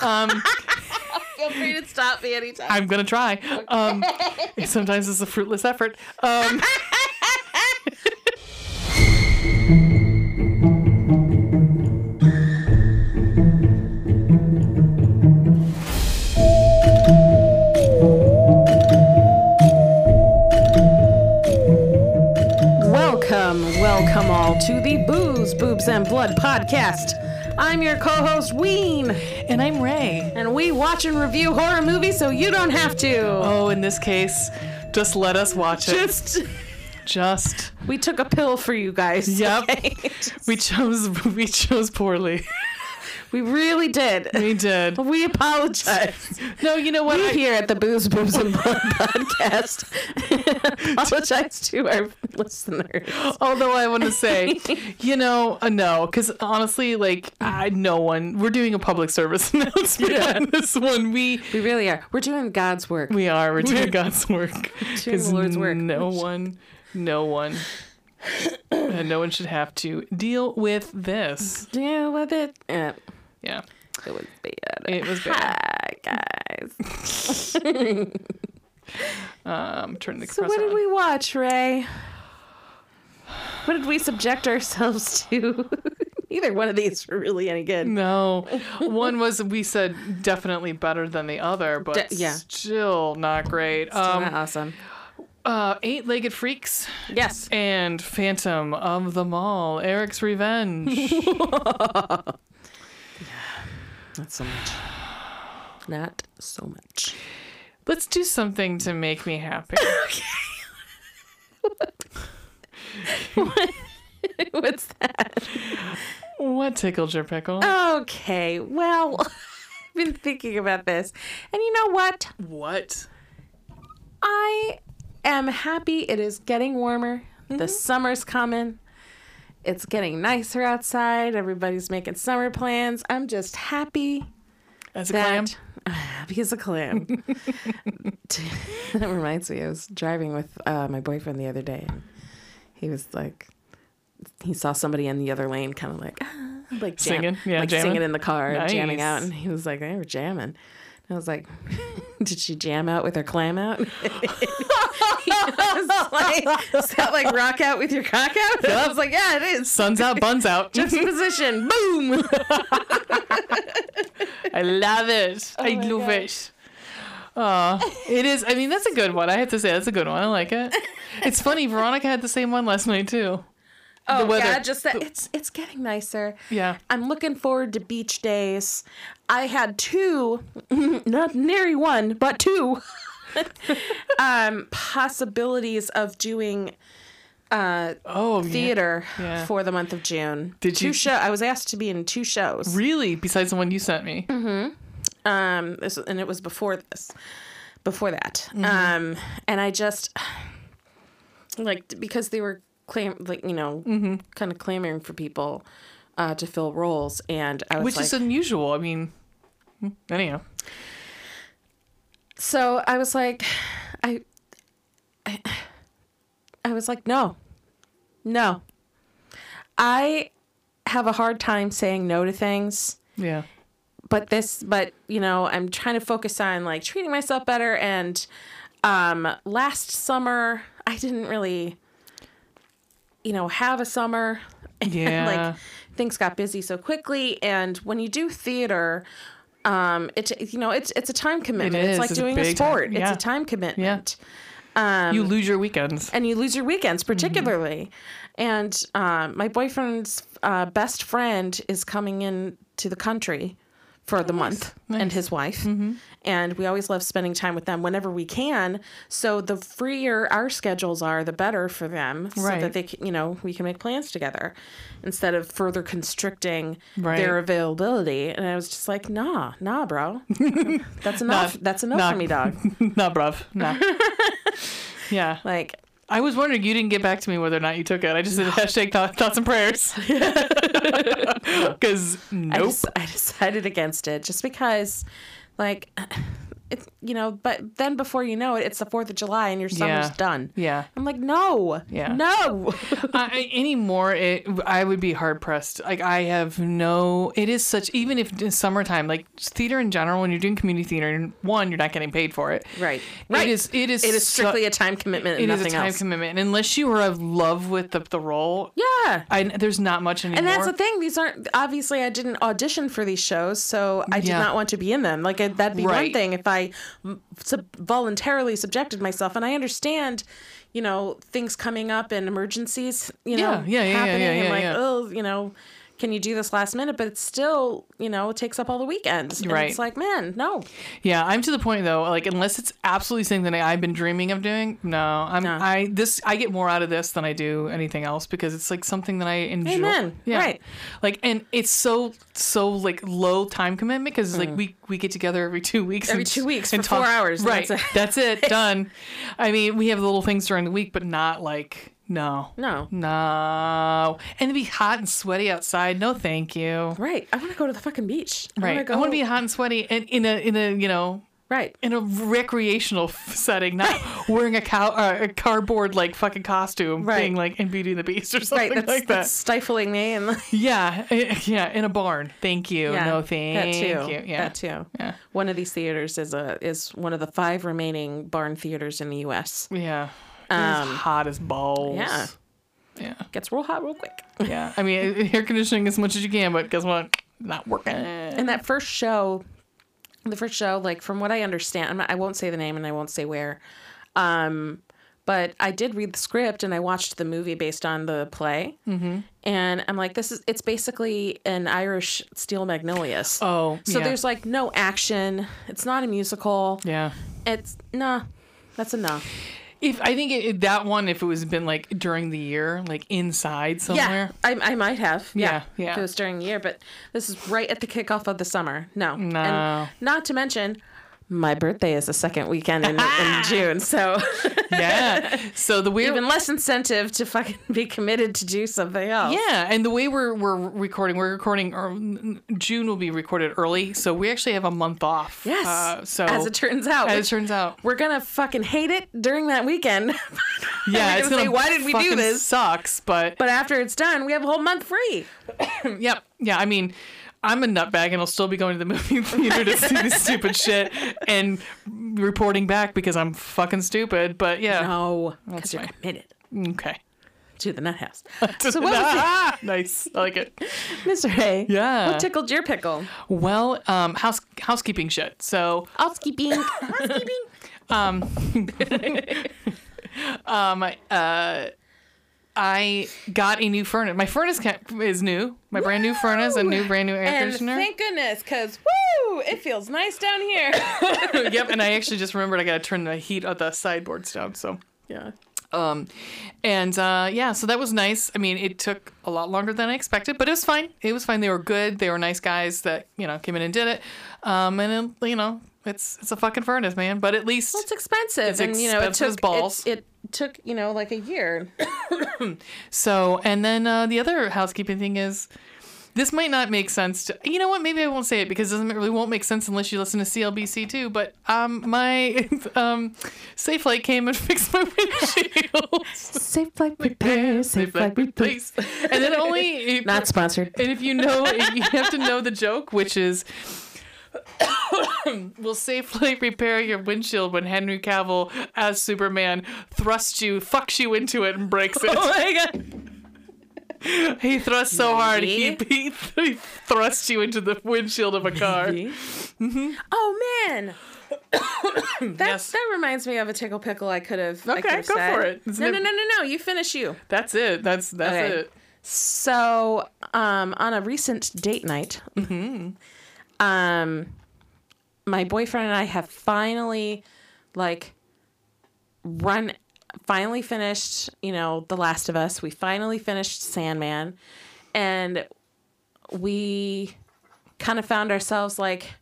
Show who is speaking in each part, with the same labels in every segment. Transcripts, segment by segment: Speaker 1: Um,
Speaker 2: Feel free to stop me anytime.
Speaker 1: I'm gonna try. Um, sometimes it's a fruitless effort. Um,
Speaker 3: Welcome, welcome all to the Booze, Boobs, and Blood podcast. I'm your co host, Ween,
Speaker 1: and I'm Ray.
Speaker 3: and we watch and review horror movies so you don't have to.
Speaker 1: Oh, in this case, just let us watch it.
Speaker 3: Just,
Speaker 1: Just.
Speaker 3: we took a pill for you guys.
Speaker 1: Yep.
Speaker 3: okay?
Speaker 1: We chose. We chose poorly.
Speaker 3: we really did.
Speaker 1: We did.
Speaker 3: We apologize.
Speaker 1: No, you know what?
Speaker 3: We
Speaker 1: I-
Speaker 3: here at the Booze, Boobs, and Blood podcast apologize to our listeners.
Speaker 1: Although I want to say, you know, uh, no, because honestly, like, I, no one. We're doing a public service announcement on this one. We
Speaker 3: We really are. We're doing God's work.
Speaker 1: we are. We're doing God's work.
Speaker 3: doing the
Speaker 1: 'Cause
Speaker 3: Lord's work.
Speaker 1: No one, no one, and no one should have to deal with this.
Speaker 3: Deal with it. Yeah,
Speaker 1: Yeah,
Speaker 3: it was bad.
Speaker 1: it was bad.
Speaker 3: Hi, guys.
Speaker 1: Um, turn the
Speaker 3: So
Speaker 1: compressor
Speaker 3: what did
Speaker 1: on.
Speaker 3: we watch, Ray? What did we subject ourselves to? Neither one of these were really any good.
Speaker 1: No, one was we said definitely better than the other, but
Speaker 3: De- yeah.
Speaker 1: still not great.
Speaker 3: Not
Speaker 1: Um,
Speaker 3: awesome.
Speaker 1: uh, eight-legged freaks.
Speaker 3: Yes.
Speaker 1: And Phantom of the Mall, Eric's Revenge.
Speaker 3: Not so much. Not so much.
Speaker 1: Let's do something to make me happy.
Speaker 3: What's that?
Speaker 1: What tickled your pickle?
Speaker 3: Uh, Okay. Well, I've been thinking about this. And you know what?
Speaker 1: What?
Speaker 3: I am happy it is getting warmer. The summer's coming. It's getting nicer outside. Everybody's making summer plans. I'm just happy
Speaker 1: As a clam?
Speaker 3: that happy as a clam. that reminds me, I was driving with uh, my boyfriend the other day. And he was like, he saw somebody in the other lane, kind of like, ah, like jam-
Speaker 1: Singing? Yeah,
Speaker 3: like
Speaker 1: jamming?
Speaker 3: singing in the car, and jamming out,
Speaker 1: Nice.
Speaker 3: and he was like, they were jamming. And I was like, did she jam out with her clam out? I was like, is that like rock out with your cock out? I was like, yeah, it is.
Speaker 1: Sun's out, buns out.
Speaker 3: Just position, boom.
Speaker 1: I love it.
Speaker 3: Oh
Speaker 1: I love it. Uh, it is. I mean, that's a good one. I have to say, that's a good one. I like it. It's funny. Veronica had the same one last night too.
Speaker 3: Oh
Speaker 1: weather.
Speaker 3: God, just that it's it's getting nicer.
Speaker 1: Yeah.
Speaker 3: I'm looking forward to beach days. I had two, not nary one, but two um, possibilities of doing uh,
Speaker 1: Oh, yeah.
Speaker 3: theater
Speaker 1: Yeah.
Speaker 3: for the month of June.
Speaker 1: Did
Speaker 3: two
Speaker 1: you-
Speaker 3: show? I was asked to be in two shows.
Speaker 1: Really? Besides the one you sent me.
Speaker 3: Mm-hmm. Um, this and it was before this, before that.
Speaker 1: Mm-hmm.
Speaker 3: Um, and I just like because they were clam like you know
Speaker 1: Mm-hmm.
Speaker 3: kind of clamoring for people uh, to fill roles, and I was
Speaker 1: Which
Speaker 3: like,
Speaker 1: is unusual. I mean, mm, anyhow.
Speaker 3: so I was like, I, I, I was like, no, no. I have a hard time saying no to things.
Speaker 1: Yeah.
Speaker 3: but this but you know i'm trying to focus on like treating myself better and um last summer i didn't really you know have a summer And,
Speaker 1: Yeah.
Speaker 3: like things got busy so quickly and when you do theater um it you know it's it's a time commitment
Speaker 1: is.
Speaker 3: it's like
Speaker 1: It's a
Speaker 3: doing a,
Speaker 1: big time-
Speaker 3: sport
Speaker 1: yeah.
Speaker 3: it's a time commitment um
Speaker 1: you lose your weekends.
Speaker 3: and you lose your weekends
Speaker 1: Mm-hmm.
Speaker 3: particularly and um, my boyfriend's uh, best friend is coming in to the country for the month and his wife
Speaker 1: Mm-hmm.
Speaker 3: and we always love spending time with them whenever we can so the freer our schedules are the better for them so
Speaker 1: Right.
Speaker 3: that they can you know we can make plans together instead of further constricting
Speaker 1: Right.
Speaker 3: their availability and i was just like nah nah bro that's enough that's enough
Speaker 1: nah.
Speaker 3: for me dog
Speaker 1: nah, bruv. Nah. yeah.
Speaker 3: like
Speaker 1: I was wondering, you didn't get back to me whether or not you took it. I just did hashtag thought, thoughts and prayers. Because
Speaker 3: I,
Speaker 1: nope.
Speaker 3: des- I decided against it just because, like, it, you know, but then before you know it, it's the 4th of July and your summer's
Speaker 1: Yeah.
Speaker 3: done.
Speaker 1: Yeah.
Speaker 3: I'm like, no,
Speaker 1: Yeah.
Speaker 3: no.
Speaker 1: I, I- anymore, it, I would be hard pressed. Like I have no. It is such. Even if it's summertime, like theater in general, when you're doing community theater, one, you're not getting paid for it.
Speaker 3: right.
Speaker 1: It is. It is.
Speaker 3: It is
Speaker 1: su-
Speaker 3: strictly a time commitment and
Speaker 1: it is
Speaker 3: nothing
Speaker 1: a time
Speaker 3: else.
Speaker 1: commitment. And unless you were in love with the, the role,
Speaker 3: yeah.
Speaker 1: I, there's not much anymore.
Speaker 3: And that's the thing. These aren't obviously. I didn't audition for these shows, so I did
Speaker 1: Yeah.
Speaker 3: not want to be in them. Like I, that'd be one
Speaker 1: Right.
Speaker 3: thing if I mm, sub- voluntarily subjected myself. And I understand, you know, things coming up and emergencies. You know,
Speaker 1: Yeah, yeah, yeah, yeah,
Speaker 3: happening.
Speaker 1: yeah,
Speaker 3: and like,
Speaker 1: yeah.
Speaker 3: oh, you know, can you do this last minute? But it's still, you know, it takes up all the weekends. And
Speaker 1: Right.
Speaker 3: It's like, man, no.
Speaker 1: Yeah, I'm to the point though. Like, unless it's absolutely something that I've been dreaming of doing, no, I'm
Speaker 3: No.
Speaker 1: I this I get more out of this than I do anything else because it's like something that I enjoy.
Speaker 3: Amen.
Speaker 1: Yeah.
Speaker 3: Right.
Speaker 1: Like, and it's so so like low time commitment because like we we get together every two weeks.
Speaker 3: Mm. Every
Speaker 1: and-
Speaker 3: two weeks
Speaker 1: and
Speaker 3: for four hours, and
Speaker 1: Right.
Speaker 3: that's it.
Speaker 1: That's it. Done. I mean, we have little things during the week, but not like no.
Speaker 3: No.
Speaker 1: No. And it'd be hot and sweaty outside. No, thank you.
Speaker 3: Right. I want to go to the fucking beach. I
Speaker 1: Right.
Speaker 3: Wanna go,
Speaker 1: I want to be hot and sweaty and in a in a you know
Speaker 3: right.
Speaker 1: in a recreational f- setting, not wearing a cow uh, a cardboard like fucking costume,
Speaker 3: Right.
Speaker 1: being like in Beauty and the Beast or something
Speaker 3: Right. That's,
Speaker 1: like
Speaker 3: that's
Speaker 1: that.
Speaker 3: stifling me. And like,
Speaker 1: Yeah, eh, yeah, in a barn. Thank you. No, thank
Speaker 3: that too.
Speaker 1: you. Yeah,
Speaker 3: That too.
Speaker 1: Yeah.
Speaker 3: One of these theaters is a is one of the five remaining barn theaters in the U.S.
Speaker 1: yeah.
Speaker 3: Um,
Speaker 1: it's hot as balls.
Speaker 3: yeah.
Speaker 1: yeah,
Speaker 3: Gets real hot real quick.
Speaker 1: yeah. I mean, air conditioning as much as you can, but guess what? Not working.
Speaker 3: And that first show, the first show, like from what I understand, I'm not, I won't say the name and I won't say where, um, but I did read the script and I watched the movie based on the play, mm-hmm. and I'm like, this is it's basically an Irish Steel Magnolias.
Speaker 1: Oh,
Speaker 3: So
Speaker 1: yeah.
Speaker 3: there's like no action. It's not a musical.
Speaker 1: yeah.
Speaker 3: It's nah. That's enough.
Speaker 1: If I think it, it- that one, if it was been like during the year, like inside somewhere,
Speaker 3: Yeah, I, I might have. Yeah,
Speaker 1: Yeah, yeah.
Speaker 3: If it was during the year, but this is right at the kickoff of the summer. No,
Speaker 1: No.
Speaker 3: And not to mention, my birthday is the second weekend in, in June, so
Speaker 1: yeah. So the weird
Speaker 3: even less incentive to fucking be committed to do something else.
Speaker 1: Yeah, and the way we're we're recording, we're recording. ear- June will be recorded early, so we actually have a month off.
Speaker 3: Yes.
Speaker 1: Uh, so
Speaker 3: as it turns out,
Speaker 1: as it
Speaker 3: which
Speaker 1: turns out,
Speaker 3: we're gonna fucking hate it during that weekend.
Speaker 1: yeah,
Speaker 3: we're
Speaker 1: it's
Speaker 3: gonna
Speaker 1: gonna
Speaker 3: say, "Why did we do
Speaker 1: fucking
Speaker 3: this?"
Speaker 1: Sucks, but,
Speaker 3: but after it's done, we have a whole month free.
Speaker 1: yep, yeah. I mean, I'm a nutbag, and I'll still be going to the movie theater to see this stupid shit and reporting back because I'm fucking stupid. But yeah,
Speaker 3: No, because you're
Speaker 1: fine.
Speaker 3: committed
Speaker 1: okay.
Speaker 3: to the nut house. so what was
Speaker 1: Ah, nice, I like it.
Speaker 3: it, Mr. Hay?
Speaker 1: Yeah.
Speaker 3: What tickled your pickle?
Speaker 1: Well, um, house housekeeping shit. So
Speaker 3: Housekeeping. Housekeeping.
Speaker 1: Um, uh, I got a new furnace. My furnace ca- is new. My brand new furnace, a new brand new air
Speaker 3: And
Speaker 1: conditioner.
Speaker 3: thank goodness, because woo, it feels nice down here.
Speaker 1: yep. And I actually just remembered I got to turn the heat of the sideboards down. So,
Speaker 3: yeah.
Speaker 1: um, and uh, yeah, so that was nice. I mean, it took a lot longer than I expected, but it was fine. It was fine. They were good. They were nice guys that you know came in and did it. Um, and it, you know, it's it's a fucking furnace, man. But at least
Speaker 3: Well, it's expensive.
Speaker 1: It's
Speaker 3: and, you know, it
Speaker 1: expensive
Speaker 3: took,
Speaker 1: as balls.
Speaker 3: It, it took, you know, like a year.
Speaker 1: So, and then uh, the other housekeeping thing is this might not make sense to you know what maybe i won't say it because it doesn't it really won't make sense unless you listen to clbc too but um my um safe light came and fixed my windshield
Speaker 3: Safe like repair,
Speaker 1: safe light replace and then only if,
Speaker 3: Not sponsored.
Speaker 1: and if you know you have to know the joke which is will safely repair your windshield when henry cavill as superman thrusts you fucks you into it and breaks it
Speaker 3: Oh my god.
Speaker 1: He thrusts so hard, he,
Speaker 3: Maybe.
Speaker 1: he, he thrusts you into the windshield of a car.
Speaker 3: Oh man. that
Speaker 1: Mm-hmm. Yes.
Speaker 3: that reminds me of a tickle pickle I could have. I
Speaker 1: Okay,
Speaker 3: could have
Speaker 1: go
Speaker 3: said.
Speaker 1: for it. It's
Speaker 3: No,
Speaker 1: nib-
Speaker 3: no, no, no, no. You finish you.
Speaker 1: That's it. That's that's
Speaker 3: Okay.
Speaker 1: it.
Speaker 3: So, um, on a recent date night, um, my boyfriend and I have finally, like, run, finally finished, you know, The Last of Us. We finally finished Sandman, and we kind of found ourselves like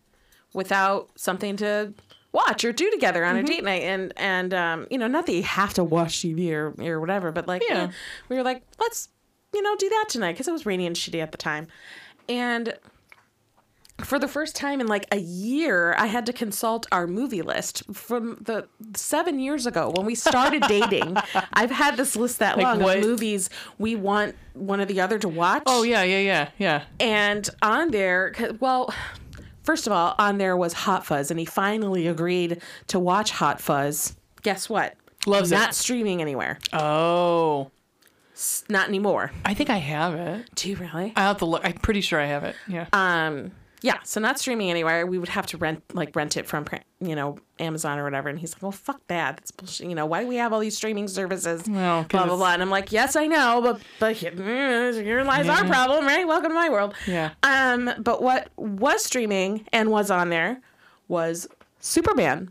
Speaker 3: without something to watch or do together on a date night and and um you know not that you have to watch tv or, or whatever but like
Speaker 1: Yeah.
Speaker 3: eh, we were like let's you know do that tonight because it was rainy and shitty at the time and for the first time in like a year, I had to consult our movie list from the seven years ago when we started dating. I've had this list that
Speaker 1: Like
Speaker 3: long
Speaker 1: what?
Speaker 3: of movies we want one or the other to watch.
Speaker 1: Oh yeah, yeah, yeah, yeah.
Speaker 3: And on there, 'cause- well, first of all, on there was Hot Fuzz, and he finally agreed to watch Hot Fuzz. Guess what?
Speaker 1: Loves
Speaker 3: Not
Speaker 1: it.
Speaker 3: streaming anywhere.
Speaker 1: Oh,
Speaker 3: S- Not anymore.
Speaker 1: I think I have it.
Speaker 3: Do you really?
Speaker 1: I will have to look. I'm pretty sure I have it. Yeah.
Speaker 3: Um, yeah. So not streaming anywhere. We would have to rent, like, rent it from, you know, Amazon or whatever. And he's like, "Well, fuck that. That's bullshit. You know, why do we have all these streaming services?
Speaker 1: Well, 'cause
Speaker 3: blah blah
Speaker 1: it's-
Speaker 3: blah." And I'm like, "Yes, I know, but but mm, here lies our
Speaker 1: Yeah.
Speaker 3: problem, right? Welcome to my world."
Speaker 1: Yeah.
Speaker 3: Um, but what was streaming and was on there was Superman,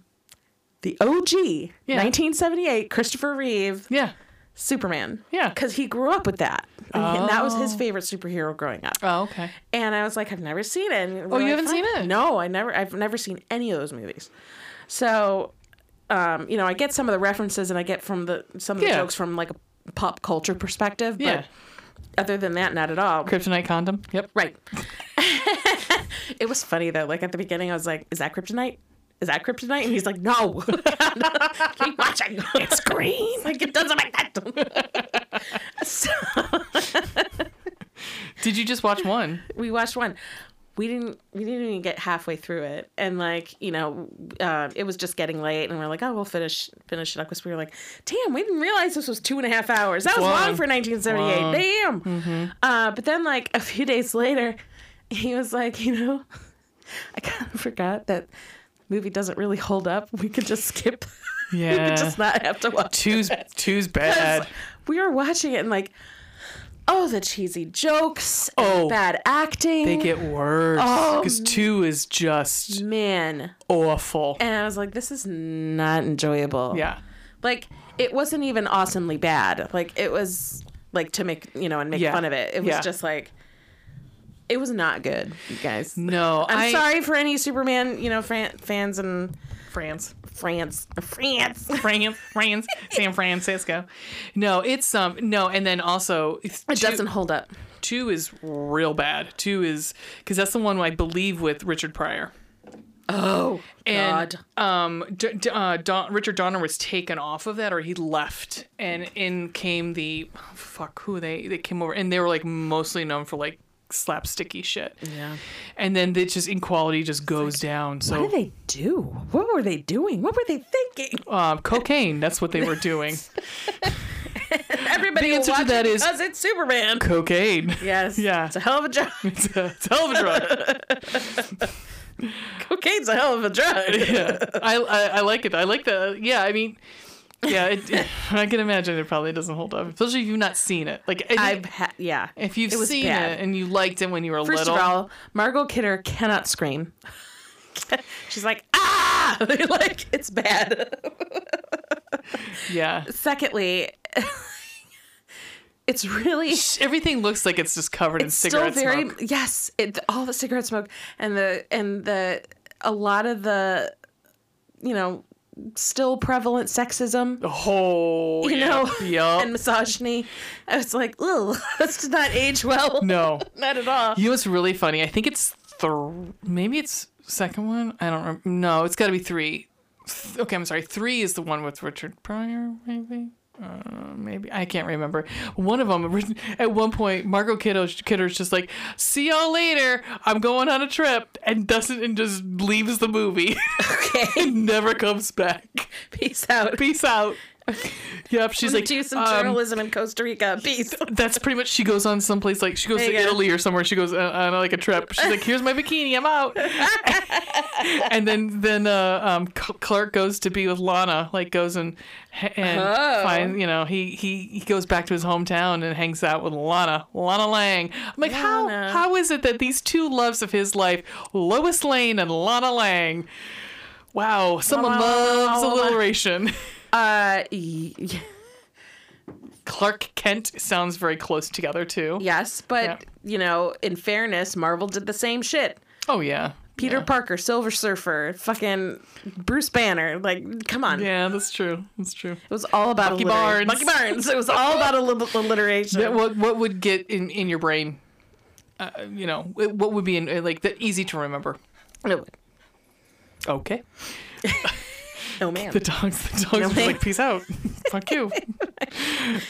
Speaker 3: the OG,
Speaker 1: Yeah.
Speaker 3: 1978, Christopher Reeve
Speaker 1: yeah.
Speaker 3: Superman.
Speaker 1: Yeah.
Speaker 3: because he grew up with that. And that was his favorite superhero growing up.
Speaker 1: Oh, okay.
Speaker 3: And I was like, I've never seen it. And
Speaker 1: Oh,
Speaker 3: we're
Speaker 1: you
Speaker 3: like,
Speaker 1: haven't seen
Speaker 3: "Fine."
Speaker 1: it?
Speaker 3: No, I never. I've never seen any of those movies. So, um, you know, I get some of the references and I get from the some of the
Speaker 1: Yeah.
Speaker 3: jokes from like a pop culture perspective. But
Speaker 1: Yeah.
Speaker 3: other than that, not at all.
Speaker 1: Kryptonite condom. Yep.
Speaker 3: Right. it was funny though. Like at the beginning, I was like, "Is that kryptonite? Is that kryptonite?" And he's like, "No, keep watching. It's green. like it doesn't make that." so
Speaker 1: Did you just watch one?
Speaker 3: we watched one. We didn't. We didn't even get halfway through it, and like you know, uh, it was just getting late, and we're like, "Oh, we'll finish finish it up." Because we were like, "Damn, we didn't realize this was two and a half hours. That was
Speaker 1: Long.
Speaker 3: long for 1978.
Speaker 1: Long.
Speaker 3: Damn."
Speaker 1: Mm-hmm.
Speaker 3: Uh, but then, like a few days later, he was like, "You know, I kind of forgot that." Movie doesn't really hold up. We could just skip. we
Speaker 1: Yeah.
Speaker 3: could just not have to watch.
Speaker 1: two's two's
Speaker 3: Because
Speaker 1: bad.
Speaker 3: we were watching it and like, oh, the cheesy jokes, and
Speaker 1: Oh.
Speaker 3: bad acting.
Speaker 1: They get worse
Speaker 3: Oh,
Speaker 1: because two is just
Speaker 3: man.
Speaker 1: awful.
Speaker 3: And I was like, this is not enjoyable.
Speaker 1: yeah.
Speaker 3: Like, it wasn't even awesomely bad. Like, it was like to make, you know, and make
Speaker 1: Yeah.
Speaker 3: fun of it. It was
Speaker 1: Yeah.
Speaker 3: just like, it was not good, you guys.
Speaker 1: No,
Speaker 3: I'm
Speaker 1: I-
Speaker 3: sorry for any Superman, you know, fran- fans in
Speaker 1: France.
Speaker 3: France. France.
Speaker 1: France, France, San Francisco. No, it's um no, and then also it's
Speaker 3: It
Speaker 1: two-
Speaker 3: doesn't hold up.
Speaker 1: Two is real bad. Two is because that's the one I believe with Richard Pryor.
Speaker 3: Oh,
Speaker 1: And
Speaker 3: God.
Speaker 1: um, D- D- uh, Don- Richard Donner was taken off of that, or he left, and in came the fuck who they they came over, and they were like mostly known for like slapsticky shit.
Speaker 3: Yeah.
Speaker 1: And then it just inequality just goes down. So
Speaker 3: What did they do? What were they doing? What were they thinking?
Speaker 1: um, cocaine. That's what they were doing.
Speaker 3: Everybody
Speaker 1: The
Speaker 3: will
Speaker 1: answer to
Speaker 3: watch
Speaker 1: that
Speaker 3: it
Speaker 1: is-
Speaker 3: because it's Superman.
Speaker 1: cocaine.
Speaker 3: Yes.
Speaker 1: Yeah.
Speaker 3: It's a hell of a job.
Speaker 1: it's, a, it's a hell of a drug.
Speaker 3: Cocaine's a hell of a drug.
Speaker 1: yeah, I, I I like it. I like the yeah. I mean, yeah, it, I can imagine it probably doesn't hold up, especially if you've not seen it. Like I think
Speaker 3: I've had, yeah.
Speaker 1: if you've
Speaker 3: it was
Speaker 1: seen
Speaker 3: bad.
Speaker 1: it and you liked it when you were
Speaker 3: First
Speaker 1: little,
Speaker 3: of all, Margot Kidder cannot scream. She's like, ah! like, it's bad.
Speaker 1: yeah,
Speaker 3: Secondly, it's really
Speaker 1: everything looks like it's just covered in cigarette smoke.
Speaker 3: yes it, all the cigarette smoke and the and the a lot of the you know still prevalent sexism
Speaker 1: Oh,
Speaker 3: you
Speaker 1: yeah,
Speaker 3: know
Speaker 1: yeah.
Speaker 3: and misogyny i was like ugh this did not age well
Speaker 1: no.
Speaker 3: not at all
Speaker 1: You know what's really funny? I think it's thr maybe it's second one. I don't remember. No, it's got to be three. Th- okay, I'm sorry. Three is the one with Richard Pryor, maybe. Uh, maybe I can't remember. One of them at one point, Margot Kiddo Kidder's just like, "See y'all later. I'm going on a trip," and doesn't and just leaves the movie.
Speaker 3: okay
Speaker 1: and never comes back.
Speaker 3: peace out
Speaker 1: Peace out. Yep, she's
Speaker 3: I'm
Speaker 1: like,
Speaker 3: gonna do some
Speaker 1: um,
Speaker 3: journalism in costa rica peace
Speaker 1: that's pretty much she goes on someplace like she goes
Speaker 3: There
Speaker 1: to
Speaker 3: you go.
Speaker 1: Italy or somewhere she goes uh, on like a trip she's like here's my bikini I'm out and then then uh, um, C- Clark goes to be with Lana like goes and and
Speaker 3: Oh.
Speaker 1: find you know he, he he goes back to his hometown and hangs out with Lana Lana Lang I'm like
Speaker 3: Lana.
Speaker 1: how how is it that these two loves of his life Lois Lane and Lana Lang wow someone
Speaker 3: Lana,
Speaker 1: loves
Speaker 3: Lana.
Speaker 1: alliteration
Speaker 3: uh y- y-
Speaker 1: Clark Kent sounds very close together too
Speaker 3: yes but
Speaker 1: Yeah.
Speaker 3: you know in fairness marvel did the same shit
Speaker 1: oh yeah
Speaker 3: Peter
Speaker 1: Yeah.
Speaker 3: Parker, Silver Surfer, fucking Bruce Banner. Like, come on.
Speaker 1: Yeah, that's true. That's true.
Speaker 3: It was all about
Speaker 1: Bucky
Speaker 3: alliteration.
Speaker 1: Barnes.
Speaker 3: Bucky Barnes. It was all about alli- alliteration.
Speaker 1: That, what what would get in, in your brain? uh, you know, what would be in, uh, like that easy to remember?
Speaker 3: No,
Speaker 1: Okay.
Speaker 3: no Oh, man.
Speaker 1: The dogs, the dogs were just like,
Speaker 3: thanks.
Speaker 1: peace out. Fuck you.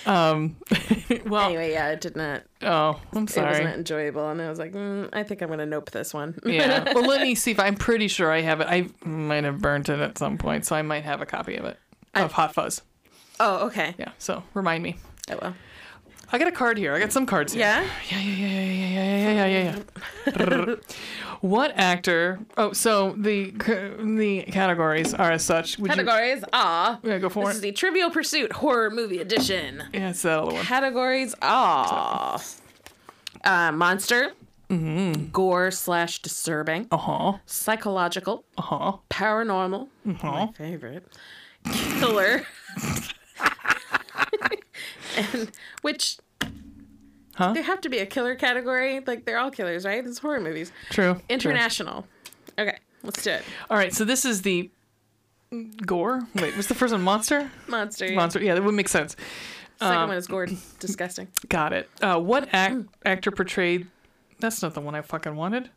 Speaker 1: um, well,
Speaker 3: Anyway, yeah, it did not.
Speaker 1: oh, I'm
Speaker 3: It was
Speaker 1: sorry.
Speaker 3: not enjoyable, and I was like, mm, I think I'm gonna nope this one.
Speaker 1: yeah. Well, let me see if I'm pretty sure I have it. I might have burnt it at some point, so I might have a copy of it of Hot Fuzz.
Speaker 3: oh, okay.
Speaker 1: Yeah. So remind me.
Speaker 3: Oh well.
Speaker 1: I got a card here. I got some cards here.
Speaker 3: Yeah.
Speaker 1: Yeah, yeah, yeah, yeah, yeah, yeah, yeah, yeah, yeah, yeah. what actor? Oh, so the the categories are as such. Would
Speaker 3: Categories are.
Speaker 1: You, yeah, go for
Speaker 3: This is
Speaker 1: it.
Speaker 3: the Trivial Pursuit Horror Movie Edition.
Speaker 1: Yeah, it's that other one.
Speaker 3: Categories are uh, monster,
Speaker 1: Mm-hmm.
Speaker 3: gore slash disturbing,
Speaker 1: Uh huh.
Speaker 3: psychological,
Speaker 1: Uh huh.
Speaker 3: paranormal,
Speaker 1: Uh-huh.
Speaker 3: my favorite, killer, and which.
Speaker 1: Huh?
Speaker 3: There have to be a killer category. Like they're all killers, right? It's horror movies.
Speaker 1: True. True.
Speaker 3: International. Okay, let's do it.
Speaker 1: All right. So this is the gore. Wait, was the first one monster?
Speaker 3: Monster.
Speaker 1: Monster. Yeah, that would make sense.
Speaker 3: Second
Speaker 1: um,
Speaker 3: one is gore. Disgusting.
Speaker 1: Got it. Uh, what act- actor portrayed? That's not the one I fucking wanted.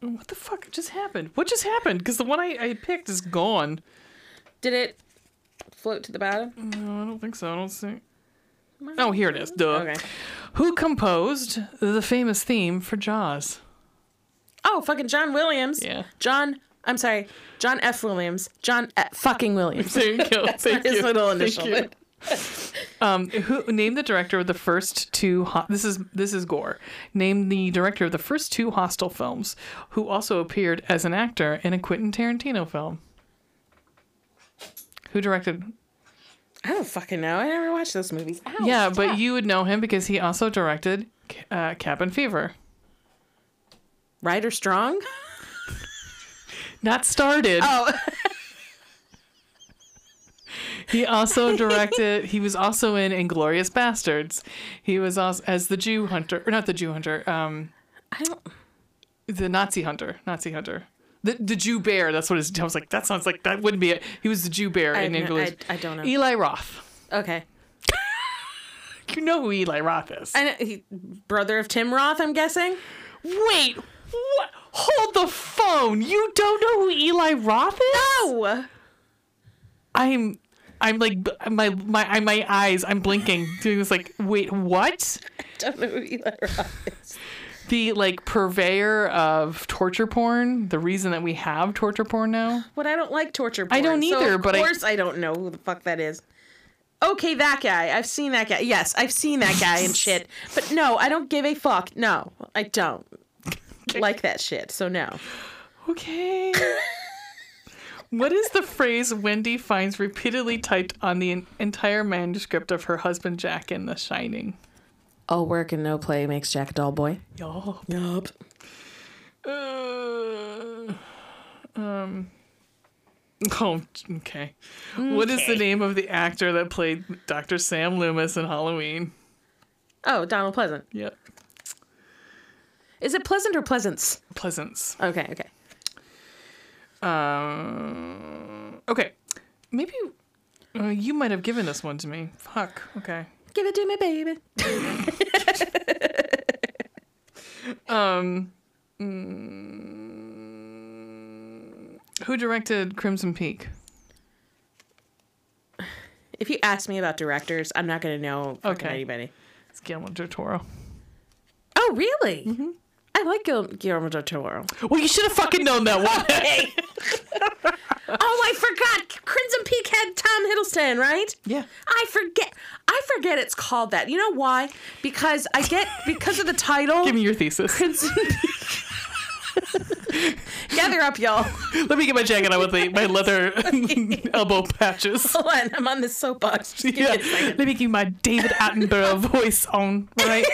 Speaker 1: What the fuck just happened? What just happened? Because the one I, I picked is gone.
Speaker 3: Did it float to the bottom?
Speaker 1: No, I don't think so. I don't see. Oh, here it is. Duh.
Speaker 3: Okay.
Speaker 1: Who composed the famous theme for Jaws?
Speaker 3: Oh, fucking John Williams.
Speaker 1: Yeah.
Speaker 3: John, I'm sorry, John F. Williams. John F. fucking Williams.
Speaker 1: There you go. Thank
Speaker 3: His
Speaker 1: you.
Speaker 3: little
Speaker 1: Thank
Speaker 3: initial.
Speaker 1: you. Um, who name the director of the first two? Ho- this is this is gore. Name the director of the first two Hostel films, who also appeared as an actor in a Quentin Tarantino film. Who directed?
Speaker 3: I don't fucking know. I never watched those movies. Ow.
Speaker 1: yeah, but you would know him because he also directed uh, Cabin Fever.
Speaker 3: Ryder Strong?
Speaker 1: Not started.
Speaker 3: Oh,
Speaker 1: He also directed. he was also in *Inglorious Bastards*. He was also as the Jew hunter, or not the Jew hunter, um,
Speaker 3: I don't.
Speaker 1: the Nazi hunter, Nazi hunter, the the Jew bear. That's what his. I was like, that sounds like that wouldn't be it. He was the Jew bear
Speaker 3: I,
Speaker 1: in
Speaker 3: no,
Speaker 1: *Inglorious*.
Speaker 3: I, I don't know.
Speaker 1: Eli Roth.
Speaker 3: Okay.
Speaker 1: You know who Eli Roth is.
Speaker 3: I know, he, brother of Tim Roth, I'm guessing?
Speaker 1: Wait, what? Hold the phone. You don't know who Eli Roth is?
Speaker 3: Oh!
Speaker 1: I'm. I'm like b- my my my eyes. I'm blinking, doing this. Like, wait, what?
Speaker 3: don't know who Eli Roth is.
Speaker 1: the like purveyor of torture porn, the reason that we have torture porn now.
Speaker 3: But I don't like torture porn.
Speaker 1: I don't
Speaker 3: so
Speaker 1: either,
Speaker 3: of
Speaker 1: but I-
Speaker 3: course I... don't know who the fuck that is. Okay, that guy. I've seen that guy. Yes, I've seen that guy and shit. But no, I don't give a fuck. No, I don't like that shit. So no.
Speaker 1: Okay. what is the phrase Wendy finds repeatedly typed on the en- entire manuscript of her husband Jack in The Shining?
Speaker 3: All work and no play makes Jack a dull boy.
Speaker 1: Yup.
Speaker 3: Yup.
Speaker 1: Uh, um. Oh, okay. What is the name of the actor that played Dr. Sam Loomis in Halloween?
Speaker 3: Oh, Donald Pleasant.
Speaker 1: Yep.
Speaker 3: Is it Pleasant or Pleasance?
Speaker 1: Pleasance.
Speaker 3: Okay, okay.
Speaker 1: Um, okay. Maybe uh, you might have given this one to me. Fuck. Okay.
Speaker 3: Give it to me, baby.
Speaker 1: Um, mm, who directed Crimson Peak?
Speaker 3: If you ask me about directors, I'm not gonna know fucking
Speaker 1: Okay.
Speaker 3: anybody.
Speaker 1: It's Guillermo del Toro.
Speaker 3: Oh, really?
Speaker 1: Mm-hmm.
Speaker 3: I like Gil- Guillermo del Toro.
Speaker 1: Well, you should have fucking known that one.
Speaker 3: Oh, I forgot. Crimson Peak had Tom Hiddleston, right?
Speaker 1: yeah.
Speaker 3: I forget. I forget it's called that. You know why? Because I get because of the title.
Speaker 1: Give me your thesis.
Speaker 3: Crimson Peak. Gather up, y'all.
Speaker 1: Let me get my jacket on with the, my leather elbow patches.
Speaker 3: Hold on, I'm on this soapbox. Just give me
Speaker 1: Yeah.
Speaker 3: a second.
Speaker 1: Let me get my David Attenborough voice on, right?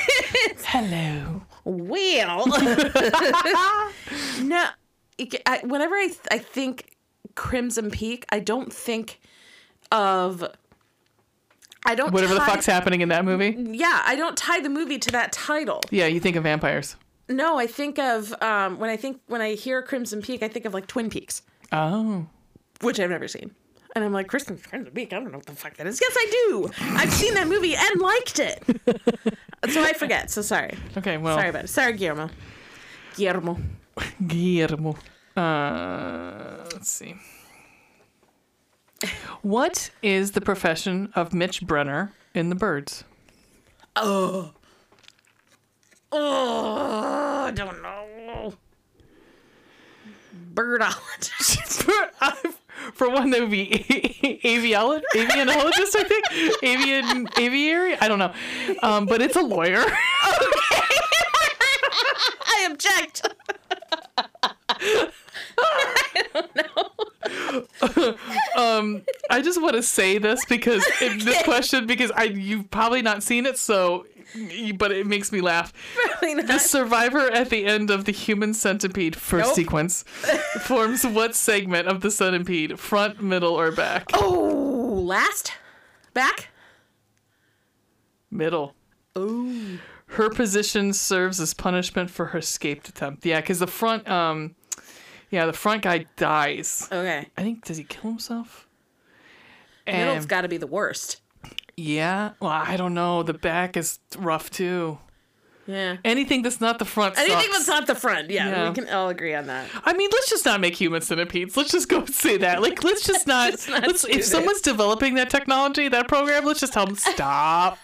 Speaker 1: Hello.
Speaker 3: Well, no. it- I, whenever I th- I think Crimson Peak, I don't think of. I don't
Speaker 1: Whatever the
Speaker 3: tie-
Speaker 1: fuck's happening in that movie.
Speaker 3: Yeah, I don't tie the movie to that title.
Speaker 1: Yeah, you think of vampires.
Speaker 3: No, I think of um, when I think when I hear Crimson Peak, I think of like Twin Peaks,
Speaker 1: Oh.
Speaker 3: which I've never seen. And I'm like, Kristen, Crimson Peak, I don't know what the fuck that is. Yes, I do. I've seen that movie and liked it. So I forget. So sorry.
Speaker 1: Okay, well,
Speaker 3: Sorry about it. Sorry, Guillermo. Guillermo.
Speaker 1: Guillermo. Uh, let's see. What is the profession of Mitch Brenner in The Birds?
Speaker 3: Oh. Oh, I don't know. Birdologist.
Speaker 1: for, for one, that would be aviolo- avianologist, I think. Avian, aviary? I don't know. Um, but it's a lawyer.
Speaker 3: I object.
Speaker 1: Um, I just want to say this because it, this question, because I you've probably not seen it, so but it makes me laugh.
Speaker 3: Probably not.
Speaker 1: The survivor at the end of the human centipede first
Speaker 3: Nope.
Speaker 1: sequence forms what segment of the centipede? Front, middle, or back?
Speaker 3: Oh, last. Back.
Speaker 1: Middle.
Speaker 3: Oh.
Speaker 1: Her position serves as punishment for her escaped attempt. Yeah, because the front, um, yeah, the front guy dies.
Speaker 3: Okay.
Speaker 1: I think does he kill himself?
Speaker 3: Middle's
Speaker 1: And-
Speaker 3: got to be the worst.
Speaker 1: yeah. Well, I don't know. The back is rough too.
Speaker 3: Yeah.
Speaker 1: Anything that's not the front.
Speaker 3: Anything
Speaker 1: sucks.
Speaker 3: that's not the front. Yeah,
Speaker 1: Yeah.
Speaker 3: we can all agree on that.
Speaker 1: I mean, let's just not make human centipedes. Let's just go and say that. Like, let's just not.
Speaker 3: Let's not
Speaker 1: let's,
Speaker 3: do
Speaker 1: if
Speaker 3: this.
Speaker 1: someone's developing that technology, that program, let's just tell them stop.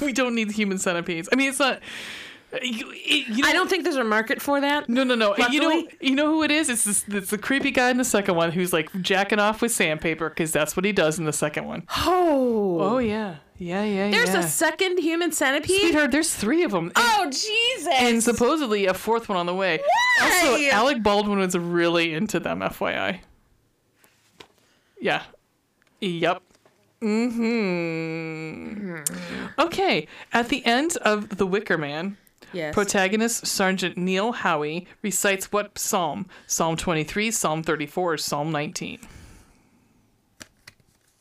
Speaker 1: we don't need human centipedes. I mean, it's not. You, you know,
Speaker 3: I don't think there's a market for that.
Speaker 1: No, no, no. And you know,
Speaker 3: Luckily-
Speaker 1: you know who it is. It's this, it's the creepy guy in the second one who's like jacking off with sandpaper because that's what he does in the second one.
Speaker 3: Oh.
Speaker 1: Oh yeah, yeah, yeah.
Speaker 3: There's
Speaker 1: yeah.
Speaker 3: a second human centipede?
Speaker 1: sweetheart. There's three of them.
Speaker 3: Oh, Jesus.
Speaker 1: And supposedly a fourth one on the way. Also,
Speaker 3: Why?
Speaker 1: Alec Baldwin was really into them, FYI. Yeah. Yep. Mm-hmm. Okay. At the end of The Wicker Man,
Speaker 3: yes.
Speaker 1: protagonist Sergeant Neil Howie recites what psalm? Psalm 23, Psalm 34, or Psalm 19?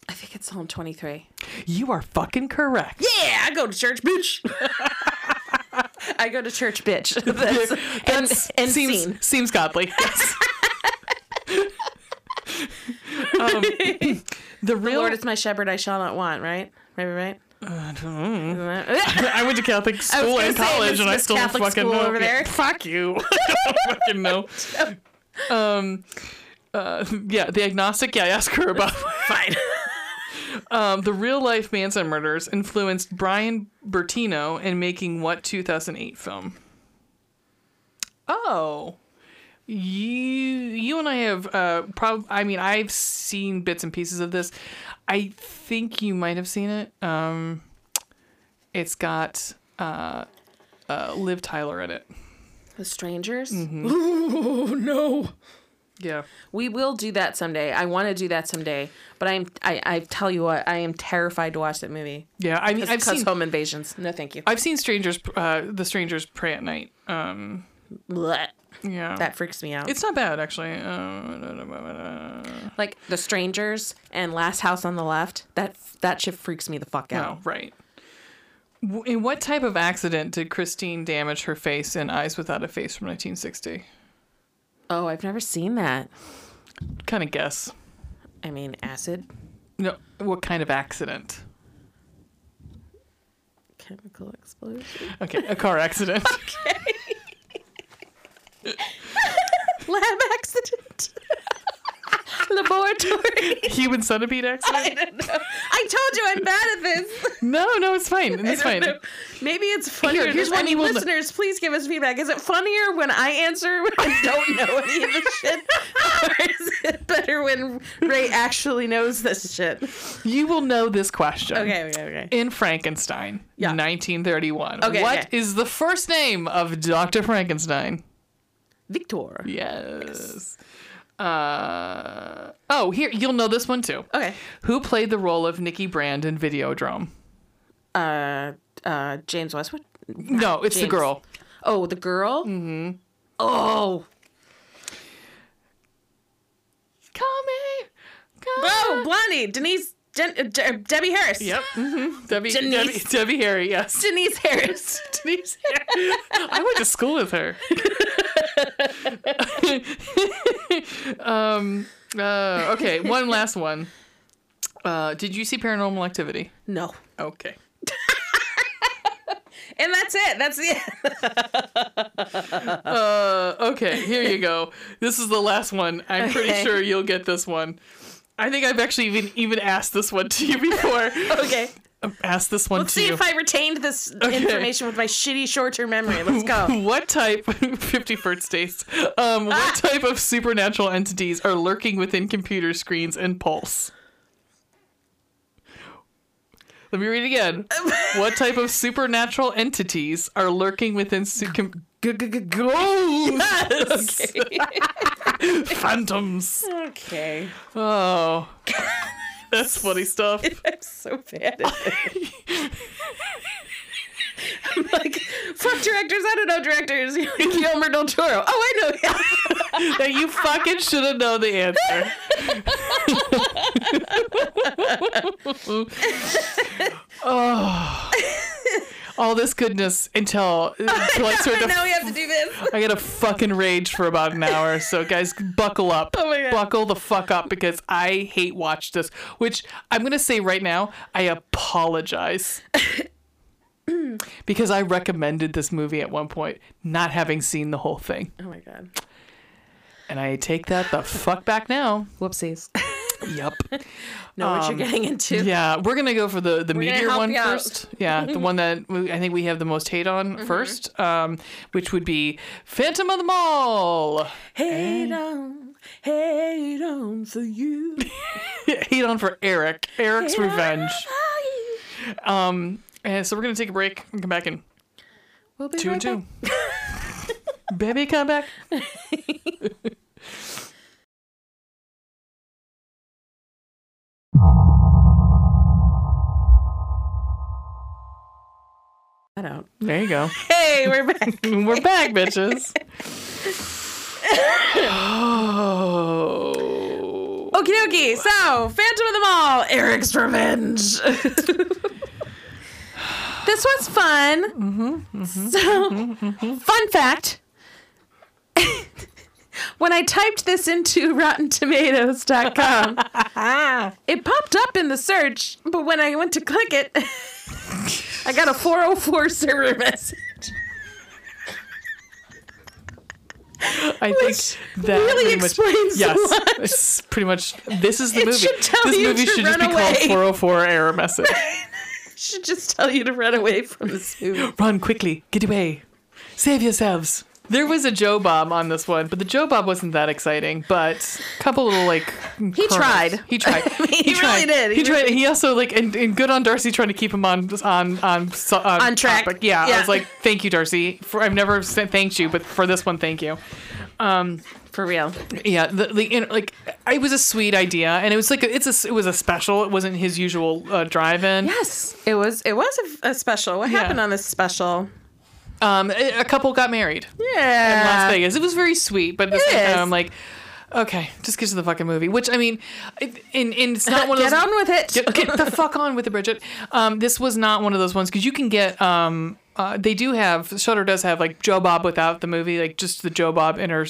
Speaker 3: I think it's Psalm 23.
Speaker 1: You are fucking correct.
Speaker 3: Yeah, I go to church, bitch. I go to church, bitch. That's,
Speaker 1: That's-
Speaker 3: and, and
Speaker 1: seems
Speaker 3: scene.
Speaker 1: seems godly. Yes. um, the
Speaker 3: The
Speaker 1: real
Speaker 3: Lord is my shepherd, I shall not want, right? Maybe right?
Speaker 1: Mm.
Speaker 3: Isn't that-
Speaker 1: I went to Catholic school
Speaker 3: gonna
Speaker 1: and
Speaker 3: say,
Speaker 1: college,
Speaker 3: Miss-
Speaker 1: and I
Speaker 3: Miss
Speaker 1: still don't
Speaker 3: Catholic
Speaker 1: fucking
Speaker 3: school
Speaker 1: know.
Speaker 3: over there.
Speaker 1: Fuck you. I don't fucking know. Um, uh, yeah, the agnostic. Yeah, ask her about. Fine. um, the real life Manson murders influenced Brian Bertino in making what 2008 film? Oh. You, you and I have, uh, prob- I mean, I've seen bits and pieces of this. I think you might have seen it. Um, it's got uh, uh, Liv Tyler in it.
Speaker 3: The strangers?
Speaker 1: Mm-hmm.
Speaker 3: Oh, no.
Speaker 1: Yeah.
Speaker 3: We will do that someday. I want to do that someday, but I'm I, I tell you what, I am terrified to watch that movie.
Speaker 1: Yeah. I mean,
Speaker 3: It's
Speaker 1: I've
Speaker 3: cause
Speaker 1: seen,
Speaker 3: home invasions. No, thank you.
Speaker 1: I've seen Strangers, uh, The Strangers Pray at Night. Um,
Speaker 3: Blech.
Speaker 1: yeah.
Speaker 3: That freaks me out.
Speaker 1: it's not bad, actually. Uh,
Speaker 3: like The Strangers and Last House on the Left. That that shit freaks me the fuck out.
Speaker 1: oh, right. W- In what type of accident did Christine damage her face in Eyes Without a Face from 1960?
Speaker 3: Oh, I've never seen that.
Speaker 1: Kind of guess.
Speaker 3: I mean, acid,
Speaker 1: No, what kind of accident?
Speaker 3: chemical explosion,
Speaker 1: Okay, a car accident.
Speaker 3: lab accident, laboratory.
Speaker 1: Human centipede accident?
Speaker 3: I don't know. I told you I'm bad at this.
Speaker 1: No, no, it's fine. It's
Speaker 3: I
Speaker 1: fine.
Speaker 3: don't know. Maybe it's funnier.
Speaker 1: Here, here's
Speaker 3: than-
Speaker 1: one
Speaker 3: I mean,
Speaker 1: you will know.
Speaker 3: listeners, please give us feedback. Is it funnier when I answer when I don't know any of the shit, or is it better when Ray actually knows this shit?
Speaker 1: You will know this question.
Speaker 3: Okay, okay, okay.
Speaker 1: In Frankenstein,
Speaker 3: Yeah.
Speaker 1: 1931.
Speaker 3: Okay,
Speaker 1: What is
Speaker 3: okay.
Speaker 1: the first name of Dr. Frankenstein?
Speaker 3: Victor.
Speaker 1: Yes. Uh, oh, here, you'll know this one too.
Speaker 3: Okay.
Speaker 1: Who played the role of Nikki Brand in Videodrome?
Speaker 3: Uh, uh, James Westwood.
Speaker 1: No, it's the
Speaker 3: James.
Speaker 1: girl.
Speaker 3: Oh, the girl. Mm-hmm. Oh,
Speaker 1: Call me. Call
Speaker 3: oh, Blondie, Denise, Den- uh, De- uh, Debbie Harris.
Speaker 1: Yep. hmm Debbie, Debbie,
Speaker 3: Denise.
Speaker 1: Debbie Harry, yes.
Speaker 3: Denise Harris.
Speaker 1: Denise Harry. I went to school with her. um, uh, okay, one last one. Uh, did you see Paranormal Activity?
Speaker 3: no.
Speaker 1: Okay.
Speaker 2: and that's it. That's the
Speaker 1: Uh, okay, here you go. This is the last one. I'm pretty
Speaker 3: Okay.
Speaker 1: sure you'll get this one. I think I've actually even even asked this one to you before.
Speaker 3: Okay.
Speaker 1: I've asked this one
Speaker 3: Let's
Speaker 1: to
Speaker 3: see
Speaker 1: you.
Speaker 3: if I retained this information with my shitty short-term memory. Let's go.
Speaker 1: What type? Fifty first dates. Um, what type of supernatural entities are lurking within computer screens and pulse? Let me read it again. what type of supernatural entities are lurking within su- com- ghosts? Phantoms.
Speaker 2: okay.
Speaker 1: Oh, that's funny stuff.
Speaker 2: I'm so bad. At this. I'm like, fuck directors. I don't know directors. Guillermo del Toro. Oh, I know. him.
Speaker 1: Now you fucking should have known the answer. oh. All this goodness until, until I start
Speaker 2: I
Speaker 1: to
Speaker 2: know we have to do this.
Speaker 1: I gotta fucking rage for about an hour. So guys, buckle up.
Speaker 2: Oh my God.
Speaker 1: Buckle the fuck up because I hate watch this. Which I'm gonna say right now, I apologize. because I recommended this movie at one point, not having seen the whole thing.
Speaker 3: Oh my god.
Speaker 1: And I take that the fuck back now.
Speaker 3: Whoopsies.
Speaker 1: Yep.
Speaker 3: Know what
Speaker 2: Um,
Speaker 3: you're getting into.
Speaker 1: Yeah, we're gonna go for the the
Speaker 2: gonna
Speaker 1: meteor
Speaker 2: help
Speaker 1: one
Speaker 2: you out. Mm-hmm.
Speaker 1: first. Yeah, the one that we, I think we have the most hate on first, um, which would be Phantom of the Mall.
Speaker 3: Hate on, Um, hate on for you.
Speaker 1: hate on for Eric. Eric's revenge. Um, and so we're gonna take a break and come back in
Speaker 3: We'll be
Speaker 1: two
Speaker 3: right
Speaker 1: and two. Baby, come back.
Speaker 3: back. I don't.
Speaker 1: There you go.
Speaker 2: Hey, we're back.
Speaker 1: We're back, bitches. oh.
Speaker 2: Okie dokie. So, Phantom of the Mall.
Speaker 3: Eric's revenge. this was fun. so, fun fact. when I typed this into RottenTomatoes.com, it popped up in the search, but when I went to click it, I got a 404 server message.
Speaker 1: I think that
Speaker 3: really
Speaker 1: pretty much-
Speaker 3: explains a
Speaker 1: yes,
Speaker 3: lot.
Speaker 1: it's pretty much this is the
Speaker 3: It
Speaker 1: movie.
Speaker 3: should tell
Speaker 1: this
Speaker 3: you
Speaker 1: movie
Speaker 3: to
Speaker 1: should just
Speaker 3: run
Speaker 1: be called
Speaker 3: away.
Speaker 1: 404 error message.
Speaker 3: Should just tell you to run away from this movie.
Speaker 1: Run quickly, get away, save yourselves. There was a Joe Bob on this one, but the Joe Bob wasn't that exciting. But a couple little like he
Speaker 3: tried.
Speaker 1: He tried.
Speaker 3: He really did.
Speaker 1: He,
Speaker 3: He
Speaker 1: tried. He also like and, and good on Darcy trying to keep him on on on so- on,
Speaker 3: On track.
Speaker 1: topic. Yeah, I
Speaker 3: Yeah.
Speaker 1: was like, thank you, Darcy. For I've never said thanked you, but for this one, thank you. Um,
Speaker 3: For real.
Speaker 1: Yeah, the, the you know, like it was a sweet idea, and it was like a, it's a s- it was a special. It wasn't his usual uh, drive-in.
Speaker 3: Yes, it was. It was a, a special. What happened on this special?
Speaker 1: Um, a a couple got married in
Speaker 3: Yeah,
Speaker 1: Las Vegas. It was very sweet, but at the same
Speaker 3: is.
Speaker 1: time, I'm like, okay, just get to the fucking movie. Which I mean, it, and, and it's not one of
Speaker 3: Get
Speaker 1: those.
Speaker 3: on with it.
Speaker 1: Get, get the fuck on with it, Bridget. Um, this was not one of those ones because you can get. Um, uh, they do have Shutter does have like Joe Bob without the movie, like just the Joe Bob inner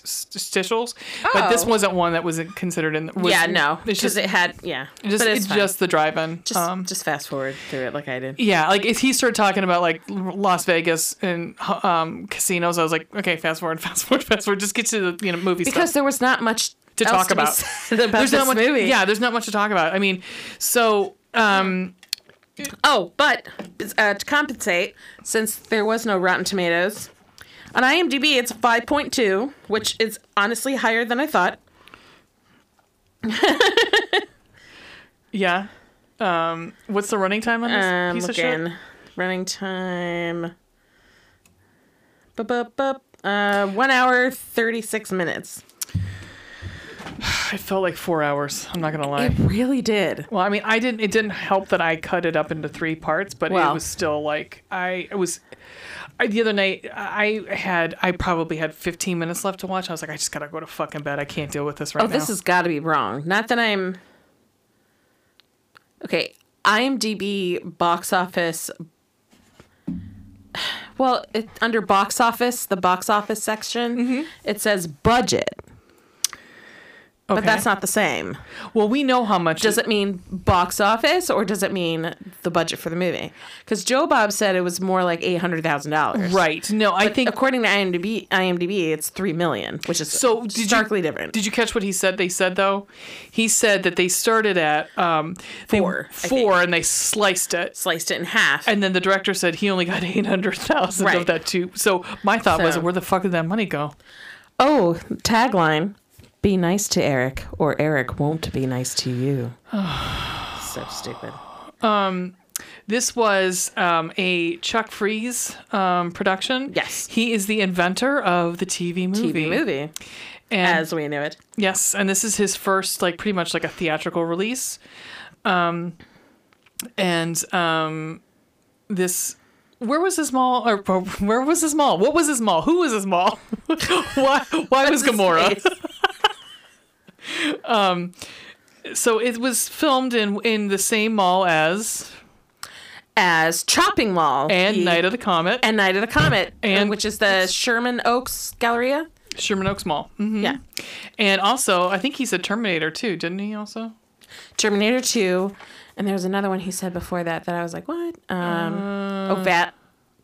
Speaker 1: interstitials. But this
Speaker 3: Oh.
Speaker 1: wasn't one that wasn't considered in. Was,
Speaker 3: yeah, no,
Speaker 1: it's
Speaker 3: because
Speaker 1: just
Speaker 3: it had yeah.
Speaker 1: just
Speaker 3: but it's
Speaker 1: it's
Speaker 3: fine.
Speaker 1: just the drive-in.
Speaker 3: just,
Speaker 1: um,
Speaker 3: just fast forward through it like I did.
Speaker 1: yeah, like if he started talking about like L- Las Vegas and um, casinos, I was like, okay, fast forward, fast forward, fast forward. Just get to the you know movie
Speaker 3: Because
Speaker 1: stuff
Speaker 3: there was not much
Speaker 1: to
Speaker 3: else
Speaker 1: talk
Speaker 3: be
Speaker 1: about.
Speaker 3: said about
Speaker 1: there's not
Speaker 3: this
Speaker 1: much.
Speaker 3: movie.
Speaker 1: Yeah, there's not much to talk about. I mean, so um,
Speaker 3: Oh, but uh, to compensate, since there was no Rotten Tomatoes, on IMDb it's five point two, which is honestly higher than I thought.
Speaker 1: yeah. Um, what's the running time on this
Speaker 3: Um,
Speaker 1: piece of
Speaker 3: looking.
Speaker 1: shit?
Speaker 3: Running time. Bup, bup, bup. Uh, one hour thirty-six minutes.
Speaker 1: It felt like four hours. I'm not gonna lie.
Speaker 3: It really did.
Speaker 1: well, I mean, I didn't. It didn't help that I cut it up into three parts, but it
Speaker 3: Well.
Speaker 1: was still like I it was. I, the other night, I I had I probably had 15 minutes left to watch. I was like, I just gotta go to fucking bed. I can't deal with this right
Speaker 3: Oh,
Speaker 1: now.
Speaker 3: this has got to be wrong. Not that I'm. Okay, IMDb box office. Well, it, under Mm-hmm. box office, the box office section, it says budget.
Speaker 2: But that's not the same.
Speaker 1: Well, we know how much.
Speaker 2: Does it mean box office or does it mean the budget for the movie? Because Joe Bob said it was more like eight hundred thousand dollars.
Speaker 1: right? No, I think.
Speaker 2: According to IMDb, IMDb, it's three million, which is
Speaker 1: So did you-
Speaker 2: starkly different.
Speaker 1: Did you catch what he said? They said though, he said that they started at um, they-
Speaker 2: Four, I
Speaker 1: four, and they sliced it.
Speaker 2: Sliced it in half.
Speaker 1: And then the director said he only got eight hundred thousand of
Speaker 2: Right.
Speaker 1: that too. So my thought was,
Speaker 2: So-
Speaker 1: where the fuck did that money go?
Speaker 2: oh, tagline: Be nice to Eric, or Eric won't be nice to you. so stupid.
Speaker 1: This was um, a Chuck Freeze um, production.
Speaker 2: Yes.
Speaker 1: he is the inventor of the TV movie.
Speaker 2: TV movie,
Speaker 1: And
Speaker 2: as we knew it.
Speaker 1: Yes, and this is his first, like, pretty much like a theatrical release. Um, and um, this, where was his mall? Or where was his mall? What was his mall? Who was his mall? why? Why was Gamora? Um, So it was filmed in in the same mall as
Speaker 2: As Chopping Mall
Speaker 1: and
Speaker 2: the-
Speaker 1: Night of the Comet and
Speaker 2: and Night of the Comet, uh,
Speaker 1: And-
Speaker 2: which is the Sherman Oaks Galleria.
Speaker 1: Sherman Oaks Mall. hmm
Speaker 2: Yeah,
Speaker 1: And also, I think he said Terminator too, didn't he? Also,
Speaker 2: Terminator Two, and there was another one he said before that that I was like, what? Um,
Speaker 1: Uh,
Speaker 2: oh, Vat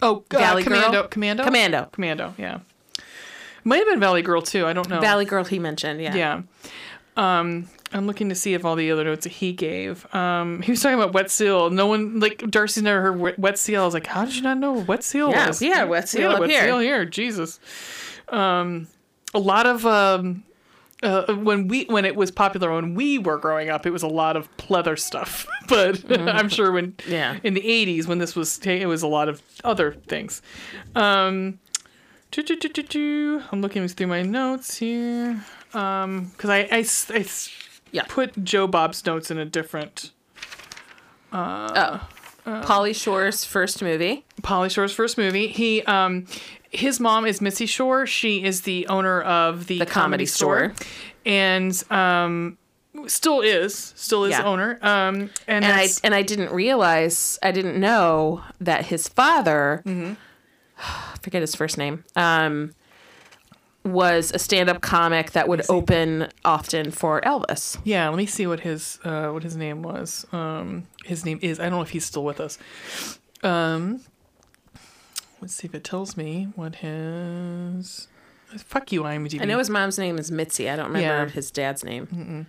Speaker 1: oh, uh,
Speaker 2: Valley Girl?
Speaker 1: Commando, Commando,
Speaker 2: Commando,
Speaker 1: Commando. Yeah, might have been Valley Girl too. I don't know.
Speaker 2: Valley Girl. He mentioned, yeah,
Speaker 1: Yeah. Um, I'm looking to see if all the other notes that he gave. Um, he was talking about wet seal. No one like Darcy's never heard wet- wet seal. I was like, how did you not know what wet seal
Speaker 2: Yeah,
Speaker 1: was?
Speaker 2: we had wet seal
Speaker 1: had
Speaker 2: up
Speaker 1: wet
Speaker 2: here.
Speaker 1: seal here. Jesus. Um, a lot of um, uh, when we when it was popular when we were growing up, it was a lot of pleather stuff. but I'm sure when
Speaker 2: Mm-hmm. Yeah.
Speaker 1: in the 80s when this was ta- it was a lot of other things. Um, Choo, choo, choo, choo, choo. I'm looking through my notes here. Um, because I, I s- I s-
Speaker 2: Yeah.
Speaker 1: put Joe Bob's notes in a different
Speaker 2: Oh.
Speaker 1: Uh.
Speaker 2: Polly Shore's first movie.
Speaker 1: Polly Shore's first movie. He, um, his mom is Missy Shore. She is the owner of the,
Speaker 2: The Comedy Store.
Speaker 1: and um, still is, still is
Speaker 2: Yeah.
Speaker 1: owner. Um, and,
Speaker 2: and I
Speaker 1: that's-
Speaker 2: and I didn't realize I didn't know that his father,
Speaker 1: Mm-hmm.
Speaker 2: I forget his first name, um, was a stand-up comic that would open often for Elvis.
Speaker 1: yeah, let me see what his uh, what his name was. Um, his name is I don't know if he's still with us. Um, let's see if it tells me what his. Fuck you, IMDb.
Speaker 2: I know his mom's name is Mitzi. I don't remember
Speaker 1: Yeah.
Speaker 2: his dad's name.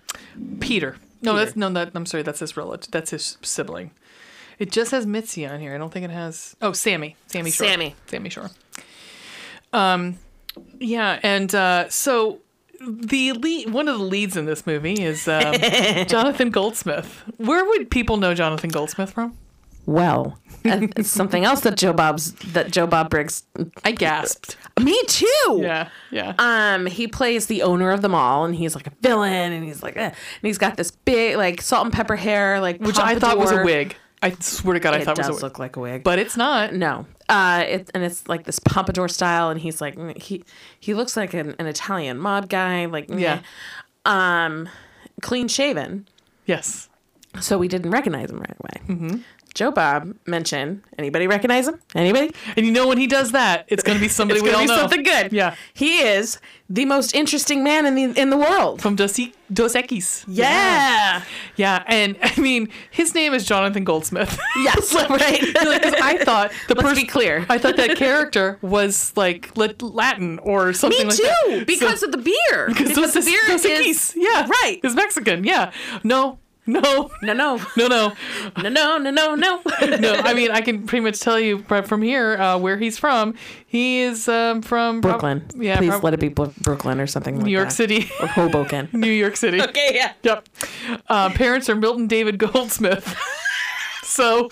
Speaker 1: Peter. No, that's no. That I'm sorry. That's his relative. That's his sibling. It just has Mitzi on here. I don't think it has. Oh, Sammy. Sammy. Shore.
Speaker 2: Sammy.
Speaker 1: Sammy Shore. Um, yeah, and uh, so the lead, one of the leads in this movie is um, Jonathan Goldsmith. Where would people know Jonathan Goldsmith from?
Speaker 2: Well, and it's something else that Joe Bob's that Joe Bob Briggs.
Speaker 1: I gasped.
Speaker 2: Me too.
Speaker 1: Yeah, yeah.
Speaker 2: Um, he plays the owner of the mall, and he's like a villain, and he's like, eh. and he's got this big, like salt and pepper hair, like
Speaker 1: Which I thought was a
Speaker 2: pompadour.
Speaker 1: wig. I swear to God, I
Speaker 2: It
Speaker 1: thought
Speaker 2: does
Speaker 1: it was a wig.
Speaker 2: look like a wig,
Speaker 1: But it's not.
Speaker 2: No. Uh, it, and it's like this pompadour style, and he's like mm, he he looks like an, an Italian mob guy, like
Speaker 1: Yeah.
Speaker 2: meh. um, clean shaven.
Speaker 1: Yes.
Speaker 2: So we didn't recognize him right away. Mm-hmm. Joe Bob mentioned anybody recognize him? Anybody?
Speaker 1: And you know when he does that, it's going to be somebody
Speaker 2: It's
Speaker 1: we
Speaker 2: gonna
Speaker 1: all
Speaker 2: be
Speaker 1: know.
Speaker 2: something good.
Speaker 1: Yeah.
Speaker 2: he is the most interesting man in the in the world.
Speaker 1: From Dos, E- Dos Equis.
Speaker 2: Yeah.
Speaker 1: Yeah, and I mean, his name is Jonathan Goldsmith.
Speaker 2: Yes.
Speaker 1: Like, 'cause
Speaker 2: right.
Speaker 1: I thought the
Speaker 2: Let's
Speaker 1: person
Speaker 2: be clear.
Speaker 1: I thought that character was like lat- Latin or something
Speaker 2: Me
Speaker 1: like
Speaker 2: too.
Speaker 1: that. So-
Speaker 2: because of the beer.
Speaker 1: because those-
Speaker 2: the beer
Speaker 1: those Equis,
Speaker 2: is
Speaker 1: yeah,
Speaker 2: right.
Speaker 1: Is Mexican, yeah. No, no,
Speaker 2: no, no,
Speaker 1: no, no,
Speaker 2: no, no, no, no, no.
Speaker 1: no. I mean, I can pretty much tell you fr- from here uh, where he's from. He is um, from prob-
Speaker 2: Brooklyn.
Speaker 1: yeah,
Speaker 2: please
Speaker 1: prob-
Speaker 2: let it be Bro- Brooklyn or something like
Speaker 1: New York
Speaker 2: that.
Speaker 1: City.
Speaker 2: or Hoboken.
Speaker 1: New York City.
Speaker 3: Okay, yeah.
Speaker 1: Yep. Uh, parents are Milton David Goldsmith. so.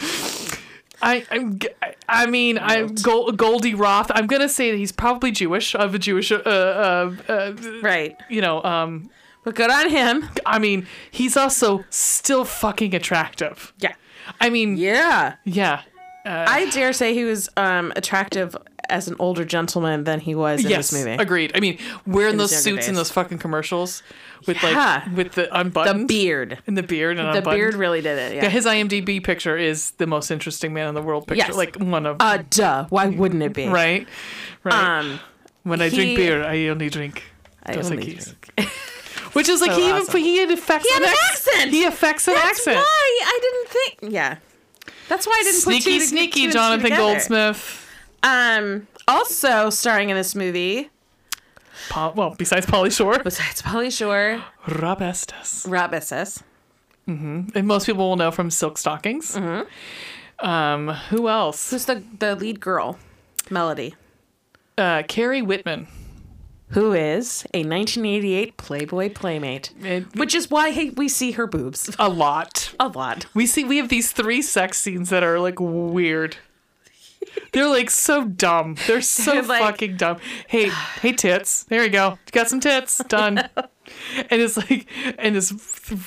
Speaker 1: I, I'm, g- I- I mean, I Gol- Goldie Roth. I'm gonna say that he's probably Jewish of a Jewish, uh, uh, uh,
Speaker 2: right,
Speaker 1: you know. Um,
Speaker 2: but good on him.
Speaker 1: I mean, he's also still fucking attractive.
Speaker 2: Yeah,
Speaker 1: I mean, yeah.
Speaker 2: yeah. I dare say he was um, attractive as an older gentleman than he was in
Speaker 1: yes,
Speaker 2: this movie.
Speaker 1: agreed. I mean, wearing
Speaker 2: his
Speaker 1: those
Speaker 2: younger
Speaker 1: suits in
Speaker 2: days.
Speaker 1: those fucking commercials with
Speaker 2: Yeah.
Speaker 1: like with the
Speaker 2: The
Speaker 1: unbuttoned
Speaker 2: beard,
Speaker 1: and the beard and
Speaker 2: the
Speaker 1: unbuttoned.
Speaker 2: beard really did it. Yeah.
Speaker 1: Yeah, his IMDb picture is the most interesting man in the world picture.
Speaker 2: Yes.
Speaker 1: Like one of
Speaker 2: uh, duh. Why wouldn't it be?
Speaker 1: right, right.
Speaker 2: Um,
Speaker 1: when I drink
Speaker 2: he-
Speaker 1: beer, I only drink.
Speaker 2: I
Speaker 1: Dos
Speaker 2: only
Speaker 1: Equis. Which is like
Speaker 3: So
Speaker 1: he
Speaker 3: awesome.
Speaker 1: even he affects
Speaker 2: He had an
Speaker 1: ex-
Speaker 2: accent!
Speaker 1: He affects an
Speaker 2: That's
Speaker 1: accent.
Speaker 2: why I didn't think. Yeah, that's why I didn't. put two
Speaker 1: Sneaky,
Speaker 2: to- two
Speaker 1: sneaky,
Speaker 2: and two
Speaker 1: Jonathan
Speaker 2: together.
Speaker 1: Goldsmith.
Speaker 3: Um, also starring in this movie,
Speaker 1: Paul, well, besides Polly Shore,
Speaker 3: besides Polly Shore,
Speaker 1: Rob Estes,
Speaker 3: Rob Esses.
Speaker 1: and most people will know from Silk Stockings.
Speaker 2: Mm-hmm.
Speaker 1: Um, who else?
Speaker 3: Who's the the lead girl? Melody.
Speaker 1: Uh, Carrie Whitman.
Speaker 3: Who is a 1988 Playboy Playmate,
Speaker 1: It-
Speaker 3: which is why hey, we see her boobs
Speaker 1: A lot.
Speaker 3: a lot.
Speaker 1: We see we have these three sex scenes that are like weird. They're like so dumb. They're so
Speaker 3: They're, like-
Speaker 1: fucking dumb. Hey, hey, tits. There you go. You got some tits. Done. And it's like, and it's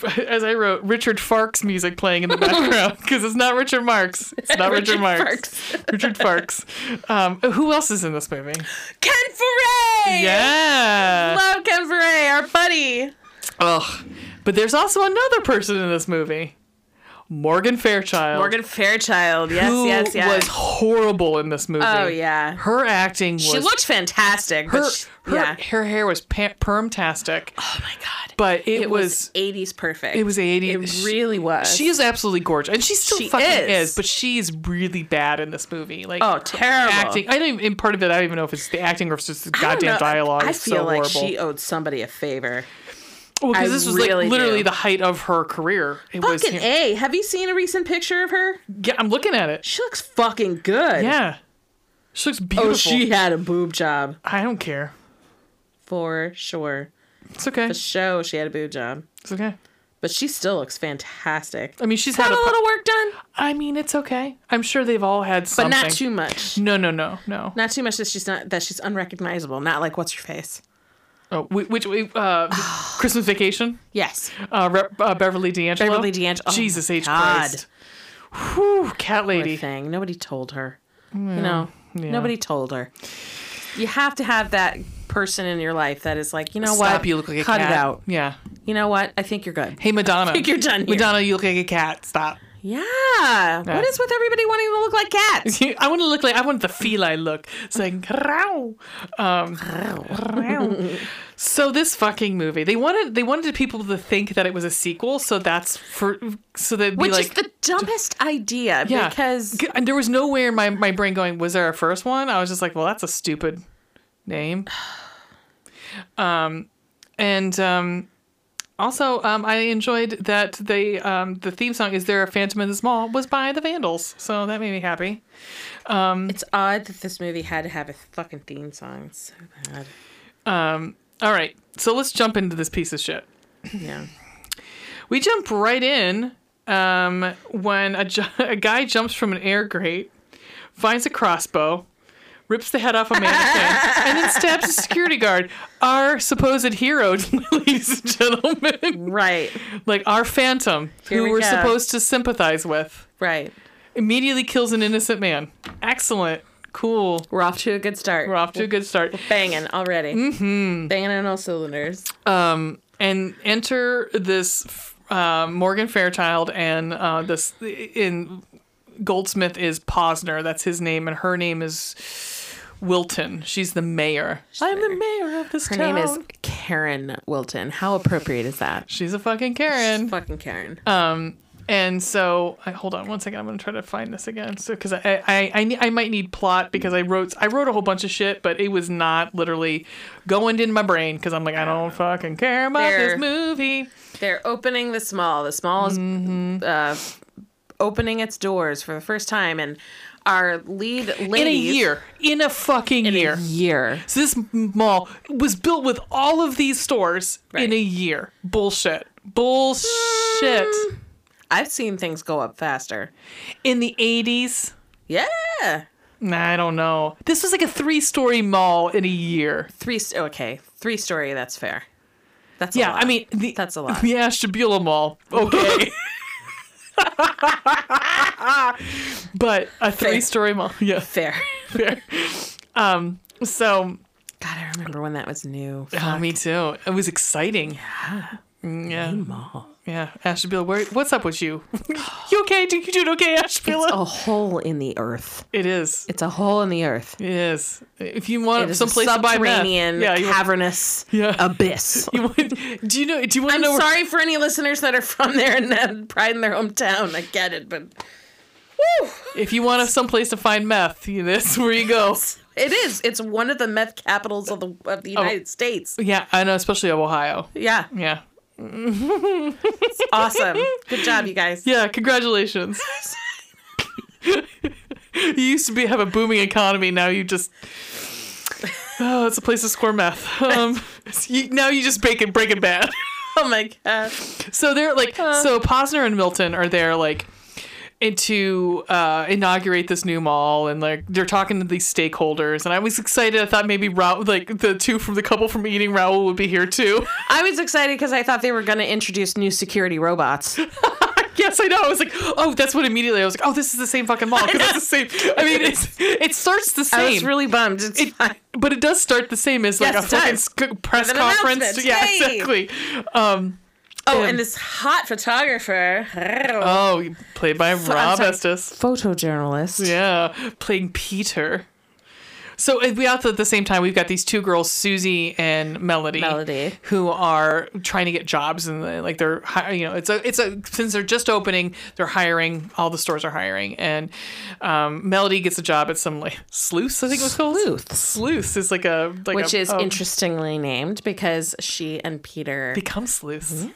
Speaker 1: as I wrote, Richard Fark's music playing in the background because it's not Richard Marks. It's not Richard,
Speaker 3: Richard
Speaker 1: Marks. Richard Farks. Um, who else is in this movie?
Speaker 3: Ken Foray.
Speaker 1: Yeah.
Speaker 3: Love Ken Foray, our buddy.
Speaker 1: Ugh. But there's also another person in this movie, Morgan Fairchild.
Speaker 3: Morgan Fairchild. Yes,
Speaker 1: who
Speaker 3: yes, yes.
Speaker 1: was horrible in this movie.
Speaker 3: oh yeah.
Speaker 1: her acting was
Speaker 3: She looked fantastic.
Speaker 1: her,
Speaker 3: but she-
Speaker 1: her,
Speaker 3: yeah.
Speaker 1: her hair was pa- permtastic,
Speaker 3: Oh my god.
Speaker 1: but it,
Speaker 3: It
Speaker 1: was,
Speaker 3: was 80s perfect.
Speaker 1: it was eighty.
Speaker 3: It really was.
Speaker 1: she is absolutely gorgeous, and she still
Speaker 3: She
Speaker 1: fucking
Speaker 3: is.
Speaker 1: is. But she's really bad in this movie. Like
Speaker 3: oh
Speaker 1: her
Speaker 3: terrible
Speaker 1: acting. I don't. Even, and part of it, I don't even know if it's the acting or if it's just the
Speaker 3: I don't
Speaker 1: goddamn
Speaker 3: know.
Speaker 1: dialogue.
Speaker 3: I
Speaker 1: It's
Speaker 3: feel
Speaker 1: so
Speaker 3: like
Speaker 1: horrible.
Speaker 3: she owed somebody a favor.
Speaker 1: Well,
Speaker 3: I
Speaker 1: because this was
Speaker 3: really
Speaker 1: like literally
Speaker 3: do.
Speaker 1: the height of her career. It was.
Speaker 3: Fucking a. Have you seen a recent picture of her?
Speaker 1: Yeah, I'm looking at it.
Speaker 3: She looks fucking good.
Speaker 1: Yeah, she looks beautiful.
Speaker 3: Oh, she had a boob job
Speaker 1: I don't care.
Speaker 3: for sure.
Speaker 1: It's okay.
Speaker 3: The show she had a boob job,
Speaker 1: It's okay.
Speaker 3: but she still looks fantastic.
Speaker 1: I mean, she's
Speaker 3: Had
Speaker 1: had
Speaker 3: a
Speaker 1: a po-
Speaker 3: little work done,
Speaker 1: I mean, it's okay. I'm sure they've all had
Speaker 3: but
Speaker 1: something.
Speaker 3: not too much.
Speaker 1: No, no, no, no.
Speaker 3: Not too much that she's not that she's unrecognizable. Not like what's your face.
Speaker 1: Oh, whi- which uh, Christmas Vacation?
Speaker 3: Yes,
Speaker 1: Uh, Re- uh, Beverly D'Angelo.
Speaker 3: Beverly D'Angelo. Oh,
Speaker 1: Jesus
Speaker 3: my
Speaker 1: H
Speaker 3: God.
Speaker 1: Christ. Whew, cat
Speaker 3: Poor
Speaker 1: lady.
Speaker 3: thing. Nobody told her. You know,
Speaker 1: yeah.
Speaker 3: nobody told her. Mm. You have to have that person in your life that is like, you know
Speaker 1: Stop,
Speaker 3: what?
Speaker 1: you look like a
Speaker 3: Cut
Speaker 1: cat.
Speaker 3: it out.
Speaker 1: Yeah.
Speaker 3: You know what? I think you're good.
Speaker 1: Hey, Madonna.
Speaker 3: think you're done here.
Speaker 1: Madonna, you look like a cat. Stop.
Speaker 3: Yeah. What is with everybody wanting to look like cats?
Speaker 1: I want to look like I want the feline look. It's like "Row." um, row. so this fucking movie. They wanted they wanted people to think that it was a sequel, so that's for so they'd be
Speaker 3: Which
Speaker 1: like
Speaker 3: is the dumbest idea
Speaker 1: Yeah.
Speaker 3: because
Speaker 1: G- and there was nowhere in my, my brain going, was there a first one? I was just like, well, that's a stupid name. Um, and um, also, um, I enjoyed that they um, the theme song "Is There a Phantom in the Mall" was by the Vandals, so that made me happy. Mm.
Speaker 3: it's odd that this movie had to have a fucking theme song. It's so bad.
Speaker 1: Um, all right, so let's jump into this piece of shit.
Speaker 3: Yeah.
Speaker 1: We jump right in um, when a, ju- a guy jumps from an air grate, finds a crossbow, rips the head off a mannequin, and then stabs a security guard. Our supposed hero, ladies and gentlemen,
Speaker 3: Right.
Speaker 1: like our phantom,
Speaker 3: Here
Speaker 1: who
Speaker 3: we
Speaker 1: we're
Speaker 3: go.
Speaker 1: supposed to sympathize with,
Speaker 3: Right.
Speaker 1: immediately kills an innocent man. Excellent. Cool.
Speaker 3: We're off to a good start.
Speaker 1: We're off to a good start.
Speaker 3: banging already. Mm-hmm. Banging on all cylinders.
Speaker 1: um, and enter this uh, Morgan Fairchild and uh, this in Goldsmith is Posner. That's his name, and her name is Wilton. She's the mayor. I'm the mayor of this
Speaker 3: Her
Speaker 1: town.
Speaker 3: name is Karen Wilton. How appropriate is that?
Speaker 1: She's a fucking Karen.
Speaker 3: Fucking Karen.
Speaker 1: Um, and so I hold on one second. I'm gonna try to find this again. So because I I, I ne- I might need plot because I wrote I wrote a whole bunch of shit, but it was not literally going in my brain because I'm like I don't fucking care about
Speaker 3: There.
Speaker 1: this movie.
Speaker 3: They're opening the small. The small is
Speaker 1: Mm-hmm.
Speaker 3: uh, opening its doors for the first time, and our lead lady
Speaker 1: in a year in a fucking year
Speaker 3: year.
Speaker 1: so this mall was built with all of these stores
Speaker 3: Right.
Speaker 1: in a year bullshit bullshit
Speaker 3: I've seen things go up faster.
Speaker 1: in the 80s
Speaker 3: Yeah,
Speaker 1: nah, i don't know this was like a three-story mall in a year
Speaker 3: three. st- Okay, three story. That's fair. That's A
Speaker 1: yeah
Speaker 3: lot.
Speaker 1: i mean the,
Speaker 3: That's a lot.
Speaker 1: the ashtabula mall okay but a three-story mall yeah
Speaker 3: fair.
Speaker 1: fair um so
Speaker 3: God, I remember when that was new.
Speaker 1: oh, me too it was exciting yeah
Speaker 3: Mall.
Speaker 1: Yeah, Ash Bill, where, what's up with you? you okay? Do you doing okay, Ash Bill?
Speaker 3: It's a hole in the earth.
Speaker 1: It is.
Speaker 3: It's a hole in the earth.
Speaker 1: It is. If you
Speaker 3: It
Speaker 1: want
Speaker 3: is
Speaker 1: some place
Speaker 3: a
Speaker 1: to buy meth,
Speaker 3: subterranean,
Speaker 1: yeah, you,
Speaker 3: cavernous
Speaker 1: Yeah.
Speaker 3: abyss.
Speaker 1: you want, do you know? Do you want to
Speaker 2: I'm
Speaker 1: know? where-
Speaker 2: sorry for any listeners that are from there and have pride in their hometown. I get it, but woo,
Speaker 1: if you want some place to find meth, you, that's where you go.
Speaker 2: it is. It's one of the meth capitals of the of
Speaker 1: Oh.
Speaker 2: the United States.
Speaker 1: Yeah, I know, especially of Ohio.
Speaker 2: Yeah,
Speaker 1: Yeah,
Speaker 2: awesome. Good job, you guys.
Speaker 1: yeah. Congratulations. you used to be have a booming economy. Now you just. Oh, it's a place to score meth. Um, you, now you just bake it, break it bad.
Speaker 2: Oh my god.
Speaker 1: So they're like, so Posner and Milton are there, like, and to uh, inaugurate this new mall, and like they're talking to these stakeholders. And I was excited. I thought maybe Ra- like the two from the couple from Eating Raoul would be here too.
Speaker 3: I was excited because I thought they were going to introduce new security robots.
Speaker 1: yes, I know. I was like, oh, that's what immediately I was like, oh, this is the same fucking mall because it's the same. I mean, it's, it starts the
Speaker 2: I
Speaker 1: same.
Speaker 2: was really bummed. It's
Speaker 1: It-
Speaker 2: fine.
Speaker 1: but it does start the same as like
Speaker 2: Yes,
Speaker 1: a
Speaker 2: it
Speaker 1: fucking
Speaker 2: does.
Speaker 1: sc- press
Speaker 2: With an
Speaker 1: conference.
Speaker 2: announcement.
Speaker 1: Yeah,
Speaker 2: Yay.
Speaker 1: exactly. Um,
Speaker 2: Oh,
Speaker 1: him.
Speaker 2: and this hot photographer.
Speaker 1: oh, played by Rob
Speaker 2: sorry.
Speaker 1: Estes.
Speaker 3: Photojournalist.
Speaker 1: Yeah, playing Peter. So uh, we also at the same time we've got these two girls, Susie and Melody,
Speaker 3: Melody.
Speaker 1: who are trying to get jobs and uh, like they're hi- you know it's a it's a since they're just opening they're hiring all the stores are hiring and um, Melody gets a job at some like Sleuths I think it was called
Speaker 3: Sleuths.
Speaker 1: Sleuths is like a like
Speaker 3: Which
Speaker 1: a,
Speaker 3: is
Speaker 1: a-
Speaker 3: interestingly named because she and Peter.
Speaker 1: become Sleuths.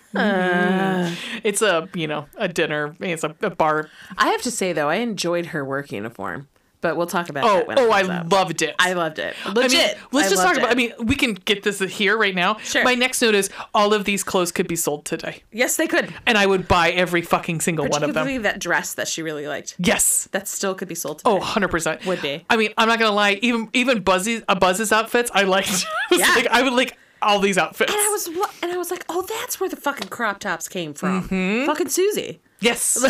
Speaker 1: Mm. It's a you know a dinner it's a, a bar.
Speaker 3: I have to say, though, I enjoyed her work uniform, but we'll talk about
Speaker 1: Oh
Speaker 3: that when
Speaker 1: oh I
Speaker 3: it comes up.
Speaker 1: loved it.
Speaker 3: I loved it.
Speaker 1: I
Speaker 3: Legit.
Speaker 1: mean, let's
Speaker 3: I
Speaker 1: just talk
Speaker 3: loved
Speaker 1: about.
Speaker 3: it.
Speaker 1: I mean, we can get this here right now.
Speaker 2: Sure.
Speaker 1: My next note is all of these clothes could be sold today,
Speaker 2: Yes, they could.
Speaker 1: and I would buy every fucking single one of them.
Speaker 2: Particularly that dress that she really liked.
Speaker 1: Yes.
Speaker 2: That still could be sold.
Speaker 1: Oh,
Speaker 2: Today.
Speaker 1: 100 percent.
Speaker 2: Would be.
Speaker 1: I mean, I'm not gonna lie. Even even Buzzy's uh, Buzz's outfits, I liked. I was
Speaker 2: Yeah.
Speaker 1: like, I would like all these outfits.
Speaker 2: And I was lo- and I was like, oh, that's where the fucking crop tops came from.
Speaker 1: Mm-hmm.
Speaker 2: Fucking Susie.
Speaker 1: yes.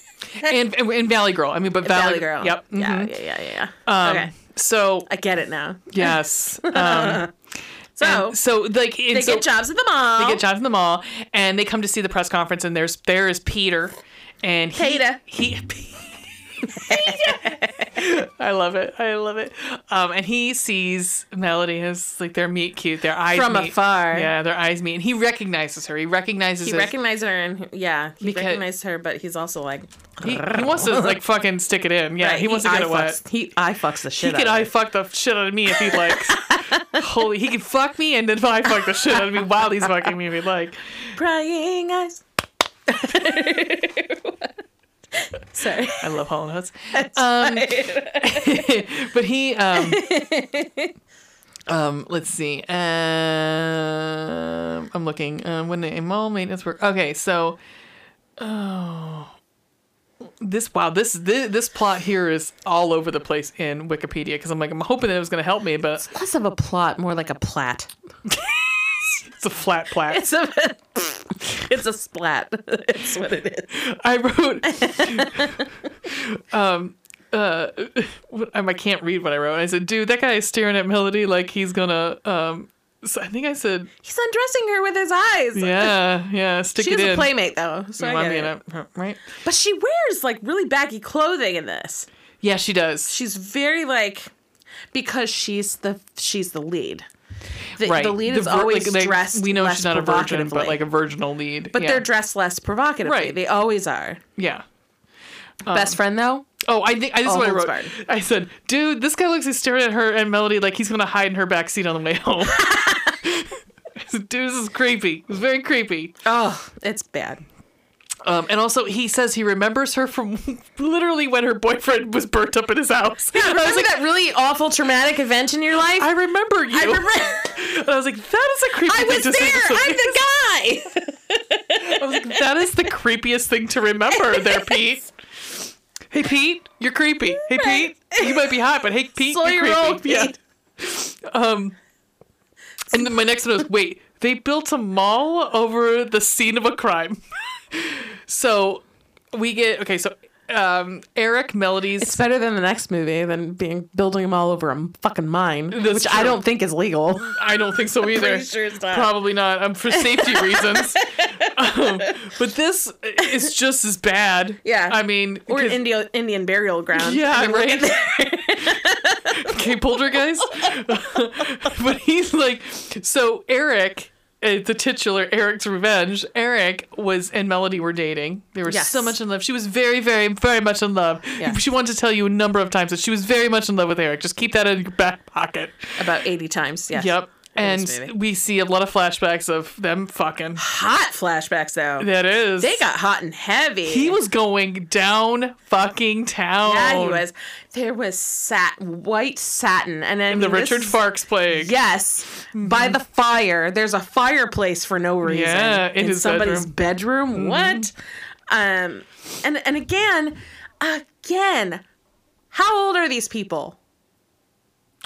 Speaker 1: and, and and Valley Girl. I mean, but Valley,
Speaker 2: Valley Girl.
Speaker 1: Yep.
Speaker 2: Yeah,
Speaker 1: mhm.
Speaker 2: yeah, yeah, yeah.
Speaker 1: Um,
Speaker 2: okay. Oh.
Speaker 1: So
Speaker 2: I get it now.
Speaker 1: yes. Um,
Speaker 2: So
Speaker 1: so like and
Speaker 2: they
Speaker 1: so,
Speaker 2: get jobs at the mall.
Speaker 1: They get jobs in the mall, and they come to see the press conference, and there's there is Peter, and he,
Speaker 2: Peter.
Speaker 1: he. I love it. I love it. Um, and he sees Melody as like their meet cute. Their eyes
Speaker 2: From
Speaker 1: meet.
Speaker 2: afar.
Speaker 1: Yeah, their eyes meet, and he recognizes her. He recognizes.
Speaker 2: He
Speaker 1: her.
Speaker 2: recognized her, and yeah, he
Speaker 1: Because-
Speaker 2: recognized her, but he's also like,
Speaker 1: he, he wants to like fucking stick it in. Yeah,
Speaker 2: Right,
Speaker 1: he wants
Speaker 2: he
Speaker 1: to get
Speaker 2: eye
Speaker 1: it wet.
Speaker 2: fucks.
Speaker 3: he I fucks the
Speaker 1: He
Speaker 3: shit
Speaker 1: could
Speaker 3: out
Speaker 1: eye
Speaker 3: of it.
Speaker 1: fuck the shit out of me if he likes. Holy, he could fuck me and then I fuck the shit out of me while he's fucking me if he'd like.
Speaker 2: prying eyes. Sorry.
Speaker 1: I love Hollow Notes. Um, but he, um, um, let's see. Um, I'm looking. Um, when a mall maintenance work. Okay, so, oh, this wow, this this, this plot here is all over the place in Wikipedia because I'm like I'm hoping that it was going to help me, but
Speaker 3: Less of a plot, more like a plat.
Speaker 1: it's a flat plat.
Speaker 2: It's a, it's a splat. It's what it is.
Speaker 1: I wrote. um, uh, what- um, I can't read what I wrote. I said, "Dude, that guy is staring at Melody like he's gonna." Um, so I think I said,
Speaker 2: He's undressing her with his eyes.
Speaker 1: Mm, "Yeah, yeah, stick
Speaker 2: She
Speaker 1: it
Speaker 2: is
Speaker 1: in."
Speaker 2: a playmate though, so I
Speaker 1: Remind
Speaker 2: get
Speaker 1: me
Speaker 2: it.
Speaker 1: of that, right?
Speaker 2: But she wears like really baggy clothing in this.
Speaker 1: Yeah, she does.
Speaker 2: She's very like
Speaker 3: Because she's the she's the lead.
Speaker 2: the,
Speaker 1: right.
Speaker 2: the lead is
Speaker 1: vir- like-
Speaker 2: always
Speaker 1: like,
Speaker 2: dressed.
Speaker 1: We know
Speaker 2: less
Speaker 1: she's not a virgin, but
Speaker 2: provocatively.
Speaker 1: like a virginal lead.
Speaker 2: But
Speaker 1: yeah.
Speaker 2: they're dressed less provocatively.
Speaker 1: Right.
Speaker 2: They always are.
Speaker 1: yeah. Um,
Speaker 3: Best friend though?
Speaker 1: Oh, I think I, this is
Speaker 3: All
Speaker 1: what I
Speaker 3: holds
Speaker 1: wrote.
Speaker 3: barred.
Speaker 1: I said, "Dude, this guy looks like staring at her and Melody like he's gonna hide in her back seat on the way home." I said, Dude, this is creepy. It's very creepy.
Speaker 2: Oh, it's bad.
Speaker 1: Um, and also, he says he remembers her from literally when her boyfriend was burnt up in his house. I was like,
Speaker 3: that really awful traumatic event in your life?
Speaker 1: I remember you.
Speaker 3: I
Speaker 1: And I was like, that is a creepy
Speaker 3: I
Speaker 1: thing
Speaker 3: was
Speaker 1: to say to somebody.
Speaker 3: there. I'm the guy.
Speaker 1: I was like, that is the creepiest thing to remember there, Pete. Hey, Pete, you're creepy. Hey, Pete, you might be hot, but hey, Pete,
Speaker 2: Slow
Speaker 1: you're
Speaker 2: your
Speaker 1: creepy.
Speaker 2: roll, Pete.
Speaker 1: Yeah. Um, and then my next one was, wait, they built a mall over the scene of a crime. so we get, okay, so um, Eric Melody's
Speaker 2: It's better than the next movie than being building them all over a m- fucking mine,
Speaker 1: That's
Speaker 2: which
Speaker 1: true.
Speaker 2: I don't think is legal.
Speaker 1: I don't think so either.
Speaker 3: pretty sure it's not.
Speaker 1: Probably not. Um, for safety reasons. Um, but this is just as bad.
Speaker 3: Yeah.
Speaker 1: I mean,
Speaker 3: Or
Speaker 1: 'cause-
Speaker 3: Indian Indian burial ground.
Speaker 1: Yeah, right. okay, poltergeist. but he's like, so Eric, uh, the titular Eric's Revenge, Eric was and Melody were dating. They were
Speaker 3: Yes.
Speaker 1: so much in love. She was very, very, very much in love.
Speaker 3: Yeah.
Speaker 1: She wanted to tell you a number of times that she was very much in love with Eric. Just keep that in your back pocket.
Speaker 3: About eighty times. Yes.
Speaker 1: Yep.
Speaker 3: It
Speaker 1: And
Speaker 3: is, baby.
Speaker 1: we see a lot of flashbacks of them fucking.
Speaker 3: Hot flashbacks though.
Speaker 1: That is.
Speaker 3: They got hot and heavy.
Speaker 1: He was going down fucking town.
Speaker 3: Yeah, he was. There was sat white satin, and then
Speaker 1: The Richard Farks plague.
Speaker 3: Yes, by the fire. There's a fireplace for no reason.
Speaker 1: Mm-hmm. Yeah, in
Speaker 3: in
Speaker 1: his Mm-hmm.
Speaker 3: somebody's bedroom. What? Um, and and again, again, how old are these people?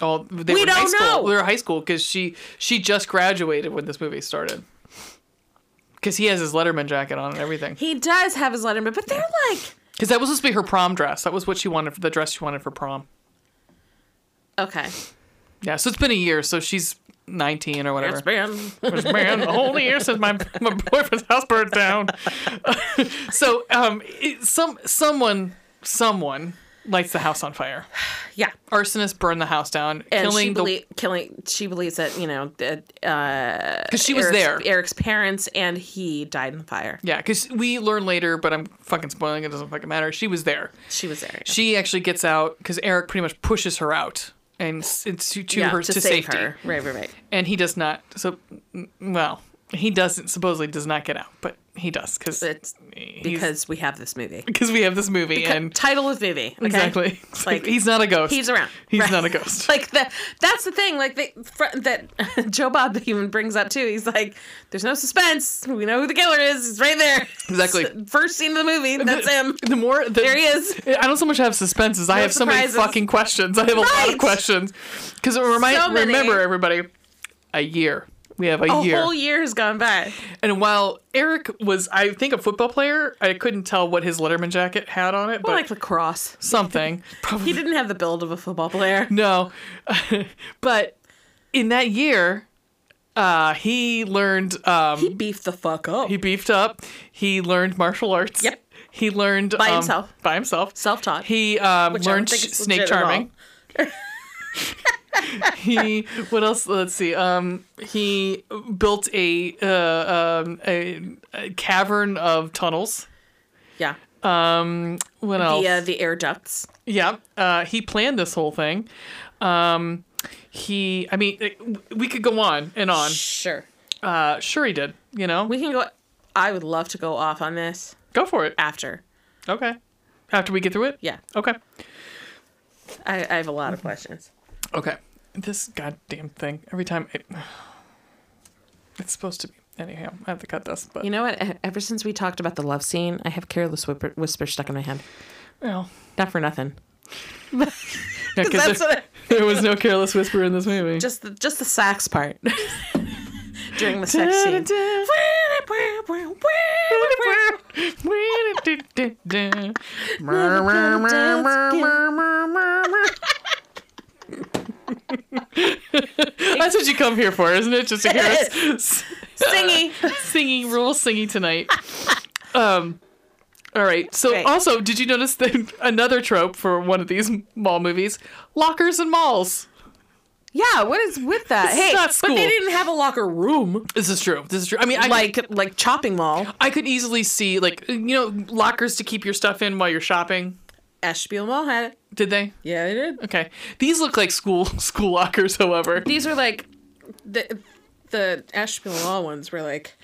Speaker 1: Oh, they
Speaker 3: We
Speaker 1: were in high
Speaker 3: don't
Speaker 1: school.
Speaker 3: know.
Speaker 1: They were in high school because she she just graduated when this movie started. Because he has his Letterman jacket on and everything.
Speaker 3: He does have his letterman, but they're like,
Speaker 1: Because that was supposed to be her prom dress. That was what she wanted, the dress she wanted for prom.
Speaker 3: okay,
Speaker 1: Yeah, so it's been a year, so she's 19 or whatever.
Speaker 3: it's been
Speaker 1: Which, man, the whole year since my my boyfriend's house burned down. so um, it, some someone someone lights the house on fire.
Speaker 3: yeah.
Speaker 1: Arsonist burned the house down,
Speaker 3: And she
Speaker 1: killing the
Speaker 3: belie- killing. She believes that you know that
Speaker 1: because she was
Speaker 3: Eric's,
Speaker 1: there.
Speaker 3: Eric's parents and he died in the fire.
Speaker 1: Yeah, because we learn later, but I'm fucking spoiling it. Doesn't fucking matter. She was there.
Speaker 3: She was there.
Speaker 1: She actually gets out because Eric pretty much pushes her out and s- it's to, to
Speaker 3: yeah,
Speaker 1: her to,
Speaker 3: save
Speaker 1: safety,
Speaker 3: her. Right, right, right.
Speaker 1: and he does not. So, mm, well, he doesn't supposedly does not get out, but he does because
Speaker 3: It's because we have this movie.
Speaker 1: because we have this movie and
Speaker 3: Title of movie. okay?
Speaker 1: Exactly.
Speaker 3: It's Like
Speaker 1: he's not a ghost.
Speaker 3: he's around.
Speaker 1: He's
Speaker 3: Right.
Speaker 1: not a ghost.
Speaker 3: Like the that's the thing. Like the fr- that Joe Bob even brings up too. He's like, "There's no suspense. We know who the killer is. He's right there.
Speaker 1: Exactly.
Speaker 3: First scene of the movie. That's him.
Speaker 1: The more the,
Speaker 3: There he is.
Speaker 1: I don't so much have suspense as I have so
Speaker 3: surprises.
Speaker 1: many fucking questions. I have a lot of
Speaker 3: Right.
Speaker 1: questions because remind
Speaker 3: So many.
Speaker 1: remember everybody, a year. We have a,
Speaker 3: A
Speaker 1: year.
Speaker 3: whole year has gone by.
Speaker 1: And while Eric was, I think, a football player, I couldn't tell what his Letterman jacket had on it, but
Speaker 3: Well, like lacrosse.
Speaker 1: something. Probably
Speaker 3: He didn't have the build of a football player.
Speaker 1: no. but in that year, uh, he learned. Um,
Speaker 3: He beefed the fuck up.
Speaker 1: he beefed up. He learned martial arts.
Speaker 3: Yep.
Speaker 1: He learned
Speaker 3: By
Speaker 1: um,
Speaker 3: himself.
Speaker 1: By himself.
Speaker 3: Self-taught.
Speaker 1: He um,
Speaker 3: Which I don't
Speaker 1: learned
Speaker 3: think
Speaker 1: sh-
Speaker 3: is
Speaker 1: snake
Speaker 3: legit at all.
Speaker 1: charming. he what else? Let's see. Um, he built a uh, um, a, a cavern of tunnels.
Speaker 3: yeah.
Speaker 1: Um, what else?
Speaker 3: The uh, the air ducts.
Speaker 1: Yeah, uh, he planned this whole thing. Um, he, I mean, it- we could go on and on.
Speaker 3: Sure.
Speaker 1: Uh, sure, he did. You know,
Speaker 3: We can go. I would love to go off on this
Speaker 1: go for it.
Speaker 3: after.
Speaker 1: Okay, after we get through it.
Speaker 3: Yeah.
Speaker 1: Okay.
Speaker 3: I, I have a lot of questions.
Speaker 1: Okay. This goddamn thing. Every time it, it's supposed to be. Anyhow, I have to cut this. But
Speaker 2: You know what? E- Ever since we talked about the love scene, I have careless whisper, whisper stuck in my head.
Speaker 1: well,
Speaker 2: Not for nothing.
Speaker 1: no, 'cause
Speaker 3: That's
Speaker 1: there,
Speaker 3: what I,
Speaker 1: there was no careless whisper in this movie.
Speaker 3: just the, just the sax part during the sex scene.
Speaker 1: That's what you come here for, isn't it? Just to hear us
Speaker 3: Singy.
Speaker 1: singing, real singing tonight. Um, all right. So,
Speaker 3: Great.
Speaker 1: also, did you notice that another trope for one of these mall movies? Lockers and malls.
Speaker 3: Yeah, what is with that?
Speaker 1: is
Speaker 3: hey,
Speaker 1: not
Speaker 3: but
Speaker 1: school.
Speaker 3: they didn't have a locker room
Speaker 1: This is true. This is true. I mean, I like
Speaker 3: like like chopping mall.
Speaker 1: I could easily see like you know lockers to keep your stuff in while you're shopping.
Speaker 3: Ashfield Mall had it.
Speaker 1: Did they?
Speaker 3: Yeah, they did.
Speaker 1: Okay. These look like school school lockers, however.
Speaker 3: These were like the the Ashfield Mall ones were like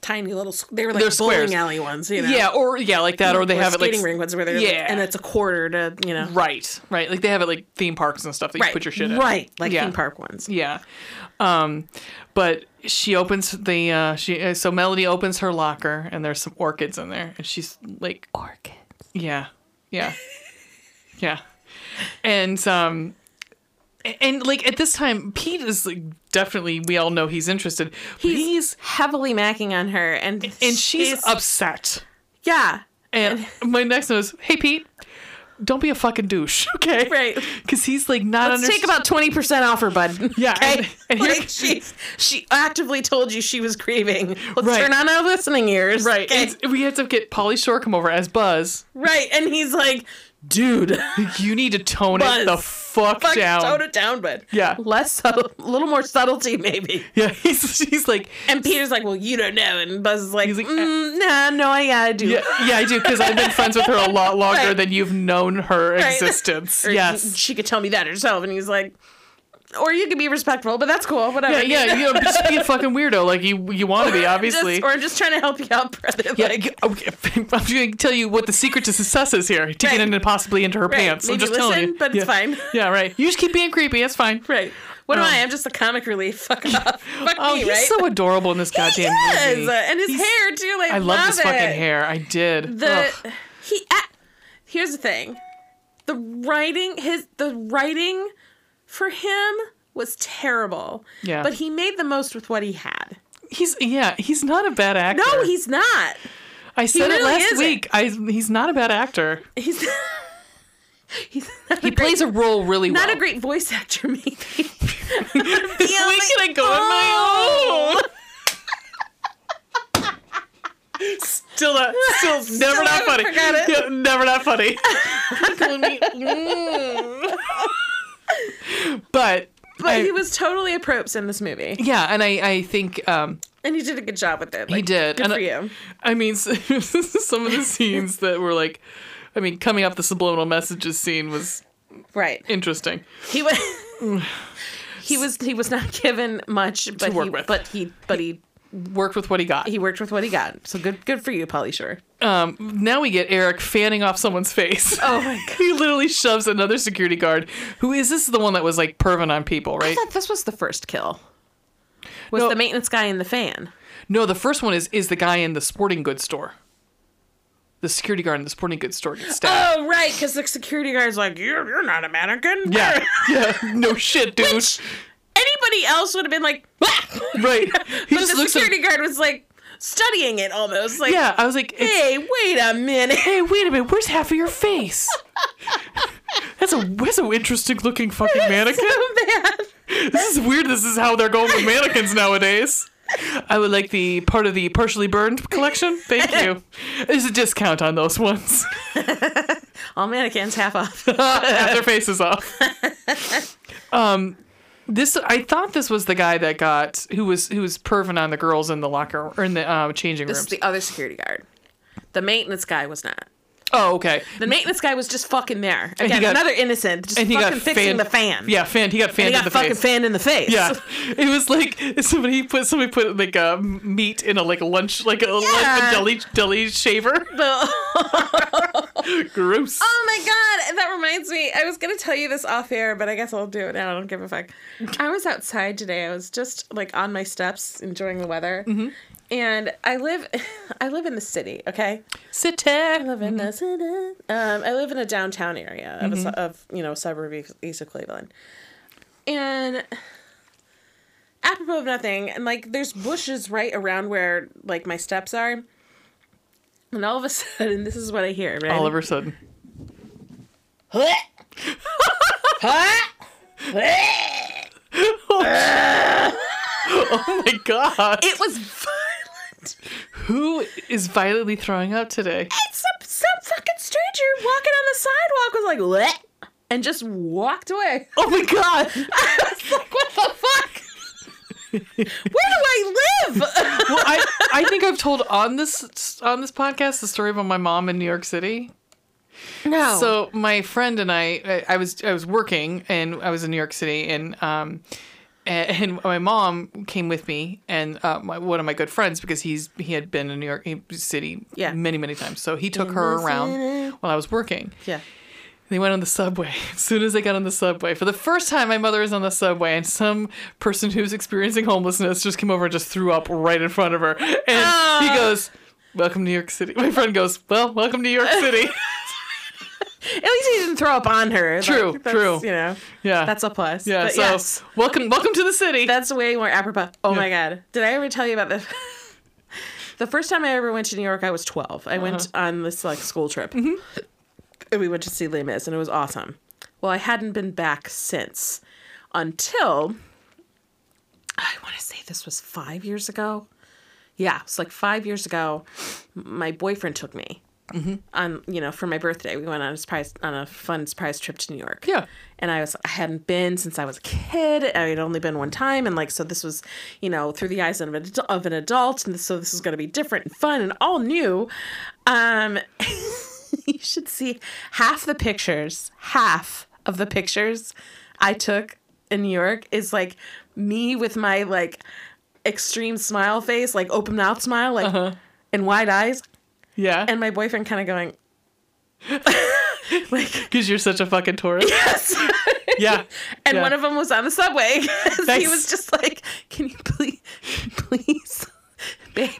Speaker 3: tiny little. s- They were like
Speaker 1: They're
Speaker 3: bowling
Speaker 1: squares.
Speaker 3: alley ones. You know?
Speaker 1: Yeah, or yeah, like that, or they have it like
Speaker 3: skating ring ones where they're like-
Speaker 1: Yeah.
Speaker 3: and it's a quarter to you know
Speaker 1: right, right, like they have it like theme parks and stuff that you put your shit in.
Speaker 3: right like
Speaker 1: Yeah.
Speaker 3: theme park ones.
Speaker 1: Yeah. Um, but she opens the uh, she uh, so Melody opens her locker and there's some orchids in there and she's like
Speaker 2: Orchid.
Speaker 1: yeah yeah yeah and um a- and like at this time Pete is like definitely we all know he's interested but he's,
Speaker 3: heavily macking on her and
Speaker 1: and she's upset
Speaker 3: yeah
Speaker 1: And my next note is, hey Pete, don't be a fucking douche, okay?
Speaker 3: Right.
Speaker 1: Because he's like not
Speaker 2: Let's take
Speaker 1: understanding.
Speaker 2: about twenty percent off her, bud.
Speaker 1: Yeah,
Speaker 2: Okay?
Speaker 1: and- and here-
Speaker 2: Like,
Speaker 3: she she actively told you she was grieving.
Speaker 2: let's
Speaker 1: Right.
Speaker 2: turn on our listening ears.
Speaker 1: Right.
Speaker 2: okay?
Speaker 1: And we have to get Polly Shore come over as Buzz.
Speaker 3: Right, and he's like, dude,
Speaker 1: You need to tone it
Speaker 3: Buzz.
Speaker 1: the fuck,
Speaker 3: fuck,
Speaker 1: down.
Speaker 3: tone it down, but
Speaker 1: Yeah.
Speaker 3: less subtle, a little more subtlety maybe.
Speaker 1: Yeah. He's, he's like,
Speaker 3: And Peter's like, well, you don't know, and Buzz is like,
Speaker 1: He's like,
Speaker 3: mm, nah, no, I gotta do.
Speaker 1: yeah,
Speaker 3: it.
Speaker 1: yeah, I do because I've been friends with her a lot longer
Speaker 3: Right.
Speaker 1: than you've known her
Speaker 3: Right.
Speaker 1: existence.
Speaker 3: Or
Speaker 1: yes.
Speaker 3: she could tell me that herself, and he's like, or you could be respectful, but that's cool, whatever.
Speaker 1: Yeah, yeah, you know, just be a fucking weirdo like you you want to be, obviously.
Speaker 3: Just, or I'm just trying to help you out, brother.
Speaker 1: yeah,
Speaker 3: like,
Speaker 1: I'm going to tell you what the secret to success is here: to
Speaker 3: Right.
Speaker 1: get in and possibly into her
Speaker 3: right,
Speaker 1: pants.
Speaker 3: maybe
Speaker 1: I'm just
Speaker 3: listen,
Speaker 1: telling you.
Speaker 3: but it's
Speaker 1: yeah.
Speaker 3: fine.
Speaker 1: Yeah, right. You just keep being creepy. It's fine.
Speaker 3: Right. What am
Speaker 1: Um,
Speaker 3: I? I'm just a comic relief. Fuck off. Fuck
Speaker 1: Oh,
Speaker 3: me,
Speaker 1: he's
Speaker 3: right?
Speaker 1: so adorable in this
Speaker 3: he
Speaker 1: goddamn
Speaker 3: is. uh,
Speaker 1: movie.
Speaker 3: And his hair too. Like
Speaker 1: I love, his
Speaker 3: it.
Speaker 1: fucking hair. I did.
Speaker 3: The
Speaker 1: Ugh.
Speaker 3: he. ah, here's the thing. The writing his the writing for him was terrible.
Speaker 1: Yeah.
Speaker 3: But he made the most with what he had.
Speaker 1: He's yeah. He's not a bad actor.
Speaker 3: No, he's not.
Speaker 1: I said it
Speaker 3: really
Speaker 1: last
Speaker 3: isn't.
Speaker 1: week. I he's not a bad actor.
Speaker 3: He's he's not
Speaker 1: He
Speaker 3: a great,
Speaker 1: plays a role really well.
Speaker 3: not a great voice actor. Maybe. Be
Speaker 1: Wait, can I go on my
Speaker 3: oh.
Speaker 1: own? Still not, still, never not
Speaker 3: haven't
Speaker 1: funny.
Speaker 3: forgot it.
Speaker 1: Yeah, never not funny. Go on me. Mm. but,
Speaker 3: But
Speaker 1: I-
Speaker 3: he was totally a props in this movie.
Speaker 1: yeah, and I, I think um,
Speaker 3: And he did a good job with it. Like,
Speaker 1: did,
Speaker 3: Good
Speaker 1: and
Speaker 3: for
Speaker 1: I-
Speaker 3: you.
Speaker 1: I mean, s- some of the scenes that were like, I mean, coming up the subliminal messages scene was
Speaker 3: Right.
Speaker 1: interesting.
Speaker 3: He was He was he was not given much, but
Speaker 1: work
Speaker 3: he,
Speaker 1: with.
Speaker 3: but he but he
Speaker 1: Worked with what he got.
Speaker 3: he worked with what he got. So good good for you, Polly Shore.
Speaker 1: Um, now we get Eric fanning off someone's face.
Speaker 3: Oh my god.
Speaker 1: he literally shoves another security guard who is this is the one that was like perving on people
Speaker 3: I
Speaker 1: right
Speaker 3: thought this was the first kill. Was
Speaker 1: No.
Speaker 3: the maintenance guy in the fan.
Speaker 1: no the first one is is the guy in the sporting goods store the security guard in the sporting goods store gets stabbed
Speaker 3: Oh right, because the security guard's like, You're you're not a mannequin.
Speaker 1: yeah yeah no shit dude
Speaker 3: Which anybody else would have been like "Ah!"
Speaker 1: right he
Speaker 3: But
Speaker 1: just
Speaker 3: the
Speaker 1: looks at
Speaker 3: security guard was like studying it almost. Like
Speaker 1: yeah i was like it's-
Speaker 3: hey, wait a minute.
Speaker 1: hey wait a minute where's half of your face that's a that's an interesting looking fucking mannequin
Speaker 3: So bad.
Speaker 1: this is weird this is how they're going with mannequins nowadays I would like the part of the partially burned collection. Thank you. There's a discount on those ones.
Speaker 3: All mannequins half off.
Speaker 1: Have their faces off. um, this I thought this was the guy that got who was who was perving on the girls in the locker or in the um, changing
Speaker 3: This
Speaker 1: rooms.
Speaker 3: is the other security guard. The maintenance guy was not.
Speaker 1: oh, okay.
Speaker 3: The maintenance guy was just fucking there. Again,
Speaker 1: got-
Speaker 3: another innocent, just
Speaker 1: And he
Speaker 3: fucking
Speaker 1: got
Speaker 3: fixing
Speaker 1: fanned-
Speaker 3: the fan.
Speaker 1: Yeah, fan. He got fanned
Speaker 3: he
Speaker 1: in
Speaker 3: got
Speaker 1: the
Speaker 3: fucking
Speaker 1: face.
Speaker 3: fanned in the face.
Speaker 1: yeah, it was like somebody put somebody put like uh, meat in a like lunch like a, like a
Speaker 3: Yeah.
Speaker 1: deli deli shaver. Gross.
Speaker 3: Oh my god, that reminds me. I was gonna tell you this off air, but I guess I'll do it now. I don't give a fuck. I was outside today. I was just like on my steps, enjoying the weather. And I live, I live in the city. Okay,
Speaker 1: Sit
Speaker 3: I live in the city. Um, I live in a downtown area of, a su- of you know suburb east- east of Cleveland, and apropos of nothing, and like there's bushes right around where like my steps are, and all of a sudden this is what I hear. Right?
Speaker 1: All of a sudden. oh my god.
Speaker 3: It was violent.
Speaker 1: Who is violently throwing up today?
Speaker 3: And some some fucking stranger walking on the sidewalk was like, "What?" and just walked away.
Speaker 1: Oh my god.
Speaker 3: I was like, "What the fuck?" Where do I live?
Speaker 1: Well, I, I think I've told on this on this podcast the story about my mom in New York City.
Speaker 3: No.
Speaker 1: So my friend and I, I, I was I was working and I was in New York City and um, and, and my mom came with me and uh, my, one of my good friends because he's he had been in New York City
Speaker 3: Yeah.
Speaker 1: many many times. So he took her
Speaker 3: the
Speaker 1: around
Speaker 3: city.
Speaker 1: while I was working.
Speaker 3: yeah.
Speaker 1: They went on the subway. As soon as they got on the subway, for the first time, my mother is on the subway, and some person who's experiencing homelessness just came over and just threw up right in front of her. And he
Speaker 3: Ah.
Speaker 1: goes, "Welcome to New York City." My friend goes, "Well, welcome to New York City."
Speaker 3: At least he didn't throw up on her. Like,
Speaker 1: True,
Speaker 3: that's,
Speaker 1: true.
Speaker 3: You know,
Speaker 1: yeah,
Speaker 3: that's a plus.
Speaker 1: yeah.
Speaker 3: But
Speaker 1: so
Speaker 3: yes,
Speaker 1: welcome, welcome to the city.
Speaker 3: that's way more apropos. Oh my god! Did I ever tell you about the
Speaker 2: The
Speaker 3: first time I ever went to New York, I was 12. I went on this like school trip. And we went to see Les Mis, and it was awesome. Well, I hadn't been back since until I want to say this was five years ago. Yeah, it's like five years ago. My boyfriend took me on, you know, for my birthday. We went on a surprise on a fun surprise trip to New York.
Speaker 1: Yeah.
Speaker 3: and I was I hadn't been since I was a kid. I had only been one time, and like so this was, you know, through the eyes of an adult, of an adult, and so this was going to be different and fun and all new. Um, you should see half the pictures, half of the pictures I took in New York is like me with my like extreme smile face, like open mouth smile, like and wide eyes,
Speaker 1: Yeah.
Speaker 3: and my boyfriend kind of going, like
Speaker 1: Because you're such a fucking tourist.
Speaker 3: yes.
Speaker 1: Yeah.
Speaker 3: And
Speaker 1: Yeah.
Speaker 3: one of them was on the subway. 'cause he
Speaker 1: Nice.
Speaker 3: was just like, "Can you please, please, babe?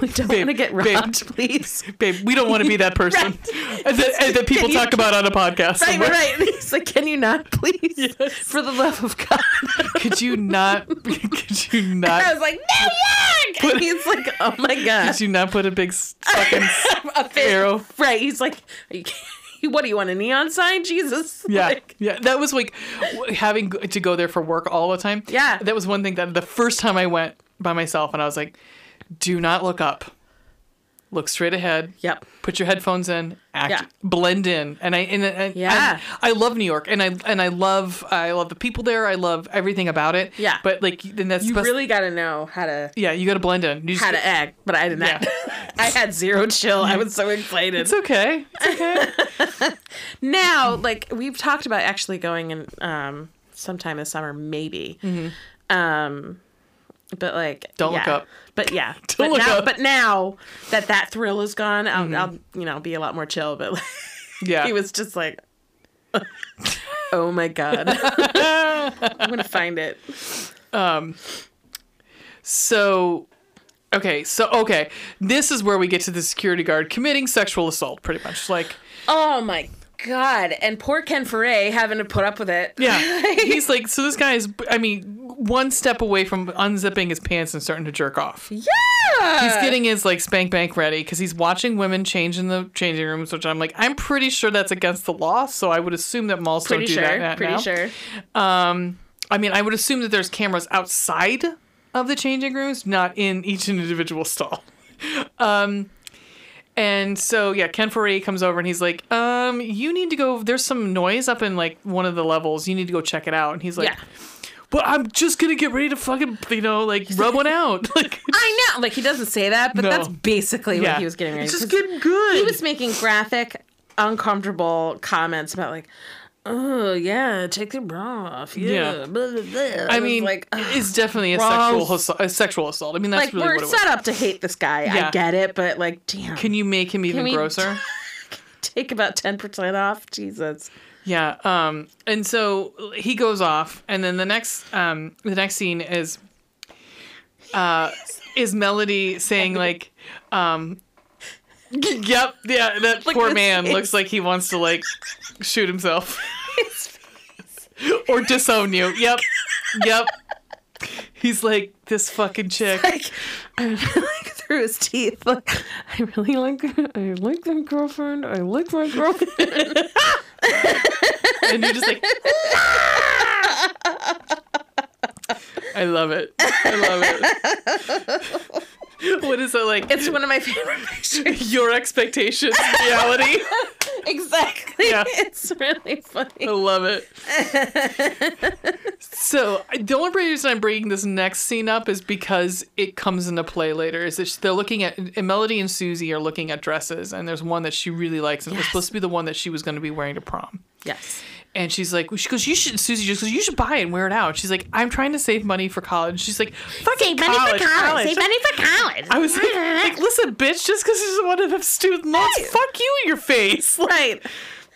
Speaker 3: We don't
Speaker 1: Babe,
Speaker 3: want to get
Speaker 1: babe.
Speaker 3: robbed, please."
Speaker 1: Babe, we don't want to be that person that, uh, that people
Speaker 3: Can you-
Speaker 1: talk about on a podcast.
Speaker 3: Right,
Speaker 1: somewhere.
Speaker 3: right, right. And he's like, "Can you not, please? For the love of God!"
Speaker 1: Could you not? Could you
Speaker 3: I
Speaker 1: not?
Speaker 3: was like, "No, yuck!"
Speaker 1: Put-
Speaker 3: and he's like, "Oh my
Speaker 1: Could
Speaker 3: gosh!"
Speaker 1: you not put a big s- fucking s- arrow?
Speaker 3: Right? He's like, Are you, "What do you want a neon sign, Jesus?"
Speaker 1: Yeah,
Speaker 3: Like,
Speaker 1: yeah. That was like w- having g- to go there for work all the time.
Speaker 3: Yeah.
Speaker 1: that was one thing that the first time I went by myself, and I was like, "Do not look up. Look straight ahead.
Speaker 3: yep.
Speaker 1: Put your headphones in. Act.
Speaker 3: Yeah.
Speaker 1: Blend in." And I and, and
Speaker 3: Yeah.
Speaker 1: I, I love New York, and I and I love I love the people there. I love everything about it.
Speaker 3: Yeah.
Speaker 1: but like then that's
Speaker 3: You
Speaker 1: supposed-
Speaker 3: really got to know how to
Speaker 1: yeah. You got to blend in. You just,
Speaker 3: how to act, but I did not. I had zero chill. I was so excited.
Speaker 1: it's okay. It's okay.
Speaker 3: now like we've talked about actually going in um sometime this summer maybe um but like
Speaker 1: Mm-hmm. Don't look
Speaker 3: yeah.
Speaker 1: up.
Speaker 3: but yeah
Speaker 1: Don't
Speaker 3: but
Speaker 1: look
Speaker 3: now
Speaker 1: up. Mm-hmm.
Speaker 3: but now that that thrill is gone I'll, I'll you know be a lot more chill but like,
Speaker 1: Yeah.
Speaker 3: he was just like oh my god i'm gonna find it
Speaker 1: So, okay, so okay, this is where we get to the security guard committing sexual assault, pretty much. Like,
Speaker 3: oh my god and poor ken foray having to put up with it
Speaker 1: yeah, he's like, so this guy is, I mean, one step away from unzipping his pants and starting to jerk off.
Speaker 3: yeah
Speaker 1: He's getting his like spank bank ready because he's watching women change in the changing rooms, which I'm like, I'm pretty sure that's against the law. So I would assume that malls
Speaker 3: pretty
Speaker 1: don't do
Speaker 3: sure
Speaker 1: that, that
Speaker 3: pretty
Speaker 1: now.
Speaker 3: sure
Speaker 1: Um, I mean, I would assume that there's cameras outside of the changing rooms, not in each individual stall. Um, and so yeah, Ken Foray comes over and he's like, um, you need to go. There's some noise up in like one of the levels. You need to go check it out. And he's like,
Speaker 3: yeah
Speaker 1: well, I'm just gonna get ready to fucking you know like rub one out. Like,
Speaker 3: I know. Like he doesn't say that, but
Speaker 1: No.
Speaker 3: that's basically
Speaker 1: yeah,
Speaker 3: what he was getting ready.
Speaker 1: It's just
Speaker 3: 'Cause
Speaker 1: getting good.
Speaker 3: He was making graphic, uncomfortable comments about like, oh yeah, take the bra off. Yeah.
Speaker 1: Yeah.
Speaker 3: Blah, blah, blah.
Speaker 1: I
Speaker 3: was
Speaker 1: mean,
Speaker 3: like. ugh.
Speaker 1: it's definitely a sexual assault, a sexual assault. I mean, that's
Speaker 3: Like
Speaker 1: really
Speaker 3: we're
Speaker 1: what it was.
Speaker 3: set up to hate this guy. I
Speaker 1: Yeah.
Speaker 3: get it, but like, damn,
Speaker 1: Can you make him even
Speaker 3: we-
Speaker 1: grosser?
Speaker 3: take about ten percent off, Jesus.
Speaker 1: Yeah. Um, and so he goes off, and then the next um, the next scene is uh, is Melody saying like, um, "Yep, yeah, that poor
Speaker 3: at
Speaker 1: man
Speaker 3: his face.
Speaker 1: looks like he wants to like shoot himself or disown you." Yep, yep. He's like this fucking chick.
Speaker 3: Like, I like through his teeth. Like,
Speaker 2: I really like I like my girlfriend. I like my girlfriend.
Speaker 1: and you're just like "Ah!" I love it. I love it. what is it like?
Speaker 3: it's one of my favorite pictures.
Speaker 1: your expectations, reality.
Speaker 3: exactly.
Speaker 1: Yeah.
Speaker 3: It's really
Speaker 1: I
Speaker 3: funny.
Speaker 1: love it. So I- the only reason I'm bringing this next scene up is because it comes into play later. Is that they're looking at and Melody and Susie are looking at dresses, and there's one that she really likes, and it was
Speaker 3: Yes.
Speaker 1: supposed to be the one that she was going to be wearing to prom.
Speaker 3: yes.
Speaker 1: And she's like, she goes, you should, Susie just goes, you should buy it and wear it out. She's like, I'm trying to save money for college. She's like, fucking college, college.
Speaker 3: money for college.
Speaker 1: I was like, like, listen, bitch, just because she's one of them student loans, fuck you in your face. Like,
Speaker 3: Right.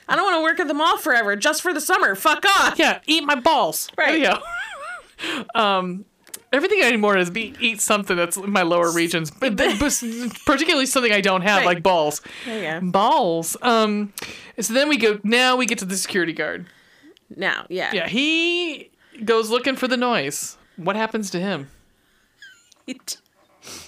Speaker 3: I don't want to work at the mall forever just for the summer. Fuck off.
Speaker 1: yeah, eat my balls. There you
Speaker 3: Right.
Speaker 1: go. um, everything anymore is be, eat something that's in my lower regions, but, but particularly something I don't have,
Speaker 3: Right.
Speaker 1: like balls.
Speaker 3: There you go.
Speaker 1: Balls. Um, so then we go. Now we get to the security guard.
Speaker 3: Now, yeah.
Speaker 1: Yeah, he goes looking for the noise. What happens to him?
Speaker 3: He t-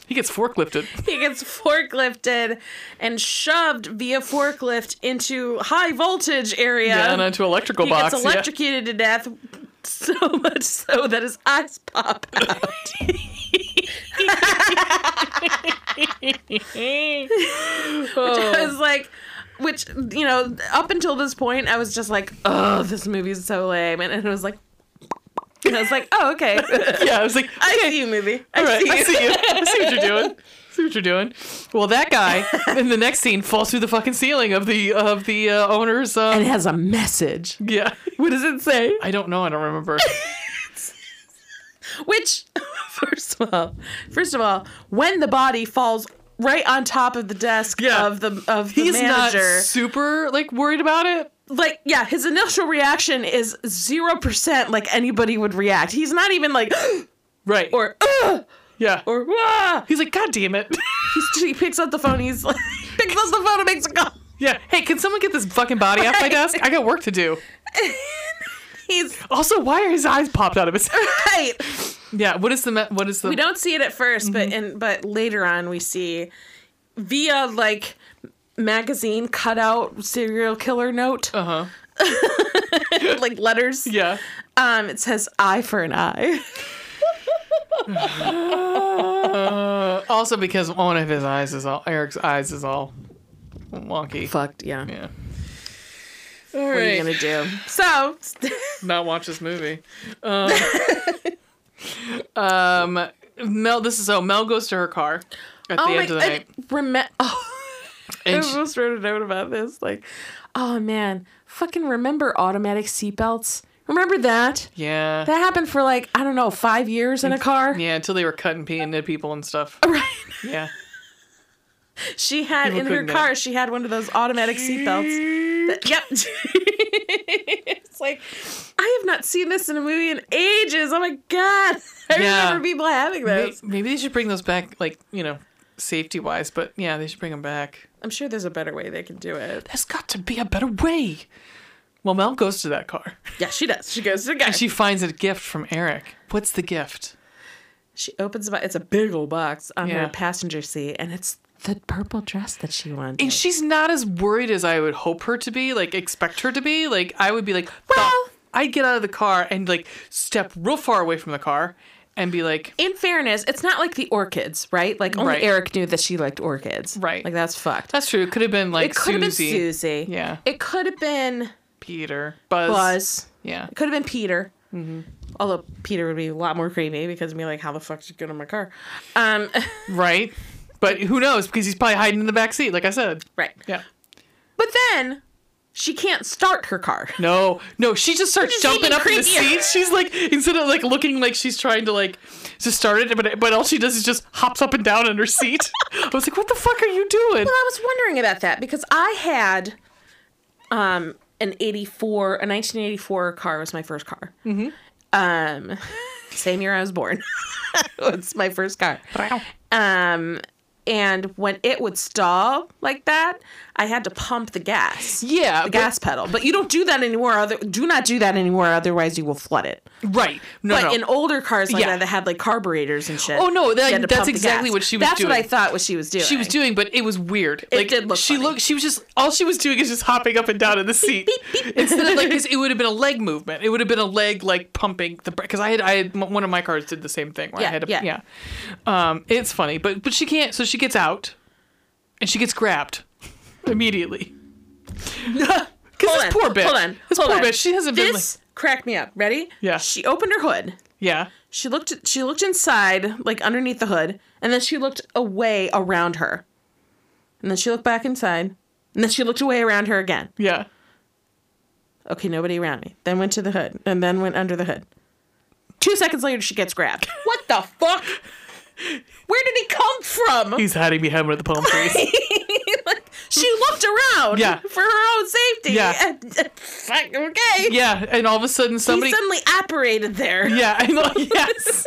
Speaker 1: He gets forklifted.
Speaker 2: He gets forklifted and shoved via forklift into high voltage area.
Speaker 1: Yeah, and onto electrical
Speaker 2: he
Speaker 1: box.
Speaker 2: gets
Speaker 1: yeah.
Speaker 2: electrocuted to death so much so that his eyes pop out.
Speaker 1: Oh.
Speaker 2: I was like, which you know, up until this point, I was just like, oh, this movie's so lame, and, and it was like, and I was like, oh, okay,
Speaker 1: yeah, I was like,
Speaker 2: I see you, movie. I
Speaker 1: all right,
Speaker 2: see you.
Speaker 1: I see you. I see what you're doing. I see what you're doing. Well, that guy in the next scene falls through the fucking ceiling of the of the uh, owner's. Uh,
Speaker 2: And it has a message.
Speaker 1: yeah,
Speaker 2: What does it say?
Speaker 1: I don't know. I don't remember.
Speaker 2: Which, first of all, first of all, when the body falls right on top of the desk
Speaker 1: Yeah.
Speaker 2: of the of the
Speaker 1: He's not
Speaker 2: manager,
Speaker 1: super like worried about it.
Speaker 2: like yeah, his initial reaction is zero percent like anybody would react. He's not even like
Speaker 1: Right.
Speaker 2: or "Ugh,"
Speaker 1: yeah.
Speaker 2: or Wah!
Speaker 1: he's like, God damn it.
Speaker 2: He's, he picks up the phone. He's like, picks up the phone and makes a call.
Speaker 1: yeah. Hey, can someone get this fucking body off my
Speaker 2: Right.
Speaker 1: desk? I got work to do.
Speaker 2: He's
Speaker 1: Also, why are his eyes popped out of his head?
Speaker 2: right.
Speaker 1: yeah. What is the me- what is the
Speaker 2: We don't see it at 1st but and but later on we see
Speaker 1: Mm-hmm.
Speaker 2: via like magazine cutout serial killer note
Speaker 1: uh huh.
Speaker 2: like letters.
Speaker 1: Yeah.
Speaker 2: Um, it says eye for an eye.
Speaker 1: Uh, also, because one of his eyes is all Eric's eyes is all wonky.
Speaker 2: Fucked, yeah.
Speaker 1: Yeah.
Speaker 2: What are you gonna do? So
Speaker 1: not watch this movie. Um, um, Mel, this is so Mel goes to her car at the
Speaker 2: Oh my
Speaker 1: end of the
Speaker 2: god
Speaker 1: night,
Speaker 2: reme- oh, I
Speaker 1: and she-
Speaker 2: almost wrote a note about this. Like, oh man, fucking remember automatic seatbelts? Remember that?
Speaker 1: yeah,
Speaker 2: That happened for like, I don't know, five years in a car.
Speaker 1: yeah, until they were cutting pee into people and stuff.
Speaker 2: Right.
Speaker 1: Yeah,
Speaker 2: She had
Speaker 1: People
Speaker 2: in her
Speaker 1: couldn't get
Speaker 2: car,
Speaker 1: it.
Speaker 2: she had one of those automatic seatbelts. that- Yep. it's like I have not seen this in a movie in ages. Oh my god. I
Speaker 1: Yeah.
Speaker 2: remember people having
Speaker 1: May-
Speaker 2: those.
Speaker 1: maybe they should bring those back, like you know, safety wise. But yeah, they should bring them back.
Speaker 2: I'm sure there's a better way they can do it.
Speaker 1: There's got to be a better way. Well, Mel goes to that car.
Speaker 2: Yeah, she does. She goes to the guy.
Speaker 1: She finds a gift from Eric. What's the gift?
Speaker 2: She opens about it's a big old box on
Speaker 1: Yeah.
Speaker 2: her passenger seat, and it's the purple dress that she wanted.
Speaker 1: And she's not as worried as I would hope her to be, like expect her to be. Like I would be like, well, I'd get out of the car and like step real far away from the car and be like,
Speaker 2: in fairness, it's not like the orchids, right? Like only
Speaker 1: Right.
Speaker 2: Eric knew that she liked orchids,
Speaker 1: Right.
Speaker 2: Like that's fucked.
Speaker 1: that's true. It could have been like
Speaker 2: it could have been
Speaker 1: Susie,
Speaker 2: Susie.
Speaker 1: Yeah.
Speaker 2: It could have been
Speaker 1: Peter, Buzz.
Speaker 2: Buzz.
Speaker 1: Yeah,
Speaker 2: It could have been Peter. Although Peter would be a lot more creepy because he'd be like, "How the fuck did you get in my car?" Um,
Speaker 1: right. But who knows? Because he's probably hiding in the back seat, like I said.
Speaker 2: right.
Speaker 1: Yeah.
Speaker 2: But then she can't start her car.
Speaker 1: No, no, she just starts
Speaker 2: Just
Speaker 1: jumping
Speaker 2: making
Speaker 1: up in the
Speaker 2: creepier.
Speaker 1: seats. She's like, instead of like looking like she's trying to like just start it, but but all she does is just hops up and down in her seat. I was like, what the fuck are you doing?
Speaker 2: Well, I was wondering about that because I had um, an 84, a 1984 car was my first car. Mm-hmm. Um, same year I was born. it's my first car. Um, and when it would stall like that, I had to pump the gas.
Speaker 1: Yeah,
Speaker 2: The
Speaker 1: but-
Speaker 2: gas pedal. But you don't do that anymore. Other, do not do that anymore. Otherwise, you will flood it.
Speaker 1: Right. No.
Speaker 2: But
Speaker 1: no.
Speaker 2: in older cars like
Speaker 1: Yeah.
Speaker 2: that that had like carburetors and shit.
Speaker 1: Oh, no,
Speaker 2: you
Speaker 1: that-
Speaker 2: had to
Speaker 1: that's
Speaker 2: pump the
Speaker 1: exactly
Speaker 2: gas.
Speaker 1: what she was
Speaker 2: That's what I
Speaker 1: doing.
Speaker 2: thought what she was doing.
Speaker 1: she was doing, but it was weird. like
Speaker 2: did look
Speaker 1: she
Speaker 2: funny.
Speaker 1: looked she was just all she was doing is just hopping up and down in the seat. Instead of like this, it would have been a leg movement. It would have been a leg like pumping the because I had I had m- one of my cars did the same thing where I
Speaker 2: Yeah,
Speaker 1: had a, yeah.
Speaker 2: yeah.
Speaker 1: Um, it's funny, but but she can't. So she gets out, and she gets grabbed immediately. Because
Speaker 2: Hold
Speaker 1: this
Speaker 2: on,
Speaker 1: poor bitch.
Speaker 2: Hold on.
Speaker 1: This
Speaker 2: hold
Speaker 1: poor
Speaker 2: on.
Speaker 1: bitch. She hasn't been. Like,
Speaker 2: This cracked me up. Ready?
Speaker 1: Yeah.
Speaker 2: She opened her hood.
Speaker 1: yeah.
Speaker 2: She looked. She looked inside, like underneath the hood, and then she looked away around her, and then she looked back inside, and then she looked away around her again.
Speaker 1: Yeah.
Speaker 2: Okay, nobody around me. Then went to the hood, and then went under the hood. Two seconds later, she gets grabbed. What the fuck? Where did he come from?
Speaker 1: He's hiding behind one of the palm trees.
Speaker 2: Like, she looked around
Speaker 1: Yeah.
Speaker 2: for her own safety.
Speaker 1: Yeah.
Speaker 2: And, and, fuck, okay.
Speaker 1: yeah, and all of a sudden somebody.
Speaker 2: He suddenly operated there.
Speaker 1: Yeah, I know. Yes.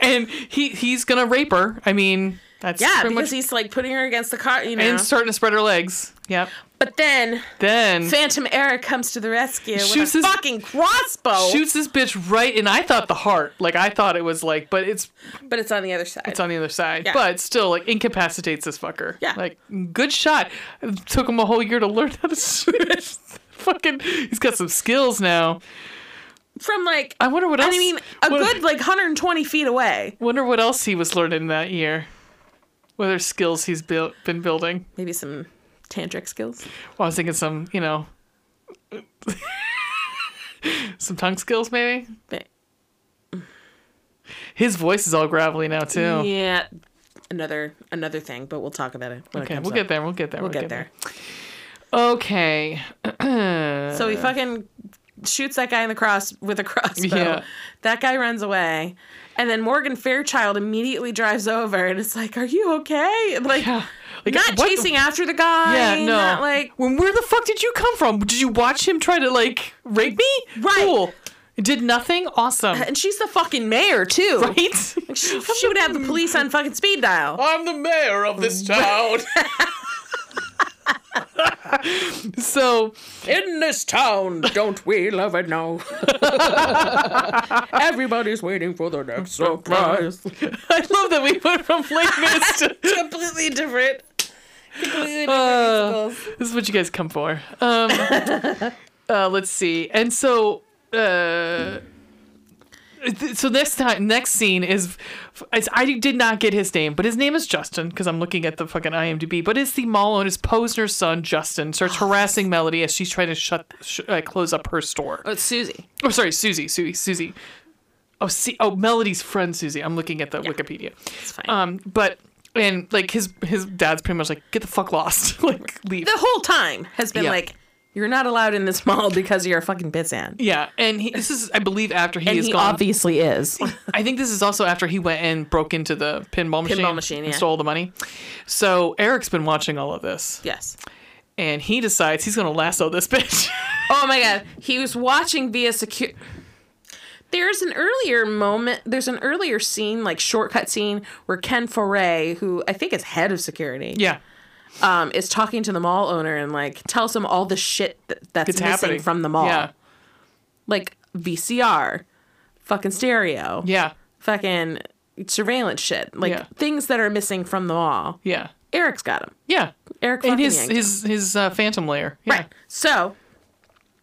Speaker 1: and he he's gonna rape her. I mean, That's
Speaker 2: Yeah,
Speaker 1: pretty
Speaker 2: because
Speaker 1: much.
Speaker 2: he's like putting her against the car, you know.
Speaker 1: and starting to spread her legs. Yep.
Speaker 2: but then
Speaker 1: Then
Speaker 2: Phantom Eric comes to the rescue
Speaker 1: Shoots
Speaker 2: with a
Speaker 1: his-
Speaker 2: fucking crossbow.
Speaker 1: shoots this bitch right, and I thought the heart. Like I thought it was like, but it's
Speaker 2: But it's on the other side.
Speaker 1: it's on the other side.
Speaker 2: Yeah.
Speaker 1: But still, like incapacitates this fucker.
Speaker 2: Yeah.
Speaker 1: Like good shot. It took him a whole year to learn how to shoot. Fucking, he's got some skills now.
Speaker 2: From like
Speaker 1: I wonder what
Speaker 2: I
Speaker 1: else.
Speaker 2: mean, a
Speaker 1: what-
Speaker 2: good like 120 feet away.
Speaker 1: Wonder what else he was learning that year. Whether skills he's built been building.
Speaker 2: Maybe some tantric skills.
Speaker 1: Well, I was thinking some, you know, some tongue skills maybe.
Speaker 2: But
Speaker 1: His voice is all gravelly now too.
Speaker 2: yeah, another another thing. But we'll talk about it. When
Speaker 1: Okay,
Speaker 2: it comes
Speaker 1: we'll
Speaker 2: up.
Speaker 1: get there. We'll get there.
Speaker 2: We'll get there.
Speaker 1: Okay.
Speaker 2: So he fucking shoots that guy in the cross with a crossbow.
Speaker 1: Yeah.
Speaker 2: That guy runs away. And then Morgan Fairchild immediately drives over and it's like, Are you okay? And, Like,
Speaker 1: Yeah. Like,
Speaker 2: not
Speaker 1: what the-
Speaker 2: chasing after the guy.
Speaker 1: Yeah, no.
Speaker 2: Not like,
Speaker 1: When where the fuck did you come from? Did you watch him try to like rape me?
Speaker 2: Right. Uh,
Speaker 1: Cool. Did nothing. Awesome.
Speaker 2: and she's the fucking mayor, too.
Speaker 1: Right.
Speaker 2: She, she would have the police on fucking speed dial.
Speaker 1: I'm the mayor of this town. so
Speaker 2: In this town, don't we love it now? Everybody's waiting for the next surprise.
Speaker 1: I love that we went from Flake Mist to.
Speaker 2: Completely different. Completely different
Speaker 1: Uh,
Speaker 2: musicals.
Speaker 1: this is what you guys come for. Um, uh, let's see. And so. Uh, th- so next time, next scene is, is I did not get his name, but his name is Justin because I'm looking at the fucking IMDb. But it's the mall owner's Posner's son, Justin, starts harassing Melody as she's trying to shut sh- uh, close up her store.
Speaker 3: Oh, it's Susie.
Speaker 1: Oh, sorry, Susie, Susie, Susie. Oh, see, oh, Melody's friend Susie. I'm looking at the Wikipedia.
Speaker 2: It's fine.
Speaker 1: Um, but and like his his dad's pretty much like get the fuck lost, like leave.
Speaker 2: the whole time has been
Speaker 1: Yeah.
Speaker 2: like, you're not allowed in this mall because you're a fucking bizan.
Speaker 1: Yeah, and he, this is I believe after he
Speaker 3: And
Speaker 1: is
Speaker 3: he
Speaker 1: gone.
Speaker 3: obviously is.
Speaker 1: I think this is also after he went and broke into the pinball machine,
Speaker 2: machine,
Speaker 1: and
Speaker 2: yeah.
Speaker 1: stole all the money. So Eric's been watching all of this,
Speaker 2: Yes.
Speaker 1: and he decides he's gonna lasso this bitch.
Speaker 2: Oh my god, he was watching via secure. There's an earlier moment. There's an earlier scene, like shortcut scene, where Ken Foray, who I think is head of security,
Speaker 1: yeah,
Speaker 2: um, is talking to the mall owner and like tells him all the shit th- that's
Speaker 1: it's
Speaker 2: missing
Speaker 1: happening
Speaker 2: from the mall,
Speaker 1: Yeah,
Speaker 2: like VCR, fucking stereo,
Speaker 1: yeah,
Speaker 2: fucking surveillance shit, like
Speaker 1: Yeah.
Speaker 2: things that are missing from the mall.
Speaker 1: yeah,
Speaker 2: Eric's got him.
Speaker 1: yeah.
Speaker 2: Eric
Speaker 1: And
Speaker 2: fucking
Speaker 1: his
Speaker 2: yanked him.
Speaker 1: his his uh, phantom layer. Yeah.
Speaker 2: Right. So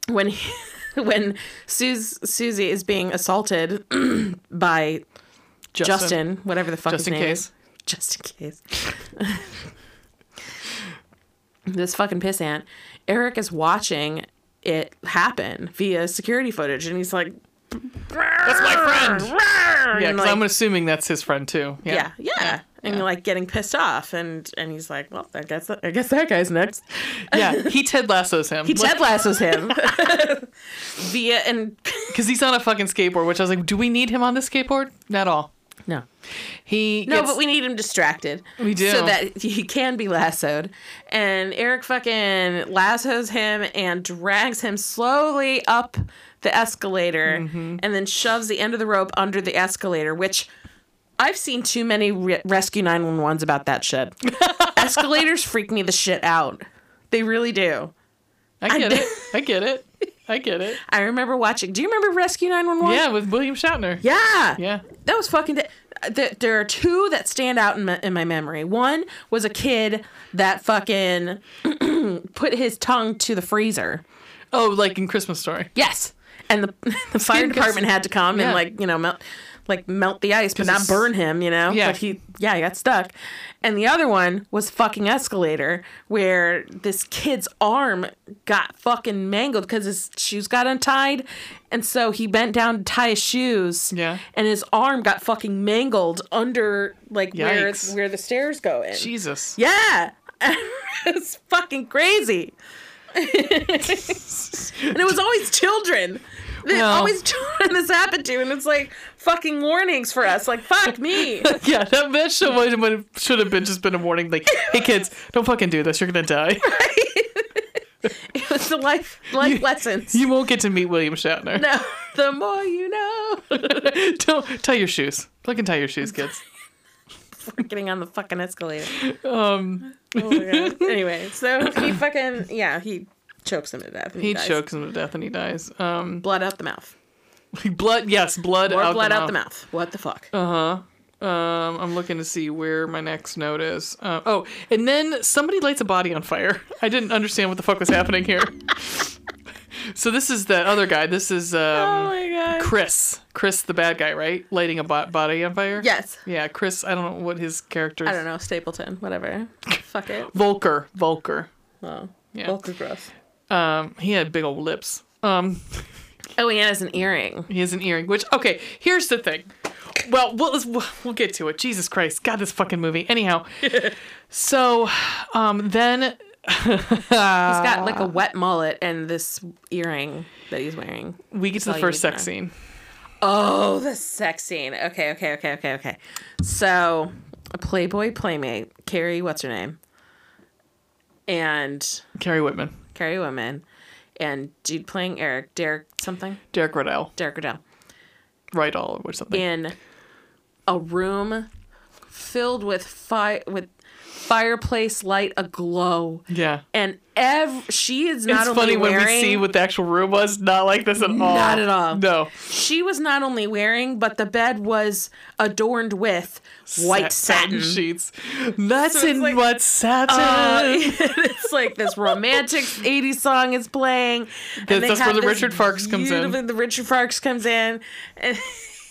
Speaker 2: when he, when Sus- Susie is being assaulted by Justin, whatever the fuck
Speaker 1: Just
Speaker 2: his
Speaker 1: in
Speaker 2: name
Speaker 1: case.
Speaker 2: is, just in case. this fucking pissant. Eric is watching it happen via security footage, and he's like,
Speaker 1: That's my friend.
Speaker 2: "Rawr,"
Speaker 1: Yeah,
Speaker 2: and
Speaker 1: because
Speaker 2: like-
Speaker 1: I'm assuming that's his friend too.
Speaker 2: yeah, yeah. And you're like getting pissed off, and and he's like, "Well, I guess I guess that guy's next."
Speaker 1: Yeah, he Ted Lasso's him.
Speaker 2: He Ted Lasso's him via and
Speaker 1: because he's on a fucking skateboard. Which I was like, do we need him on the skateboard? Not all.
Speaker 2: no,
Speaker 1: He
Speaker 2: No,
Speaker 1: gets-
Speaker 2: but we need him distracted.
Speaker 1: We do.
Speaker 2: So that he can be lassoed. And Eric fucking lassos him and drags him slowly up the escalator
Speaker 1: Mm-hmm.
Speaker 2: and then shoves the end of the rope under the escalator, which I've seen too many re- Rescue 911s about that shit. Escalators freak me the shit out. They really do.
Speaker 1: I get it. I get it. I get it.
Speaker 2: I remember watching. Do you remember Rescue 911?
Speaker 1: Yeah, with William Shatner.
Speaker 2: Yeah.
Speaker 1: Yeah.
Speaker 2: That was fucking. th- there are two that stand out in my, in my memory. One was a kid that fucking put his tongue to the freezer.
Speaker 1: Oh, like in Christmas Story.
Speaker 2: Yes, and the, the fire
Speaker 1: Skin
Speaker 2: department
Speaker 1: gets-
Speaker 2: had to come
Speaker 1: yeah.
Speaker 2: and like you know melt like melt the ice, but not
Speaker 1: it's-
Speaker 2: burn him. You know,
Speaker 1: Yeah.
Speaker 2: But he yeah he got stuck. And the other one was fucking escalator where this kid's arm got fucking mangled because his shoes got untied, and so he bent down to tie his shoes.
Speaker 1: Yeah.
Speaker 2: and his arm got fucking mangled under like where
Speaker 1: Yikes.
Speaker 2: where the stairs go in.
Speaker 1: Jesus.
Speaker 2: Yeah. it's fucking crazy. and it was always children. They
Speaker 1: Well-
Speaker 2: always children this happened to, and it's like fucking warnings for us.
Speaker 3: oh
Speaker 2: Like, fuck me.
Speaker 1: Yeah, that bitch should have been- should have been just been a warning. Like, hey kids, don't fucking do this. You're gonna die.
Speaker 2: it was the life life lessons.
Speaker 1: You won't get to meet William Shatner.
Speaker 2: no, the more you know.
Speaker 1: don't tie your shoes. Fucking tie your shoes, kids.
Speaker 3: before getting on the fucking escalator.
Speaker 1: Um,
Speaker 2: Oh my god. anyway, so he fucking yeah, he chokes him to death. and
Speaker 1: he
Speaker 2: dies.
Speaker 1: chokes him to death and he dies. Um,
Speaker 3: Blood out the mouth.
Speaker 1: blood, yes, blood
Speaker 3: More
Speaker 1: out
Speaker 3: blood
Speaker 1: the
Speaker 3: out the
Speaker 1: mouth.
Speaker 3: mouth. What the fuck?
Speaker 1: Uh huh. Um, I'm looking to see where my next note is. Uh, oh, and then somebody lights a body on fire. I didn't understand what the fuck was happening here. so this is the other guy. This is
Speaker 2: Oh
Speaker 1: um,
Speaker 2: my god.
Speaker 1: Chris. Chris, the bad guy, right? Lighting a bo- body on fire.
Speaker 3: Yes.
Speaker 1: Yeah, Chris. I don't know what his character.
Speaker 3: I don't know. Stapleton. Whatever. fuck it.
Speaker 1: Volker. Volker.
Speaker 2: Oh.
Speaker 1: Yeah.
Speaker 2: Bulker growth.
Speaker 1: Um, he had big old lips. Um,
Speaker 3: Oh, and has an earring.
Speaker 1: he has an earring. Which okay, here's the thing. Well, we'll let's- we'll- we'll get to it. Jesus Christ, God, this fucking movie. Anyhow, so um, then
Speaker 3: He's got like a wet mullet and this earring that he's wearing.
Speaker 1: we get to
Speaker 3: all
Speaker 1: the
Speaker 3: you
Speaker 1: first
Speaker 3: need to
Speaker 1: sex
Speaker 3: know.
Speaker 1: scene.
Speaker 3: Oh, the sex scene. Okay, okay, okay, okay, okay. So, a Playboy playmate, Carrie, what's her name? And
Speaker 1: Carrie Whitman,
Speaker 3: Carrie Woman and dude playing Eric, Derek something,
Speaker 1: Derek Riddell,
Speaker 3: Derek Riddell,
Speaker 1: Riddell or something.
Speaker 3: in a room filled with fire with fireplace light aglow.
Speaker 1: yeah.
Speaker 3: And ev- she is not
Speaker 1: It's
Speaker 3: only
Speaker 1: funny
Speaker 3: wearing
Speaker 1: when we see what the actual room was. Not like this at all.
Speaker 3: Not at all.
Speaker 1: No.
Speaker 3: she was not only wearing, but the bed was adorned with white
Speaker 1: Sat-
Speaker 3: satin.
Speaker 1: sheets. That's in
Speaker 2: like,
Speaker 1: what satin.
Speaker 3: Uh, it's like this romantic 80s song is playing. and
Speaker 1: That's-
Speaker 3: they
Speaker 1: that's where
Speaker 3: have
Speaker 1: the
Speaker 3: this
Speaker 1: Richard Farkas comes in.
Speaker 3: beautiful- The Richard Farks comes in. And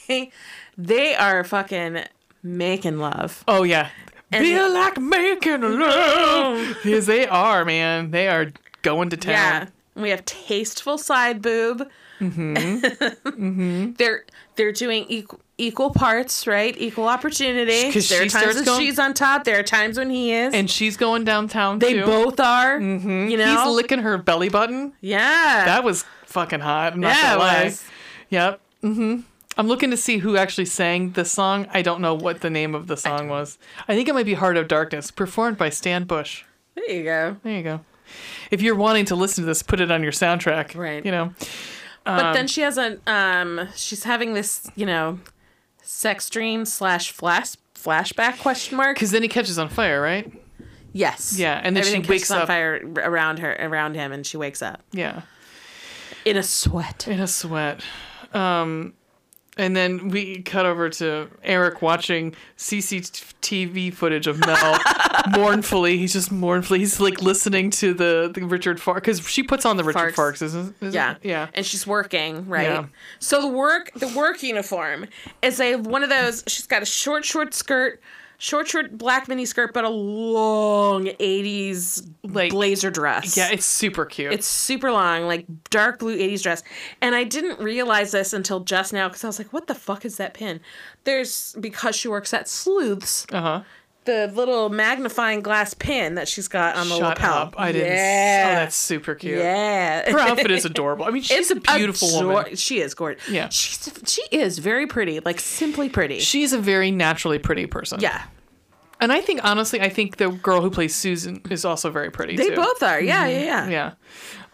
Speaker 3: they are fucking making love.
Speaker 1: Oh yeah.
Speaker 3: And
Speaker 1: Be
Speaker 3: the-
Speaker 1: like making love. Yes, they are, man. They are going to town.
Speaker 3: Yeah. And We have tasteful side boob.
Speaker 1: Mm-hmm.
Speaker 3: They're they're doing equal, equal parts, right? Equal opportunity.
Speaker 1: 'Cause
Speaker 3: There are
Speaker 1: she
Speaker 3: times
Speaker 1: starts
Speaker 3: when
Speaker 1: going-
Speaker 3: she's on top. There are times when he is.
Speaker 1: And she's going downtown
Speaker 3: they
Speaker 1: too.
Speaker 3: both are. You know.
Speaker 1: He's licking her belly button.
Speaker 3: yeah.
Speaker 1: That was fucking hot. I'm not
Speaker 3: Yeah,
Speaker 1: gonna
Speaker 3: it
Speaker 1: lie.
Speaker 3: was.
Speaker 1: Yep. Mm-hmm. I'm looking to see who actually sang the song. I don't know what the name of the song was. I think it might be Heart of Darkness, performed by Stan Bush.
Speaker 3: there you go.
Speaker 1: There you go. If you're wanting to listen to this, put it on your soundtrack.
Speaker 3: Right.
Speaker 1: You know.
Speaker 3: But then she has a um she's having this, you know, sex dream slash flash flashback question mark.
Speaker 1: Because then he catches on fire, right?
Speaker 3: Yes.
Speaker 1: Yeah, and then she
Speaker 3: Everything
Speaker 1: wakes
Speaker 3: catches on
Speaker 1: up.
Speaker 3: fire r- around her around him and she wakes up
Speaker 1: Yeah.
Speaker 3: in a sweat.
Speaker 1: in a sweat. Um, and then we cut over to Eric watching CCTV footage of Mel mournfully. He's just mournfully. He's like listening to the, the Richard Farks because she puts on the Richard
Speaker 3: Farks.
Speaker 1: Farks, isn't, isn't
Speaker 3: Yeah.
Speaker 1: it? Yeah.
Speaker 3: And she's working, right?
Speaker 1: Yeah.
Speaker 3: So the work the work uniform is a one of those she's got a short short skirt, short short black mini skirt but a long 80s
Speaker 1: Like-
Speaker 3: blazer dress.
Speaker 1: Yeah, it's super cute.
Speaker 3: It's super long, like dark blue 80s dress. And I didn't realize this until just now because I was like, what the fuck is that pin? There's, because she works at Sleuths,
Speaker 1: uh huh.
Speaker 3: the little magnifying glass pin that she's got on the
Speaker 1: Shut
Speaker 3: lapel.
Speaker 1: up! I didn't.
Speaker 3: Yeah.
Speaker 1: Oh, that's super cute.
Speaker 3: yeah.
Speaker 1: Her outfit is adorable. I mean, she's a beautiful
Speaker 3: ador-
Speaker 1: woman.
Speaker 3: She is gorgeous.
Speaker 1: Yeah.
Speaker 3: She's, she is very pretty, like simply pretty.
Speaker 1: She's a very naturally pretty person.
Speaker 3: yeah.
Speaker 1: and I think honestly, I think the girl who plays Susan is also very pretty.
Speaker 3: They
Speaker 1: too.
Speaker 3: both are. Yeah, yeah, yeah.
Speaker 1: Yeah.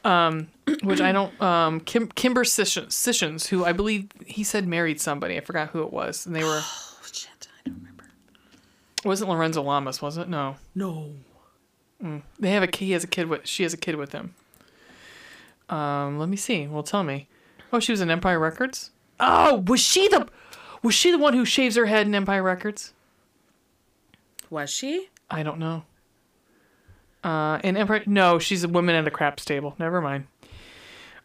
Speaker 1: Um, which I don't. Um, Kim, Kimber Sessions, Sessions, who I believe he said married somebody. I forgot who it was, and they were.
Speaker 3: Oh, shit. I don't remember.
Speaker 1: It wasn't Lorenzo Lamas, was it? No.
Speaker 3: No.
Speaker 1: They have a ki- he has a kid with she has a kid with him. Um, let me see. Well, tell me. Oh, she was in Empire Records. Oh, was she the? Was she the one who shaves her head in Empire Records?
Speaker 3: Was she?
Speaker 1: I don't know. Uh, in Empire, no, she's a woman at a craps table. Never mind.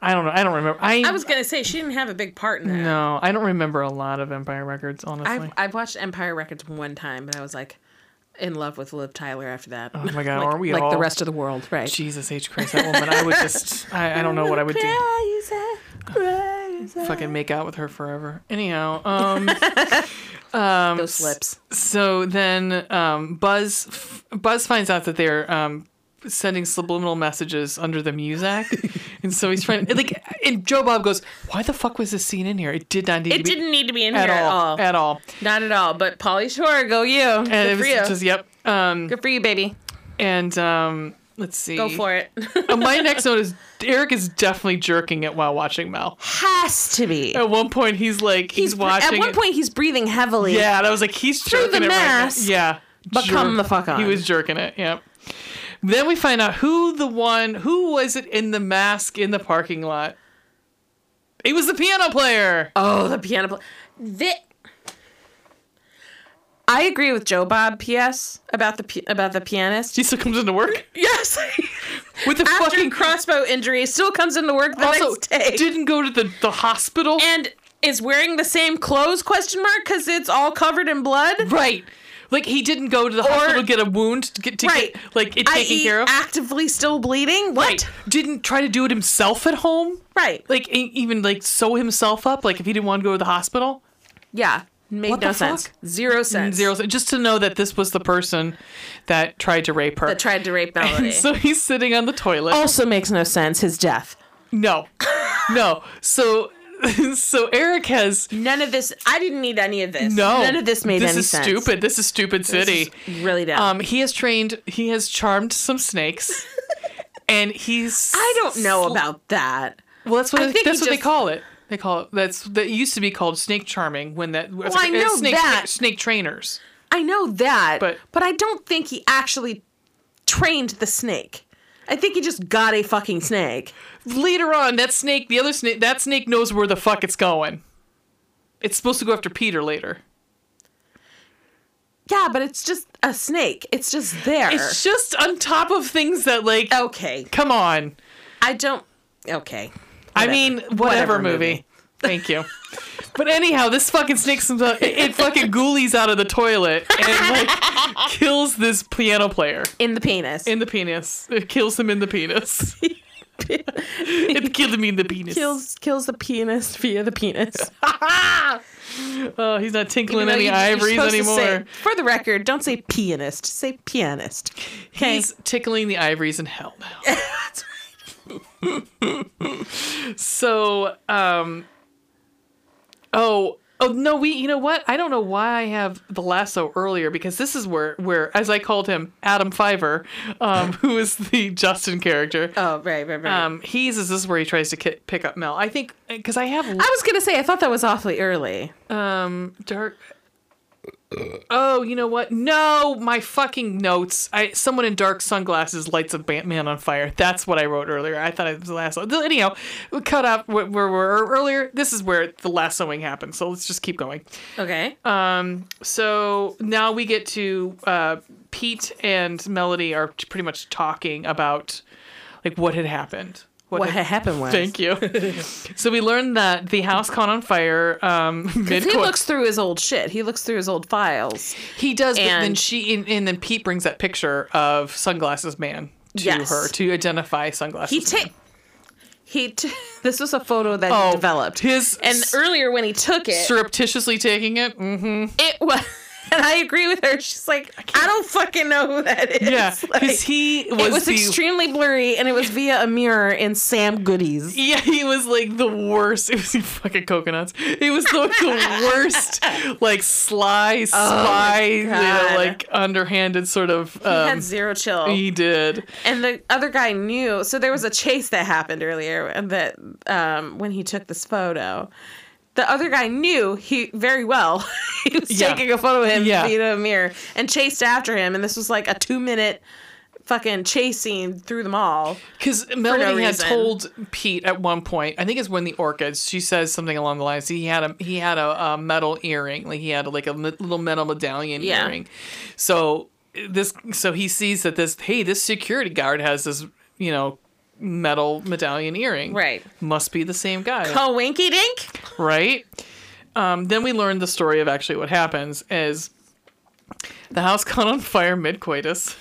Speaker 1: I don't know. I don't remember. I,
Speaker 2: I was gonna say she didn't have a big part in that.
Speaker 1: No, I don't remember a lot of Empire Records, honestly.
Speaker 3: I've, I've watched Empire Records one time, but I was like in love with Liv Tyler after that.
Speaker 1: oh my god,
Speaker 3: like,
Speaker 1: are we
Speaker 3: like
Speaker 1: all
Speaker 3: the rest of the world, right?
Speaker 1: Jesus H Christ, that woman! I would just, I, I don't know what I would do. Fucking make out with her forever. Anyhow, um,
Speaker 3: Those lips.
Speaker 1: so then um, Buzz, f- Buzz finds out that they're um, sending subliminal messages under the music, and so he's trying. Like, and Joe Bob goes, "Why the fuck was this scene in here? It did not need to
Speaker 3: It
Speaker 1: be
Speaker 3: didn't need to be in
Speaker 1: at
Speaker 3: here
Speaker 1: all,
Speaker 3: at all.
Speaker 1: at all."
Speaker 3: Not at all. But Polly Shore, go you.
Speaker 1: And
Speaker 3: Good
Speaker 1: it
Speaker 3: for
Speaker 1: was
Speaker 3: you.
Speaker 1: just yep. Um,
Speaker 3: Good for you, baby.
Speaker 1: and um, Let's see.
Speaker 3: Go for it.
Speaker 1: Uh, my next note is Eric is definitely jerking it while watching Mel.
Speaker 2: Has to be.
Speaker 1: At one point, he's like he's,
Speaker 2: br-
Speaker 1: watching.
Speaker 2: At one
Speaker 1: it.
Speaker 2: point, he's breathing heavily.
Speaker 1: yeah, and I was like, he's jerking
Speaker 2: the
Speaker 1: it
Speaker 2: mask,
Speaker 1: right now. Yeah,
Speaker 2: but come the fuck
Speaker 1: He
Speaker 2: on.
Speaker 1: was jerking it. Yep. Then we find out who the one who was it in the mask in the parking lot. It was the piano player.
Speaker 2: Oh, the piano. Pl-
Speaker 3: Thi-
Speaker 2: I agree with Joe Bob. P.S. about the pi- about the pianist.
Speaker 1: She still comes into work
Speaker 2: yes.
Speaker 1: with the
Speaker 2: After
Speaker 1: fucking
Speaker 2: crossbow injury, still comes into work the
Speaker 1: also
Speaker 2: next day.
Speaker 1: didn't go to the the hospital.
Speaker 2: and is wearing the same clothes? Question mark because it's all covered in blood.
Speaker 1: right. Like he didn't go to the hospital to get a wound to get to
Speaker 2: Right.
Speaker 1: get like it taken
Speaker 2: I.e.
Speaker 1: care of.
Speaker 2: E actively still bleeding. What?
Speaker 1: Right. Didn't try to do it himself at home.
Speaker 2: Right.
Speaker 1: Like e- even like sew himself up. Like if he didn't want to go to the hospital.
Speaker 2: Yeah. Made
Speaker 1: What
Speaker 2: no
Speaker 1: the
Speaker 2: sense.
Speaker 1: fuck? Mm,
Speaker 2: Zero sense.
Speaker 1: Zero. Just to know that this was the person that tried to rape her.
Speaker 2: That tried to rape Oh. Melody.
Speaker 1: And so he's sitting on the toilet.
Speaker 2: also makes no sense. His death.
Speaker 1: No, no. So, so Eric has
Speaker 2: None of this. I didn't need any of this.
Speaker 1: no.
Speaker 2: None of this made
Speaker 1: this
Speaker 2: any
Speaker 1: is
Speaker 2: sense.
Speaker 1: stupid. This is stupid city.
Speaker 2: Really dumb.
Speaker 1: um, he has trained. He has charmed some snakes, and he's.
Speaker 2: I don't know about that.
Speaker 1: Well, that's what
Speaker 2: I
Speaker 1: it-
Speaker 2: think
Speaker 1: that's
Speaker 2: he
Speaker 1: what they
Speaker 2: just-
Speaker 1: call it. They call it that's that used to be called snake charming when that well,
Speaker 2: I know
Speaker 1: snake,
Speaker 2: that.
Speaker 1: snake snake trainers.
Speaker 2: I know that,
Speaker 1: But-
Speaker 2: but I don't think he actually trained the snake. I think he just got a fucking snake.
Speaker 1: Later on, that snake, the other snake, that snake knows where the fuck it's going. It's supposed to go after Peter later.
Speaker 2: Yeah, but it's just a snake. It's just there.
Speaker 1: It's just on top of things that like
Speaker 2: okay.
Speaker 1: Come on.
Speaker 2: I don't. Okay.
Speaker 1: I
Speaker 2: Whatever.
Speaker 1: mean, whatever,
Speaker 2: Whatever
Speaker 1: movie.
Speaker 2: movie.
Speaker 1: Thank you. but anyhow, this fucking snake comes out. It, it fucking ghoulies out of the toilet and like kills this piano player
Speaker 2: In the penis.
Speaker 1: in the penis. It kills him in the penis. it killed him in the penis.
Speaker 2: kills kills the penis via the penis.
Speaker 1: Oh, he's not
Speaker 2: Even
Speaker 1: tinkling
Speaker 2: though
Speaker 1: any
Speaker 2: you- you're
Speaker 1: ivories
Speaker 2: supposed to
Speaker 1: anymore.
Speaker 2: say- for the record, don't say pianist. Say pianist. Okay.
Speaker 1: He's tickling the ivories in hell now. so, um, oh, oh no, we. You know what? I don't know why I have the lasso earlier because this is where, where as I called him, Adam Fiver, um, who is the Justin character.
Speaker 2: oh right right right.
Speaker 1: Um, he's is this is where he tries to ki- pick up Mel. I think because I have
Speaker 2: I was gonna say I thought that was awfully early.
Speaker 1: um dark. Oh, you know what? No, my fucking notes. I someone in dark sunglasses lights a Batman on fire. That's what I wrote earlier. I thought it was the lasso. Th- Anyhow, we cut off where we were earlier. This is where the lassoing happened. So let's just keep going.
Speaker 2: Okay.
Speaker 1: Um, so now we get to uh, Pete and Melody are t- pretty much talking about like what had happened.
Speaker 2: what had happened was
Speaker 1: Thank you. so we learned that the house caught on fire. Um, mid
Speaker 2: he looks through his old shit. He looks through his old files.
Speaker 1: He does, but then
Speaker 2: And-
Speaker 1: she and, and then Pete brings that picture of sunglasses man to
Speaker 2: Yes.
Speaker 1: her to identify sunglasses.
Speaker 2: He
Speaker 1: Man.
Speaker 2: ta- he t- this was a photo that
Speaker 1: Oh,
Speaker 2: he developed.
Speaker 1: his
Speaker 2: and
Speaker 1: s-
Speaker 2: earlier when he took it,
Speaker 1: surreptitiously taking it. Mm-hmm.
Speaker 2: it was and I agree with her. She's like, I, don't fucking know who that is.
Speaker 1: Yeah,
Speaker 2: Like,
Speaker 1: because he was,
Speaker 2: it was
Speaker 1: the,
Speaker 2: extremely blurry and it was via a mirror in Sam Goody's.
Speaker 1: Yeah, he was like the worst. It was fucking coconuts. He was like the worst, like sly spy, you know,
Speaker 2: Oh God.
Speaker 1: like underhanded sort of. Um,
Speaker 2: He
Speaker 1: he,
Speaker 2: had zero chill.
Speaker 1: did.
Speaker 2: and the other guy knew. So there was a chase that happened earlier and that um, when he took this photo. The other guy knew he very well. he was
Speaker 1: Yeah.
Speaker 2: taking a photo of him
Speaker 1: Yeah.
Speaker 2: via a mirror and chased after him. And this was like a two minute fucking chase scene through the mall.
Speaker 1: Because Melody had
Speaker 2: reason.
Speaker 1: told Pete at one point, I think it's when the orchids. She says something along the lines. He had a he had a, uh metal earring, like he had like a me- little metal medallion
Speaker 2: Yeah.
Speaker 1: earring. So this, so he sees that this. Hey, this security guard has this, you know, metal medallion earring.
Speaker 2: Right.
Speaker 1: must be the same guy,
Speaker 2: Oh, winky dink?
Speaker 1: right? Um, then we learned the story of actually what happens is the house caught on fire mid coitus.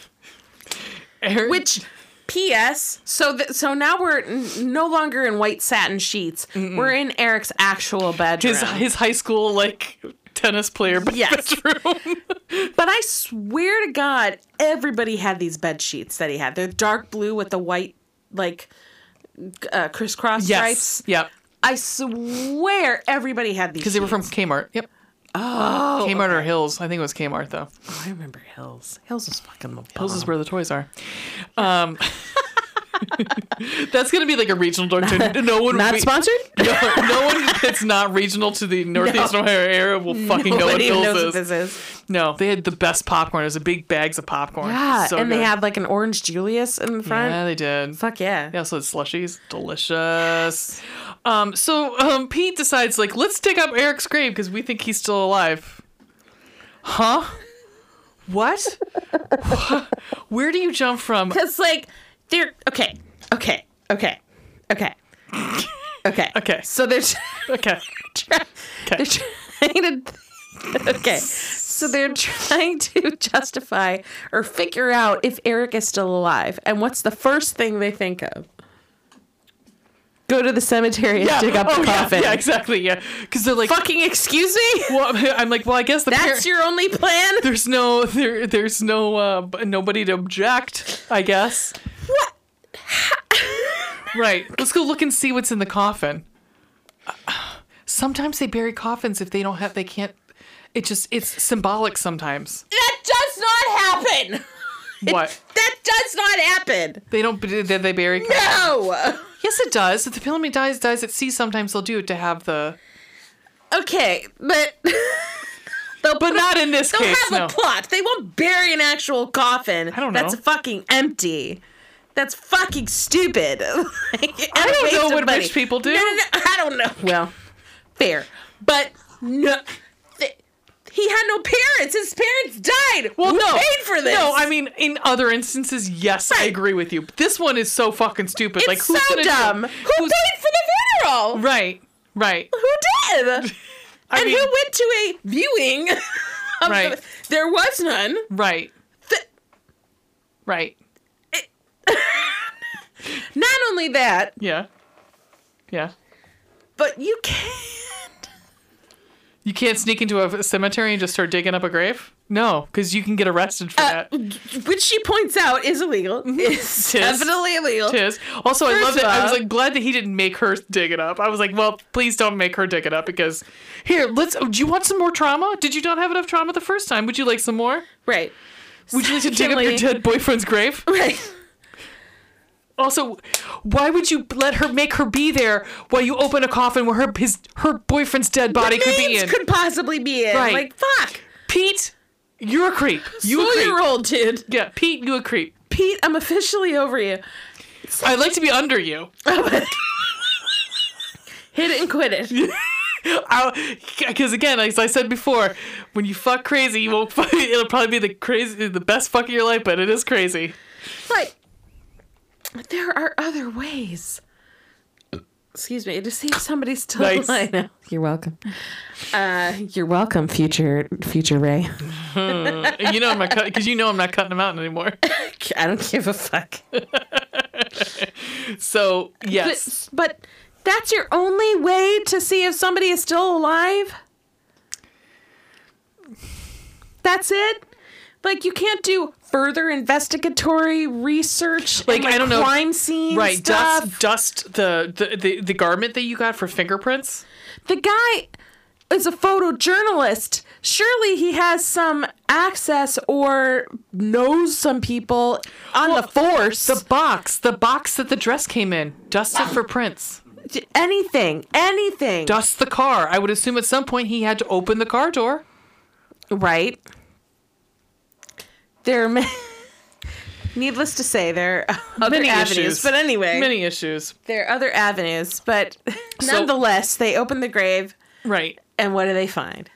Speaker 2: Which, P.S. So th- so now we're n- no longer in white satin sheets. We're in Eric's actual bedroom.
Speaker 1: his his high school like tennis player b-
Speaker 2: Yes.
Speaker 1: bedroom.
Speaker 2: But I swear to God, everybody had these bed sheets that he had. They're dark blue with the white, like, uh, crisscross stripes.
Speaker 1: Yep.
Speaker 2: I swear everybody had these.
Speaker 1: Because they were from Kmart. Yep.
Speaker 3: Oh,
Speaker 1: Kmart or Hills. I think it was Kmart though.
Speaker 3: oh, I remember Hills. Hills is fucking the
Speaker 1: Hills is where the toys are. Um, that's gonna be like a regional dog. too. No one,
Speaker 3: not
Speaker 1: we-
Speaker 3: sponsored.
Speaker 1: no, no one that's not regional to the Northeast Ohio area will fucking know what
Speaker 3: Nobody even
Speaker 1: Hills
Speaker 3: knows
Speaker 1: is.
Speaker 3: what this is.
Speaker 1: No, they had the best popcorn. It was a big bags of popcorn.
Speaker 3: Yeah,
Speaker 1: so
Speaker 3: Ah, and
Speaker 1: good.
Speaker 3: they had like an orange Julius in the front.
Speaker 1: Yeah, they did.
Speaker 3: Fuck yeah.
Speaker 1: They also had slushies. Delicious. Um, so um, Pete decides, like, let's dig up Eric's grave because we think he's still alive. Huh? What? Where do you jump from?
Speaker 2: Because like they're okay, okay, okay, okay, okay,
Speaker 1: Okay.
Speaker 2: So they're
Speaker 1: Okay.
Speaker 2: trying,
Speaker 1: Okay.
Speaker 2: they're trying to. Okay, so they're trying to justify
Speaker 3: Or figure out if Eric is still alive. And what's the first thing they think of? Go to the cemetery and dig up
Speaker 1: oh,
Speaker 3: the
Speaker 1: yeah,
Speaker 3: coffin.
Speaker 1: Yeah, exactly. Yeah. Because they're like,
Speaker 3: Fucking excuse me?
Speaker 1: well, I'm like, well, I guess the parents.
Speaker 3: That's your only plan?
Speaker 1: there's no there there's no uh b- nobody to object i guess what right let's go look and see what's in the coffin sometimes they bury coffins if they don't have they can't it just it's symbolic sometimes
Speaker 2: that does not happen.
Speaker 1: what
Speaker 2: That does not happen.
Speaker 1: they don't b- did they bury co-
Speaker 2: No.
Speaker 1: yes it does if the pilgrim dies dies at sea sometimes they'll do it to have the
Speaker 2: Okay, but
Speaker 1: they'll but not in this
Speaker 2: they'll
Speaker 1: case
Speaker 2: have
Speaker 1: no
Speaker 2: a plot. They won't bury an actual coffin.
Speaker 1: I don't
Speaker 2: That's
Speaker 1: know.
Speaker 2: fucking empty. That's fucking stupid. I
Speaker 1: don't know what rich people do.
Speaker 2: No, no, no, I don't know.
Speaker 3: Well,
Speaker 2: Fair, but no. th- he had no parents. His parents died.
Speaker 1: well,
Speaker 2: Who
Speaker 1: no.
Speaker 2: paid for this.
Speaker 1: No, I mean, in other instances, yes, I
Speaker 2: Right.
Speaker 1: agree with you. But This one is so fucking stupid. like,
Speaker 2: it's
Speaker 1: who's
Speaker 2: so
Speaker 1: gonna do-
Speaker 2: dumb. Who
Speaker 1: who's-
Speaker 2: paid for the funeral?
Speaker 1: Right, right.
Speaker 2: Who did?
Speaker 1: I
Speaker 2: and
Speaker 1: mean,
Speaker 2: who went to a viewing? of
Speaker 1: Right.
Speaker 2: the- there was none.
Speaker 1: right,
Speaker 2: Th-
Speaker 1: right.
Speaker 2: not only that,
Speaker 1: Yeah, yeah.
Speaker 2: but you can't.
Speaker 1: You can't sneak into a cemetery and just start digging up a grave. No, because you can get arrested for
Speaker 2: Uh,
Speaker 1: that.
Speaker 2: which she points out is illegal.
Speaker 1: Mm-hmm.
Speaker 2: It's definitely illegal.
Speaker 1: Tis. Also, I
Speaker 2: first
Speaker 1: love that.
Speaker 2: of
Speaker 1: I was
Speaker 2: all-
Speaker 1: like glad that he didn't make her dig it up. I was like, well, please don't make her dig it up because here, let's. oh, do you want some more trauma? Did you not have enough trauma the first time? Would you like some more?
Speaker 2: Right.
Speaker 1: Would you like to dig up your
Speaker 3: Secondly-
Speaker 1: dead boyfriend's grave?
Speaker 2: Right.
Speaker 1: Also, why would you let her make her be there while you open a coffin where her his her boyfriend's dead body could be
Speaker 2: Names
Speaker 1: in?
Speaker 2: could possibly be in.
Speaker 1: Right.
Speaker 2: Like fuck.
Speaker 1: Pete, you're a creep. You a
Speaker 2: Four
Speaker 1: creep.
Speaker 2: year old dude.
Speaker 1: Yeah, Pete, you a creep.
Speaker 2: Pete, I'm officially over you.
Speaker 1: I'd like to be under you.
Speaker 2: Hit it and quit it.
Speaker 1: Because again, as I said before, when you fuck crazy, you won't. Fuck, it'll probably be the crazy, the best fuck of your life, but it is crazy.
Speaker 2: but there are other ways. Excuse me, to see if somebody's still
Speaker 1: Nice.
Speaker 2: alive. now.
Speaker 3: You're welcome.
Speaker 2: Uh,
Speaker 3: You're welcome, future future Ray.
Speaker 1: You know I'm not because you know I'm not cutting them out anymore.
Speaker 3: I don't give a fuck.
Speaker 1: So yes,
Speaker 2: but, but
Speaker 3: That's your only way to see if somebody is still alive? That's it? Like you can't do further investigatory research
Speaker 1: Like,
Speaker 3: and,
Speaker 1: I don't know-
Speaker 3: crime scene
Speaker 1: right.
Speaker 3: stuff.
Speaker 1: Dust, dust the, the the the garment that you got for fingerprints.
Speaker 3: The guy is a photojournalist. Surely he has some access or knows some people on the force.
Speaker 1: The box, the box that the dress came in, dusted for prints.
Speaker 3: anything, anything.
Speaker 1: Dust the car. I would assume at some point he had to open the car door.
Speaker 3: Right. There are many, needless to say, there are other
Speaker 1: Many
Speaker 3: avenues.
Speaker 1: issues.
Speaker 3: But anyway,
Speaker 1: Many issues.
Speaker 3: there are other avenues. But nonetheless, they open the grave,
Speaker 1: Right.
Speaker 3: and what do they find?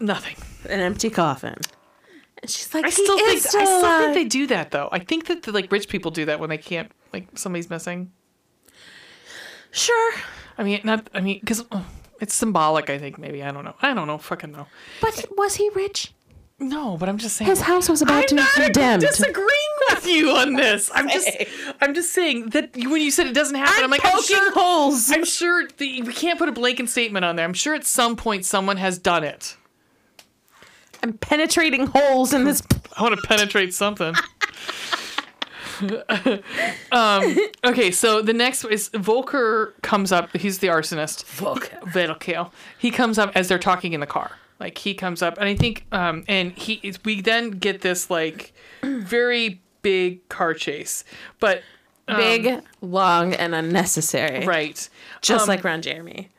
Speaker 1: Nothing.
Speaker 3: An empty coffin. And she's like,
Speaker 1: I still think
Speaker 3: still
Speaker 1: I still think
Speaker 3: alive."
Speaker 1: they do that though. I think that the, like rich people do that when they can't like somebody's missing.
Speaker 3: sure,
Speaker 1: I mean, not I mean because it's symbolic. I think maybe I don't know. I don't know. Fucking know.
Speaker 3: but was he rich?
Speaker 1: No, but I'm just saying.
Speaker 3: His house was about
Speaker 1: I'm
Speaker 3: to be
Speaker 1: not
Speaker 3: condemned.
Speaker 1: disagreeing with you on this. I'm just I'm just saying that you, when you said it doesn't happen, I'm, like I'm
Speaker 3: poking
Speaker 1: sure
Speaker 3: holes.
Speaker 1: I'm sure the, we can't put a blanket statement on there. I'm sure at some point someone has done it.
Speaker 3: I'm penetrating holes in this.
Speaker 1: I want to penetrate something. um, okay, so the next is Volker comes up. He's the arsonist. Volker. He comes up as they're talking in the car. like he comes up and i think um and he is- we then get this like very big car chase but um,
Speaker 3: Big, long, and unnecessary.
Speaker 1: right
Speaker 3: Just
Speaker 1: Um,
Speaker 3: like Ron Jeremy.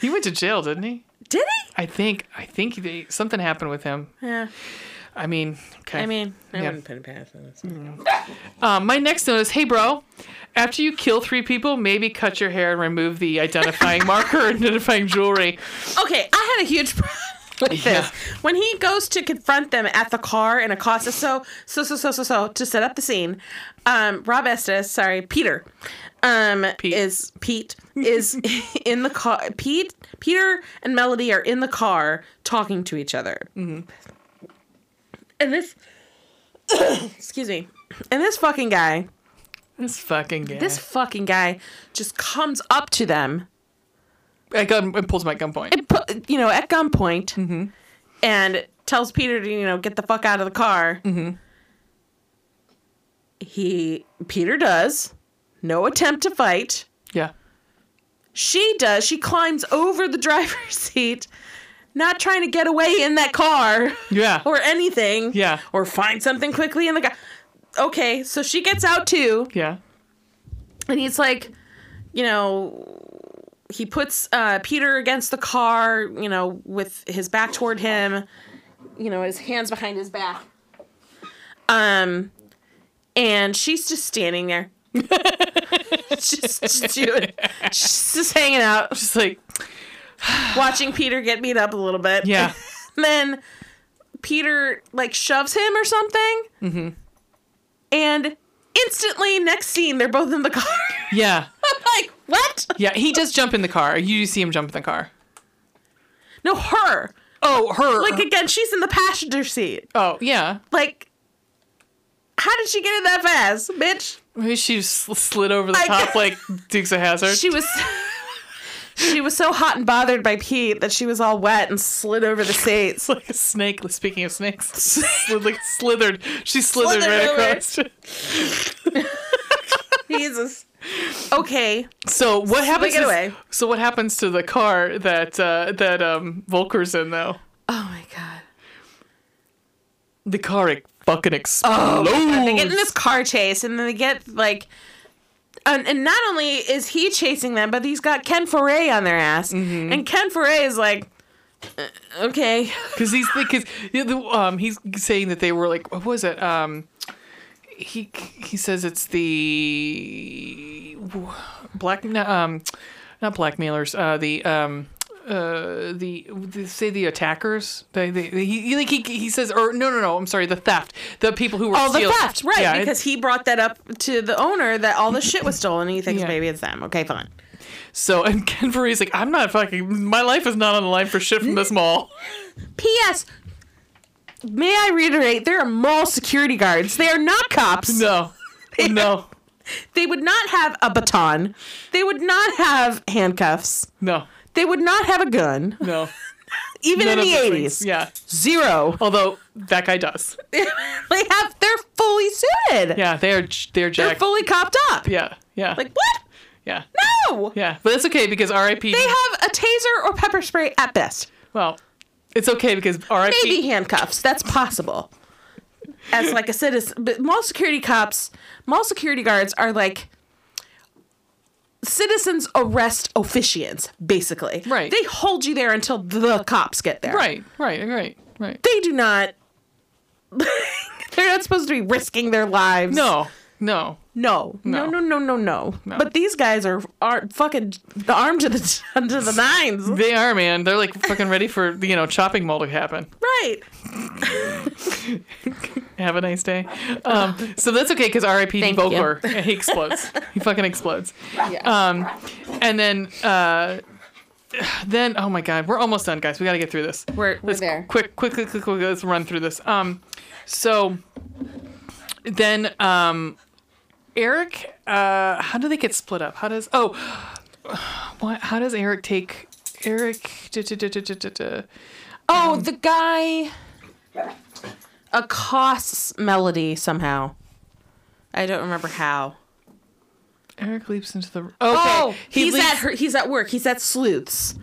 Speaker 1: he went to jail didn't he
Speaker 3: Did he?
Speaker 1: i think i think they, something happened with him
Speaker 2: Yeah.
Speaker 1: i mean okay
Speaker 3: I mean,
Speaker 2: I
Speaker 1: Yeah.
Speaker 2: wouldn't put it past him. It's fine.
Speaker 1: um, my next note is hey bro after you kill three people maybe cut your hair and remove the identifying marker and identifying jewelry
Speaker 2: Okay, I had a huge problem with
Speaker 1: Yeah.
Speaker 2: this. When he goes to confront them at the car and accosts us, so so so so so so to set up the scene, um, Rob Estes, sorry, Peter, um,
Speaker 1: Pete.
Speaker 2: is Pete is in the car. Pete, Peter, and Melody are in the car talking to each other,
Speaker 1: Mm-hmm.
Speaker 2: and this, excuse me, and this fucking guy
Speaker 1: this fucking guy
Speaker 2: this fucking guy just comes up to them
Speaker 1: i got it pulls my gunpoint
Speaker 2: and pu- you know at gunpoint and tells peter to you know get the fuck out of the car he peter does no attempt to fight
Speaker 1: yeah
Speaker 2: she does she climbs over the driver's seat not trying to get away in that car
Speaker 1: yeah
Speaker 2: or anything
Speaker 1: Yeah.
Speaker 2: or find something quickly in the car okay so she gets out too
Speaker 1: yeah
Speaker 2: and he's like you know he puts uh, peter against the car you know with his back toward him you know his hands behind his back um and she's just standing there just, just doing she's just hanging out
Speaker 1: just like
Speaker 2: watching peter get beat up a little bit
Speaker 1: yeah
Speaker 2: and then Peter like shoves him or something. Mm-hmm. And instantly, next scene, they're both in the car.
Speaker 1: yeah
Speaker 2: I'm like, what?
Speaker 1: yeah he does jump in the car you see him jump in the car
Speaker 2: No, her.
Speaker 1: oh her
Speaker 2: Like again, she's in the passenger seat.
Speaker 1: oh yeah
Speaker 2: Like, how did she get in that fast, bitch?
Speaker 1: Maybe she sl- slid over the
Speaker 2: I-
Speaker 1: top like Dukes of Hazard.
Speaker 2: She was. She was so hot and bothered by Pete that she was all wet and slid over the seats.
Speaker 1: like a snake. Speaking of snakes, slid, like slithered. She slithered,
Speaker 2: Slithered
Speaker 1: right
Speaker 2: over.
Speaker 1: across.
Speaker 2: Jesus. Okay.
Speaker 1: So what happens?
Speaker 2: it
Speaker 1: is-
Speaker 2: away.
Speaker 1: So what happens to the car that uh, that um, Volker's in though?
Speaker 2: Oh my god.
Speaker 1: The car ex- fucking explodes.
Speaker 2: they get in this car chase and then they get like and, and not only is he chasing them but he's got ken foray on their ass and ken foray is like "Uh, okay
Speaker 1: because he's because um he's saying that they were like what was it um he he says it's the black no, um not blackmailers uh the um uh the they say the attackers they, they he, like he he says or no no no I'm sorry the theft the people who were
Speaker 2: all Oh, the
Speaker 1: stealing.
Speaker 2: theft right
Speaker 1: Yeah,
Speaker 2: because he brought that up to the owner that all the shit was stolen and he thinks
Speaker 1: Yeah.
Speaker 2: maybe it's them okay fine
Speaker 1: so and Ken Fury's like I'm not fucking my life is not on the line for shit from this mall
Speaker 2: ps may i reiterate there are mall security guards they are not cops
Speaker 1: no no
Speaker 2: they would not have a baton they would not have handcuffs
Speaker 1: no
Speaker 2: they would not have a gun
Speaker 1: no
Speaker 2: even
Speaker 1: None
Speaker 2: in
Speaker 1: of
Speaker 2: the
Speaker 1: those
Speaker 2: 80s
Speaker 1: things. yeah
Speaker 2: zero
Speaker 1: although that guy does
Speaker 2: they have they're fully suited.
Speaker 1: Yeah, they're they're
Speaker 2: They're
Speaker 1: Jack.
Speaker 2: fully copped up.
Speaker 1: yeah, yeah,
Speaker 2: Like what?
Speaker 1: yeah,
Speaker 2: No.
Speaker 1: yeah. But it's okay because R.I.P.
Speaker 2: They have a taser or pepper spray at best.
Speaker 1: well, it's okay because R.I.P.
Speaker 2: Maybe handcuffs. That's possible. As like a citizen, but mall security cops, mall security guards are like citizens arrest officiants basically.
Speaker 1: Right.
Speaker 2: They hold you there until the cops get there.
Speaker 1: Right, right, right, right.
Speaker 2: They do not. they're not supposed to be risking their lives.
Speaker 1: No, no.
Speaker 2: No, no, no,
Speaker 1: No.
Speaker 2: no, no, no. But these guys are are fucking the arm to the to the nines,
Speaker 1: They are man. They're like fucking ready for you know chopping mall to happen.
Speaker 2: right?
Speaker 1: Have a nice day. Um, so that's okay because R.I.P.
Speaker 3: Thank
Speaker 1: Volker he explodes. he fucking explodes. Um, and then uh, then oh my god, we're almost done, guys. We got to get through this.
Speaker 3: We're, we're
Speaker 1: let's
Speaker 3: there.
Speaker 1: Quick, quick, quick, quick, quick, let's run through this. Um, so then, um, Eric, uh, how do they get split up? How does oh, what? How does Eric take Eric? duh, duh, duh, duh, duh, duh, duh.
Speaker 3: Oh, the guy.
Speaker 2: Accosts melody somehow. I don't remember how.
Speaker 1: Eric leaps into the. Okay,
Speaker 2: Oh,
Speaker 1: he
Speaker 2: he's
Speaker 1: leaps-
Speaker 2: at her, he's at work. He's at Sleuths.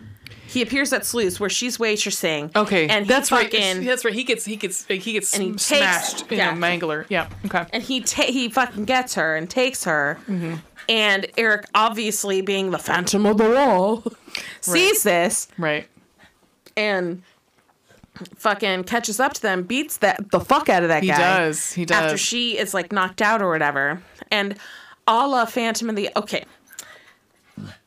Speaker 2: He appears at Sleuths where she's waitressing.
Speaker 1: Okay,
Speaker 2: and he
Speaker 1: that's right.
Speaker 2: fucking-
Speaker 1: That's right. He gets he gets he gets
Speaker 2: And he takes-
Speaker 1: smashed. you
Speaker 2: yeah.
Speaker 1: know, mangler. Yeah. Okay.
Speaker 2: and he ta- he fucking gets her and takes her.
Speaker 1: Mm-hmm.
Speaker 2: And Eric, obviously being the Phantom of the Wall, sees this
Speaker 1: right.
Speaker 2: and fucking catches up to them, beats that the fuck out of that
Speaker 1: He
Speaker 2: guy.
Speaker 1: does. He does.
Speaker 2: After she is like knocked out or whatever, and a la Phantom of the okay.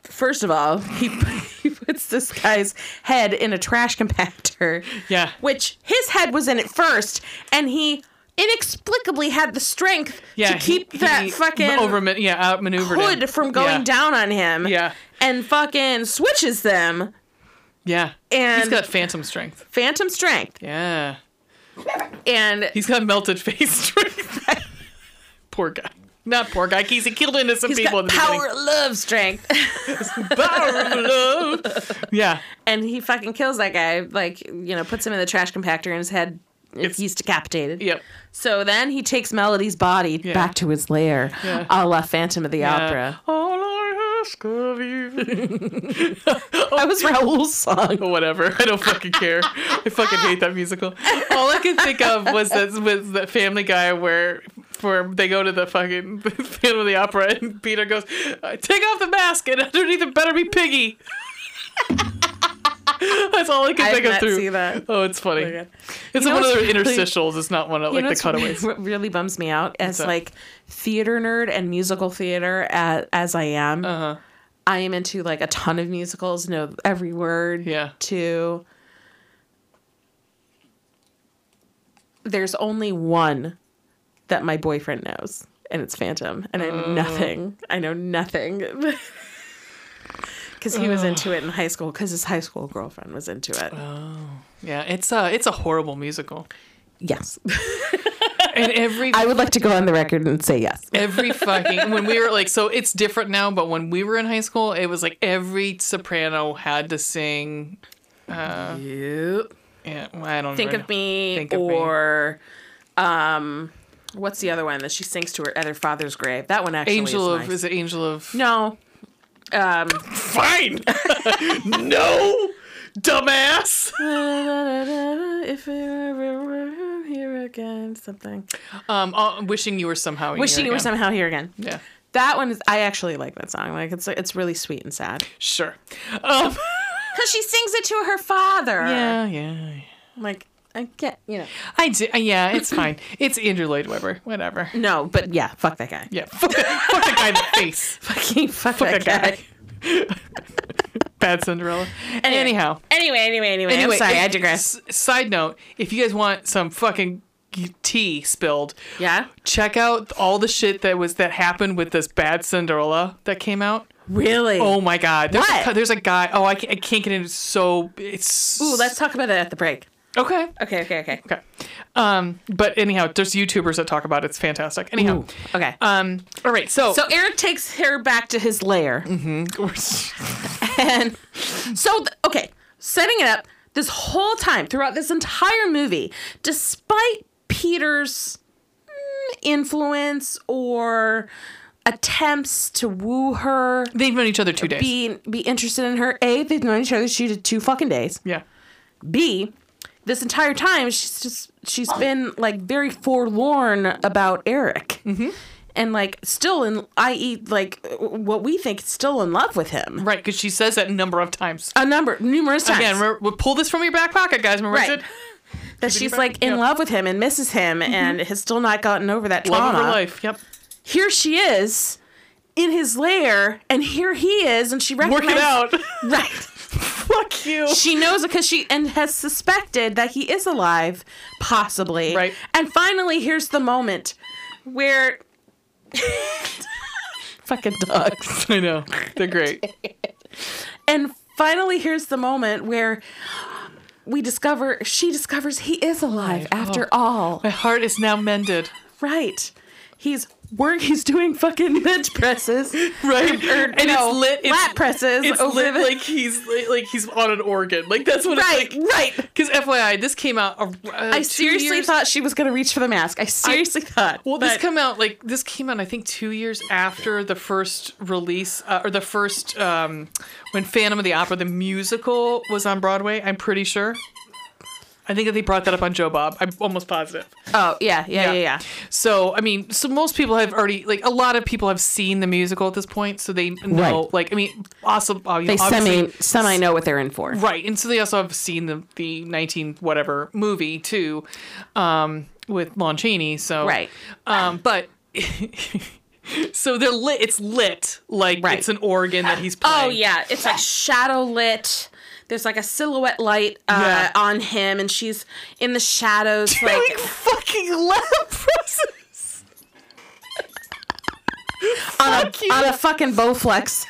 Speaker 2: First of all, he, he puts this guy's head in a trash compactor.
Speaker 1: Yeah.
Speaker 2: Which his head was in it first, and he inexplicably had the strength
Speaker 1: yeah.
Speaker 2: to
Speaker 1: he-
Speaker 2: keep that
Speaker 1: he
Speaker 2: fucking
Speaker 1: over yeah outmaneuvered him.
Speaker 2: hood from going
Speaker 1: Yeah.
Speaker 2: down on him.
Speaker 1: Yeah.
Speaker 2: And fucking switches them.
Speaker 1: Yeah.
Speaker 2: And-
Speaker 1: he's got phantom strength.
Speaker 2: Phantom strength.
Speaker 1: Yeah.
Speaker 2: And
Speaker 1: He's got melted face strength. poor guy. Not poor guy. He's he killed innocent
Speaker 2: he's
Speaker 1: people.
Speaker 2: got
Speaker 1: in the beginning.
Speaker 2: power, of love, strength.
Speaker 1: power of love. Yeah.
Speaker 2: and he fucking kills that guy. Like, you know, puts him in the trash compactor and his head.
Speaker 1: It's-
Speaker 2: he's decapitated.
Speaker 1: Yep.
Speaker 2: So then he takes Melody's body
Speaker 1: Yeah.
Speaker 2: back to his lair,
Speaker 1: Yeah.
Speaker 2: a la Phantom of the
Speaker 1: Uh,
Speaker 2: Opera.
Speaker 1: All I ask of you.
Speaker 2: That was Raoul's song.
Speaker 1: But whatever. I don't fucking care. I fucking hate that musical. All I could think of was that was the Family Guy where where they go to the fucking Phantom of the Opera and Peter goes, "Uh, "Take off the mask and underneath it better be Piggy." That's all I could
Speaker 2: I've
Speaker 1: think of
Speaker 2: not
Speaker 1: through.
Speaker 2: seen that.
Speaker 1: Oh, it's funny.
Speaker 2: my God.
Speaker 1: It's
Speaker 2: You know
Speaker 1: one of
Speaker 2: what's
Speaker 1: the
Speaker 2: really-
Speaker 1: interstitials. It's not one of
Speaker 2: You
Speaker 1: like
Speaker 2: know
Speaker 1: the
Speaker 2: what's really-
Speaker 1: cutaways.
Speaker 2: What really bums me out as
Speaker 1: that?
Speaker 2: like theater nerd and musical theater as, as I am.
Speaker 1: Uh-huh.
Speaker 2: I am into like a ton of musicals, know every word.
Speaker 1: Yeah.
Speaker 2: To there's only one that my boyfriend knows, and it's Phantom, and I know
Speaker 1: Oh.
Speaker 2: nothing. I know nothing. Because he was into it in high school, because his high school girlfriend was into it.
Speaker 1: Yeah, it's a it's a horrible musical.
Speaker 2: yes.
Speaker 1: And every
Speaker 2: I would like to go on the record and say yes.
Speaker 1: Every fucking when we were like so it's different now, but when we were in high school, it was like every soprano had to sing.
Speaker 2: Yep.
Speaker 1: Yeah, well, I don't
Speaker 2: Think
Speaker 1: even
Speaker 2: of me
Speaker 1: Think of me.
Speaker 2: or um what's the other one that she sings to her at her father's grave? That one actually
Speaker 1: Angel
Speaker 2: is,
Speaker 1: of
Speaker 2: nice.
Speaker 1: is it Angel of
Speaker 2: No. Um
Speaker 1: Fine, no, dumbass.
Speaker 2: if you were here again something.
Speaker 1: Um, uh, wishing you were somehow.
Speaker 2: Wishing you were
Speaker 1: Again.
Speaker 2: somehow here again.
Speaker 1: Yeah,
Speaker 2: That one is I actually like that song. Like it's it's really sweet and sad.
Speaker 1: sure. Um,
Speaker 2: Cuz she sings it to her father.
Speaker 1: yeah, yeah.
Speaker 2: Like I get, you know.
Speaker 1: I do. uh, Yeah, it's fine. It's Andrew Lloyd Webber. Whatever.
Speaker 2: No, but yeah, fuck that guy.
Speaker 1: Yeah, fuck, fuck the guy in the face.
Speaker 2: Fucking fuck,
Speaker 1: Fuck
Speaker 2: that,
Speaker 1: that
Speaker 2: guy.
Speaker 1: guy. Bad Cinderella. Anyhow.
Speaker 2: Anyway, anyway, anyway. I'm sorry,
Speaker 1: if-
Speaker 2: I digress.
Speaker 1: s- side note: If you guys want some fucking g- tea spilled,
Speaker 2: Yeah.
Speaker 1: check out all the shit that was that happened with this bad Cinderella that came out.
Speaker 2: Really?
Speaker 1: Oh my god! There's
Speaker 2: What?
Speaker 1: A, cu- there's a guy. Oh, I can't, I can't get into so. It's
Speaker 2: Ooh, let's talk about that at the break.
Speaker 1: okay.
Speaker 2: Okay, okay, okay.
Speaker 1: Okay. Um, but anyhow, there's YouTubers that talk about it. It's fantastic. Anyhow,
Speaker 2: Okay.
Speaker 1: um, all right. So,
Speaker 2: so Eric takes her back to his lair. And so, th- okay, setting it up this whole time throughout this entire movie, despite Peter's mm, influence or attempts to woo her,
Speaker 1: they've known each other two days.
Speaker 2: be, be interested in her, A, they've known each other she two fucking days.
Speaker 1: yeah.
Speaker 2: B, this entire time she's just she's been like very forlorn about Eric, and like still in i.e. like what we think is still in love with him.
Speaker 1: Right, because she says that a number of times.
Speaker 2: A number numerous times
Speaker 1: Again, remember, we'll pull this from your back pocket, guys. Remember, I
Speaker 2: Right.
Speaker 1: said,
Speaker 2: that she's
Speaker 1: back-
Speaker 2: like in
Speaker 1: yeah.
Speaker 2: love with him and misses him and has still not gotten over that trauma.
Speaker 1: love of her life. Yep.
Speaker 2: Here she is in his lair, and here he is, and she
Speaker 1: Work
Speaker 2: recognizes
Speaker 1: it out.
Speaker 2: right.
Speaker 1: Fuck you.
Speaker 2: she knows because she and has suspected that he is alive, possibly.
Speaker 1: Right.
Speaker 2: And finally, here's the moment where fucking dogs.
Speaker 1: I know. They're great.
Speaker 2: And finally, here's the moment where we discover
Speaker 1: Oh.
Speaker 2: she discovers he is alive after all.
Speaker 1: My heart is now mended.
Speaker 2: Right. He's work. He's doing fucking bench presses,
Speaker 1: Right.
Speaker 2: Or,
Speaker 1: And
Speaker 2: no,
Speaker 1: it's lit- it's-
Speaker 2: lat presses
Speaker 1: It's
Speaker 2: over
Speaker 1: lit
Speaker 2: the-
Speaker 1: like he's like, like he's on an organ. Like that's what
Speaker 2: right,
Speaker 1: it's like.
Speaker 2: right.
Speaker 1: Because FYI, this came out. Uh,
Speaker 2: I seriously thought she was gonna reach for the mask. I seriously thought.
Speaker 1: Well, this
Speaker 2: but-
Speaker 1: come out like this came out. I think two years after the first release uh, or the first um, when Phantom of the Opera the musical was on Broadway. I'm pretty sure. I think that they brought that up on Joe Bob. I'm almost positive.
Speaker 2: Oh yeah, yeah,
Speaker 1: Yeah.
Speaker 2: yeah, yeah.
Speaker 1: So I mean, so most people have already like a lot of people have seen the musical at this point, so they know.
Speaker 2: Right.
Speaker 1: Like I mean, also uh, you
Speaker 2: They
Speaker 1: know, obviously-
Speaker 2: semi semi know what they're in for.
Speaker 1: Right, and so they also have seen the the nineteen whatever movie too, um, with Lon Chaney. So
Speaker 2: Right.
Speaker 1: um, but so they're lit. It's lit like
Speaker 2: Right.
Speaker 1: it's an organ that he's playing.
Speaker 2: Oh yeah, it's like shadow lit. There's like a silhouette light uh,
Speaker 1: Yeah.
Speaker 2: on him, and she's in the shadows.
Speaker 1: like,
Speaker 2: Like
Speaker 1: fucking lab presses.
Speaker 2: on
Speaker 1: fuck you.
Speaker 2: a, on a fucking Bowflex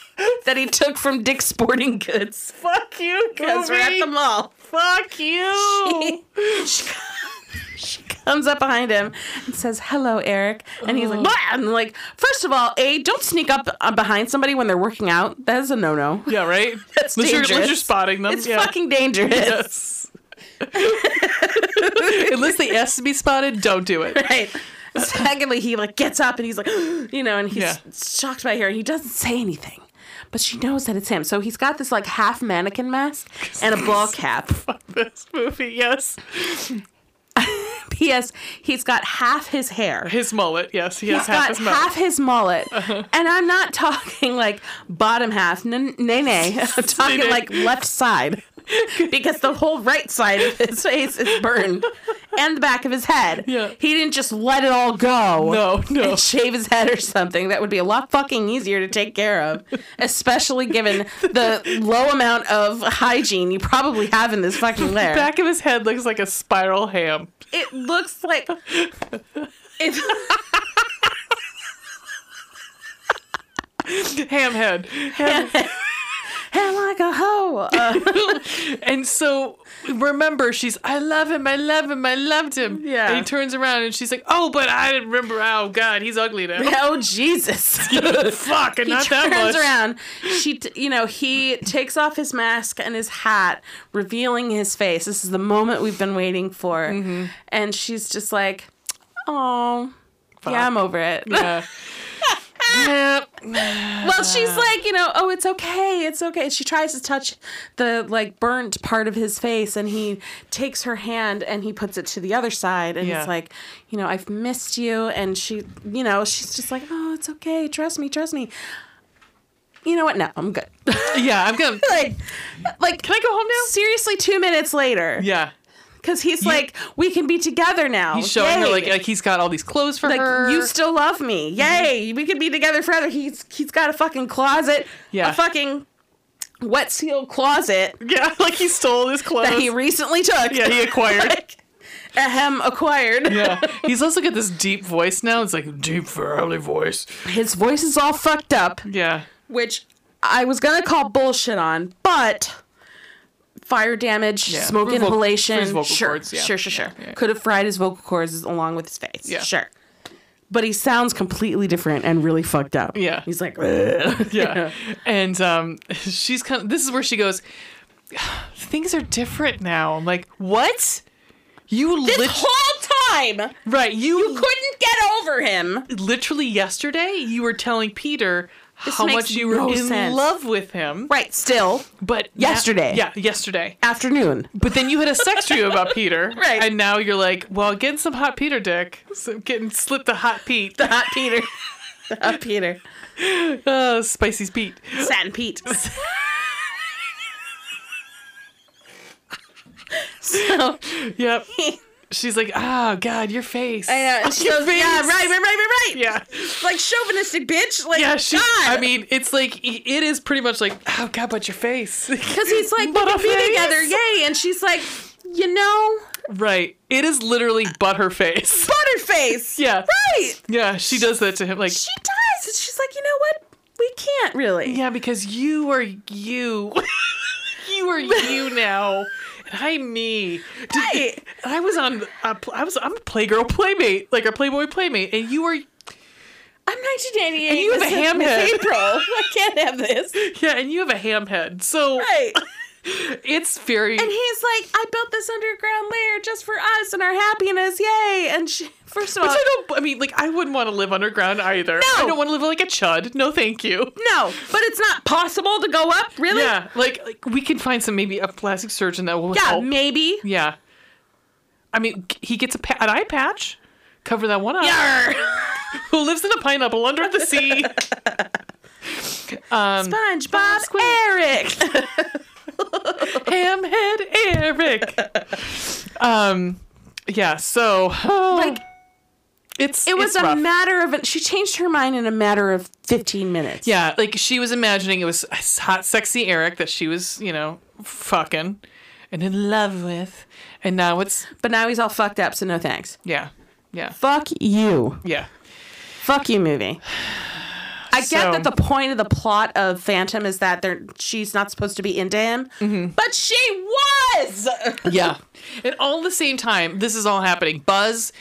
Speaker 2: that he took from Dick's Sporting Goods.
Speaker 1: Fuck you,
Speaker 2: Because we're at the
Speaker 1: Kobe.
Speaker 2: mall.
Speaker 1: Fuck you.
Speaker 2: She comes up behind him and says, "Hello, Eric," and
Speaker 1: Oh.
Speaker 2: he's like, "Blah!" And like, first of all, a don't sneak up uh, behind somebody when they're working out. That is a no no.
Speaker 1: yeah, right.
Speaker 2: That's
Speaker 1: unless, you're, unless
Speaker 2: dangerous.
Speaker 1: you're spotting them.
Speaker 2: It's
Speaker 1: yeah.
Speaker 2: fucking dangerous.
Speaker 1: Yes. unless they ask to be spotted, don't do it.
Speaker 2: Right. Secondly, he like gets up and he's like, you know, and he's
Speaker 1: Yeah.
Speaker 2: shocked by her and he doesn't say anything. But she knows that it's him. So he's got this like half mannequin mask and a ball cap.
Speaker 1: This movie, yes.
Speaker 2: P.S. He's got half his hair.
Speaker 1: His mullet, yes. He has
Speaker 2: He's
Speaker 1: half
Speaker 2: got
Speaker 1: his mullet. Uh-huh.
Speaker 2: half his mullet. And I'm not talking like bottom half, n- nay, nay. I'm talking
Speaker 1: Nay, nay.
Speaker 2: like left side. Because the whole right side of his face is burned and the back of his head.
Speaker 1: Yeah.
Speaker 2: He didn't just let it all go.
Speaker 1: No, no.
Speaker 2: and shave his head or something. That would be a lot fucking easier to take care of, especially given the low amount of hygiene you probably have in this fucking lair.
Speaker 1: Back of his head looks like a spiral ham.
Speaker 2: it looks like it,
Speaker 1: Ham head. Ham.
Speaker 2: hair like a hoe. Uh,
Speaker 1: and so remember, she's, I love him, I love him, I loved him.
Speaker 2: Yeah.
Speaker 1: And he turns around and she's like, oh, but I didn't remember. Oh, God, he's ugly now.
Speaker 2: oh Jesus!
Speaker 1: Fuck, and
Speaker 2: he
Speaker 1: not that much.
Speaker 2: turns around. She, t- you know, he takes off his mask and his hat, revealing his face. This is the moment we've been waiting for,
Speaker 1: Mm-hmm.
Speaker 2: and she's just like, "Oh, yeah, I'm over it."
Speaker 1: Yeah. yeah.
Speaker 2: Well, she's like, you know, oh, it's okay, it's okay. And she tries to touch the like burnt part of his face, and he takes her hand and he puts it to the other side, and
Speaker 1: Yeah.
Speaker 2: it's like, you know, I've missed you. And she, you know, she's just like, oh, it's okay, trust me, trust me. You know what? No, I'm good.
Speaker 1: Yeah, I'm going to.
Speaker 2: like, like,
Speaker 1: Can I go home now?
Speaker 2: seriously, two minutes later,
Speaker 1: Yeah.
Speaker 2: because he's like, we can be together now.
Speaker 1: He's showing her,
Speaker 2: Yay."
Speaker 1: like, like, he's got all these clothes for
Speaker 2: Like,
Speaker 1: her. Mm-hmm.
Speaker 2: you still love me. Yay. We could be together forever. He's he's got a fucking closet.
Speaker 1: Yeah.
Speaker 2: A fucking wet seal closet
Speaker 1: yeah, like he stole his clothes.
Speaker 2: that he recently took.
Speaker 1: yeah, he acquired.
Speaker 2: Like, ahem acquired.
Speaker 1: Yeah. He's also got this deep voice now. It's like deep family voice.
Speaker 2: His voice is all fucked up,
Speaker 1: Yeah.
Speaker 2: which I was gonna call bullshit on, but fire damage,
Speaker 1: Yeah.
Speaker 2: smoke
Speaker 1: For his voc- for
Speaker 2: inhalation.
Speaker 1: his vocal
Speaker 2: sure,
Speaker 1: cords, yeah.
Speaker 2: sure, sure, sure.
Speaker 1: yeah.
Speaker 2: Could have fried his vocal cords along with his face.
Speaker 1: Yeah.
Speaker 2: Sure. But he sounds completely different and really fucked up.
Speaker 1: Yeah.
Speaker 2: He's like, "Ugh."
Speaker 1: Yeah. And um, she's kind of, this is where she goes, things are different now. I'm like, what? You
Speaker 2: This
Speaker 1: lit-
Speaker 2: whole time,
Speaker 1: right, you,
Speaker 2: couldn't get over him.
Speaker 1: literally yesterday you were telling Peter how
Speaker 2: makes
Speaker 1: much you were
Speaker 2: no
Speaker 1: in
Speaker 2: sense.
Speaker 1: love with him.
Speaker 2: Right, still.
Speaker 1: But
Speaker 2: Yesterday.
Speaker 1: yeah, yesterday.
Speaker 2: Afternoon.
Speaker 1: But then you had a sex dream about Peter.
Speaker 2: Right.
Speaker 1: And now you're like, well, getting some hot Peter dick. So getting slipped a hot Pete.
Speaker 2: The hot Peter. the hot Peter.
Speaker 1: Uh, spicy Pete.
Speaker 2: Satin Pete. so,
Speaker 1: Yep. She's like, oh, God, your face.
Speaker 2: I know. and she goes, yeah, right, right, right, right, right.
Speaker 1: Yeah.
Speaker 2: Like chauvinistic bitch. Like,
Speaker 1: Yeah, she. I
Speaker 2: God.
Speaker 1: mean, it's like i- it is pretty much like, oh god, but your face,
Speaker 2: because he's like, we
Speaker 1: But
Speaker 2: can
Speaker 1: a
Speaker 2: be
Speaker 1: face.
Speaker 2: together, yay. And she's like, you know,
Speaker 1: right? It is literally but her face.
Speaker 2: Butterface.
Speaker 1: Yeah,
Speaker 2: Right.
Speaker 1: yeah, she does that to him. Like,
Speaker 2: She does. And she's like, you know what? We can't really.
Speaker 1: yeah, because you are you, you are you now, Hi me. Did-
Speaker 3: Right.
Speaker 1: I was on. A, pl- I was. I'm a playgirl playmate, like a playboy playmate, and you were.
Speaker 3: I'm 1988.
Speaker 1: And you have
Speaker 3: This
Speaker 1: a
Speaker 3: is
Speaker 1: ham
Speaker 3: Miss
Speaker 1: head.
Speaker 3: April. I can't have this.
Speaker 1: Yeah, and you have a ham head, so
Speaker 3: Right.
Speaker 1: it's very.
Speaker 2: And he's like, I built this underground lair just for us and our happiness. Yay. And she, first of all,
Speaker 1: Which I don't. I mean, like, I wouldn't want to live underground either. I don't want to live like a chud. No, thank you.
Speaker 2: no, but it's not possible to go up. Really?
Speaker 1: Yeah, like, like we can find some maybe a plastic surgeon that will
Speaker 2: Yeah,
Speaker 1: help.
Speaker 2: maybe.
Speaker 1: yeah. I mean, g- he gets a pa- an eye patch, cover that one eye. Who lives in a pineapple under the sea? um,
Speaker 2: SpongeBob
Speaker 1: Squid.
Speaker 2: Eric.
Speaker 1: Hamhead Eric. Um, yeah. So
Speaker 2: like,
Speaker 1: it's
Speaker 2: it was
Speaker 1: it's
Speaker 2: a
Speaker 1: rough.
Speaker 2: matter of, she changed her mind in a matter of 15 minutes.
Speaker 1: Yeah, like she was imagining it was hot, sexy Eric that she was, you know, fucking and in love with. And now it's,
Speaker 2: But now he's all fucked up, so no thanks.
Speaker 1: yeah, yeah,
Speaker 2: Fuck you.
Speaker 1: yeah.
Speaker 2: Fuck you, movie. I
Speaker 1: So-
Speaker 2: get that the point of the plot of Phantom is that they're, she's not supposed to be into him,
Speaker 1: Mm-hmm.
Speaker 2: but she was.
Speaker 1: Yeah. and all the same time, this is all happening. Buzz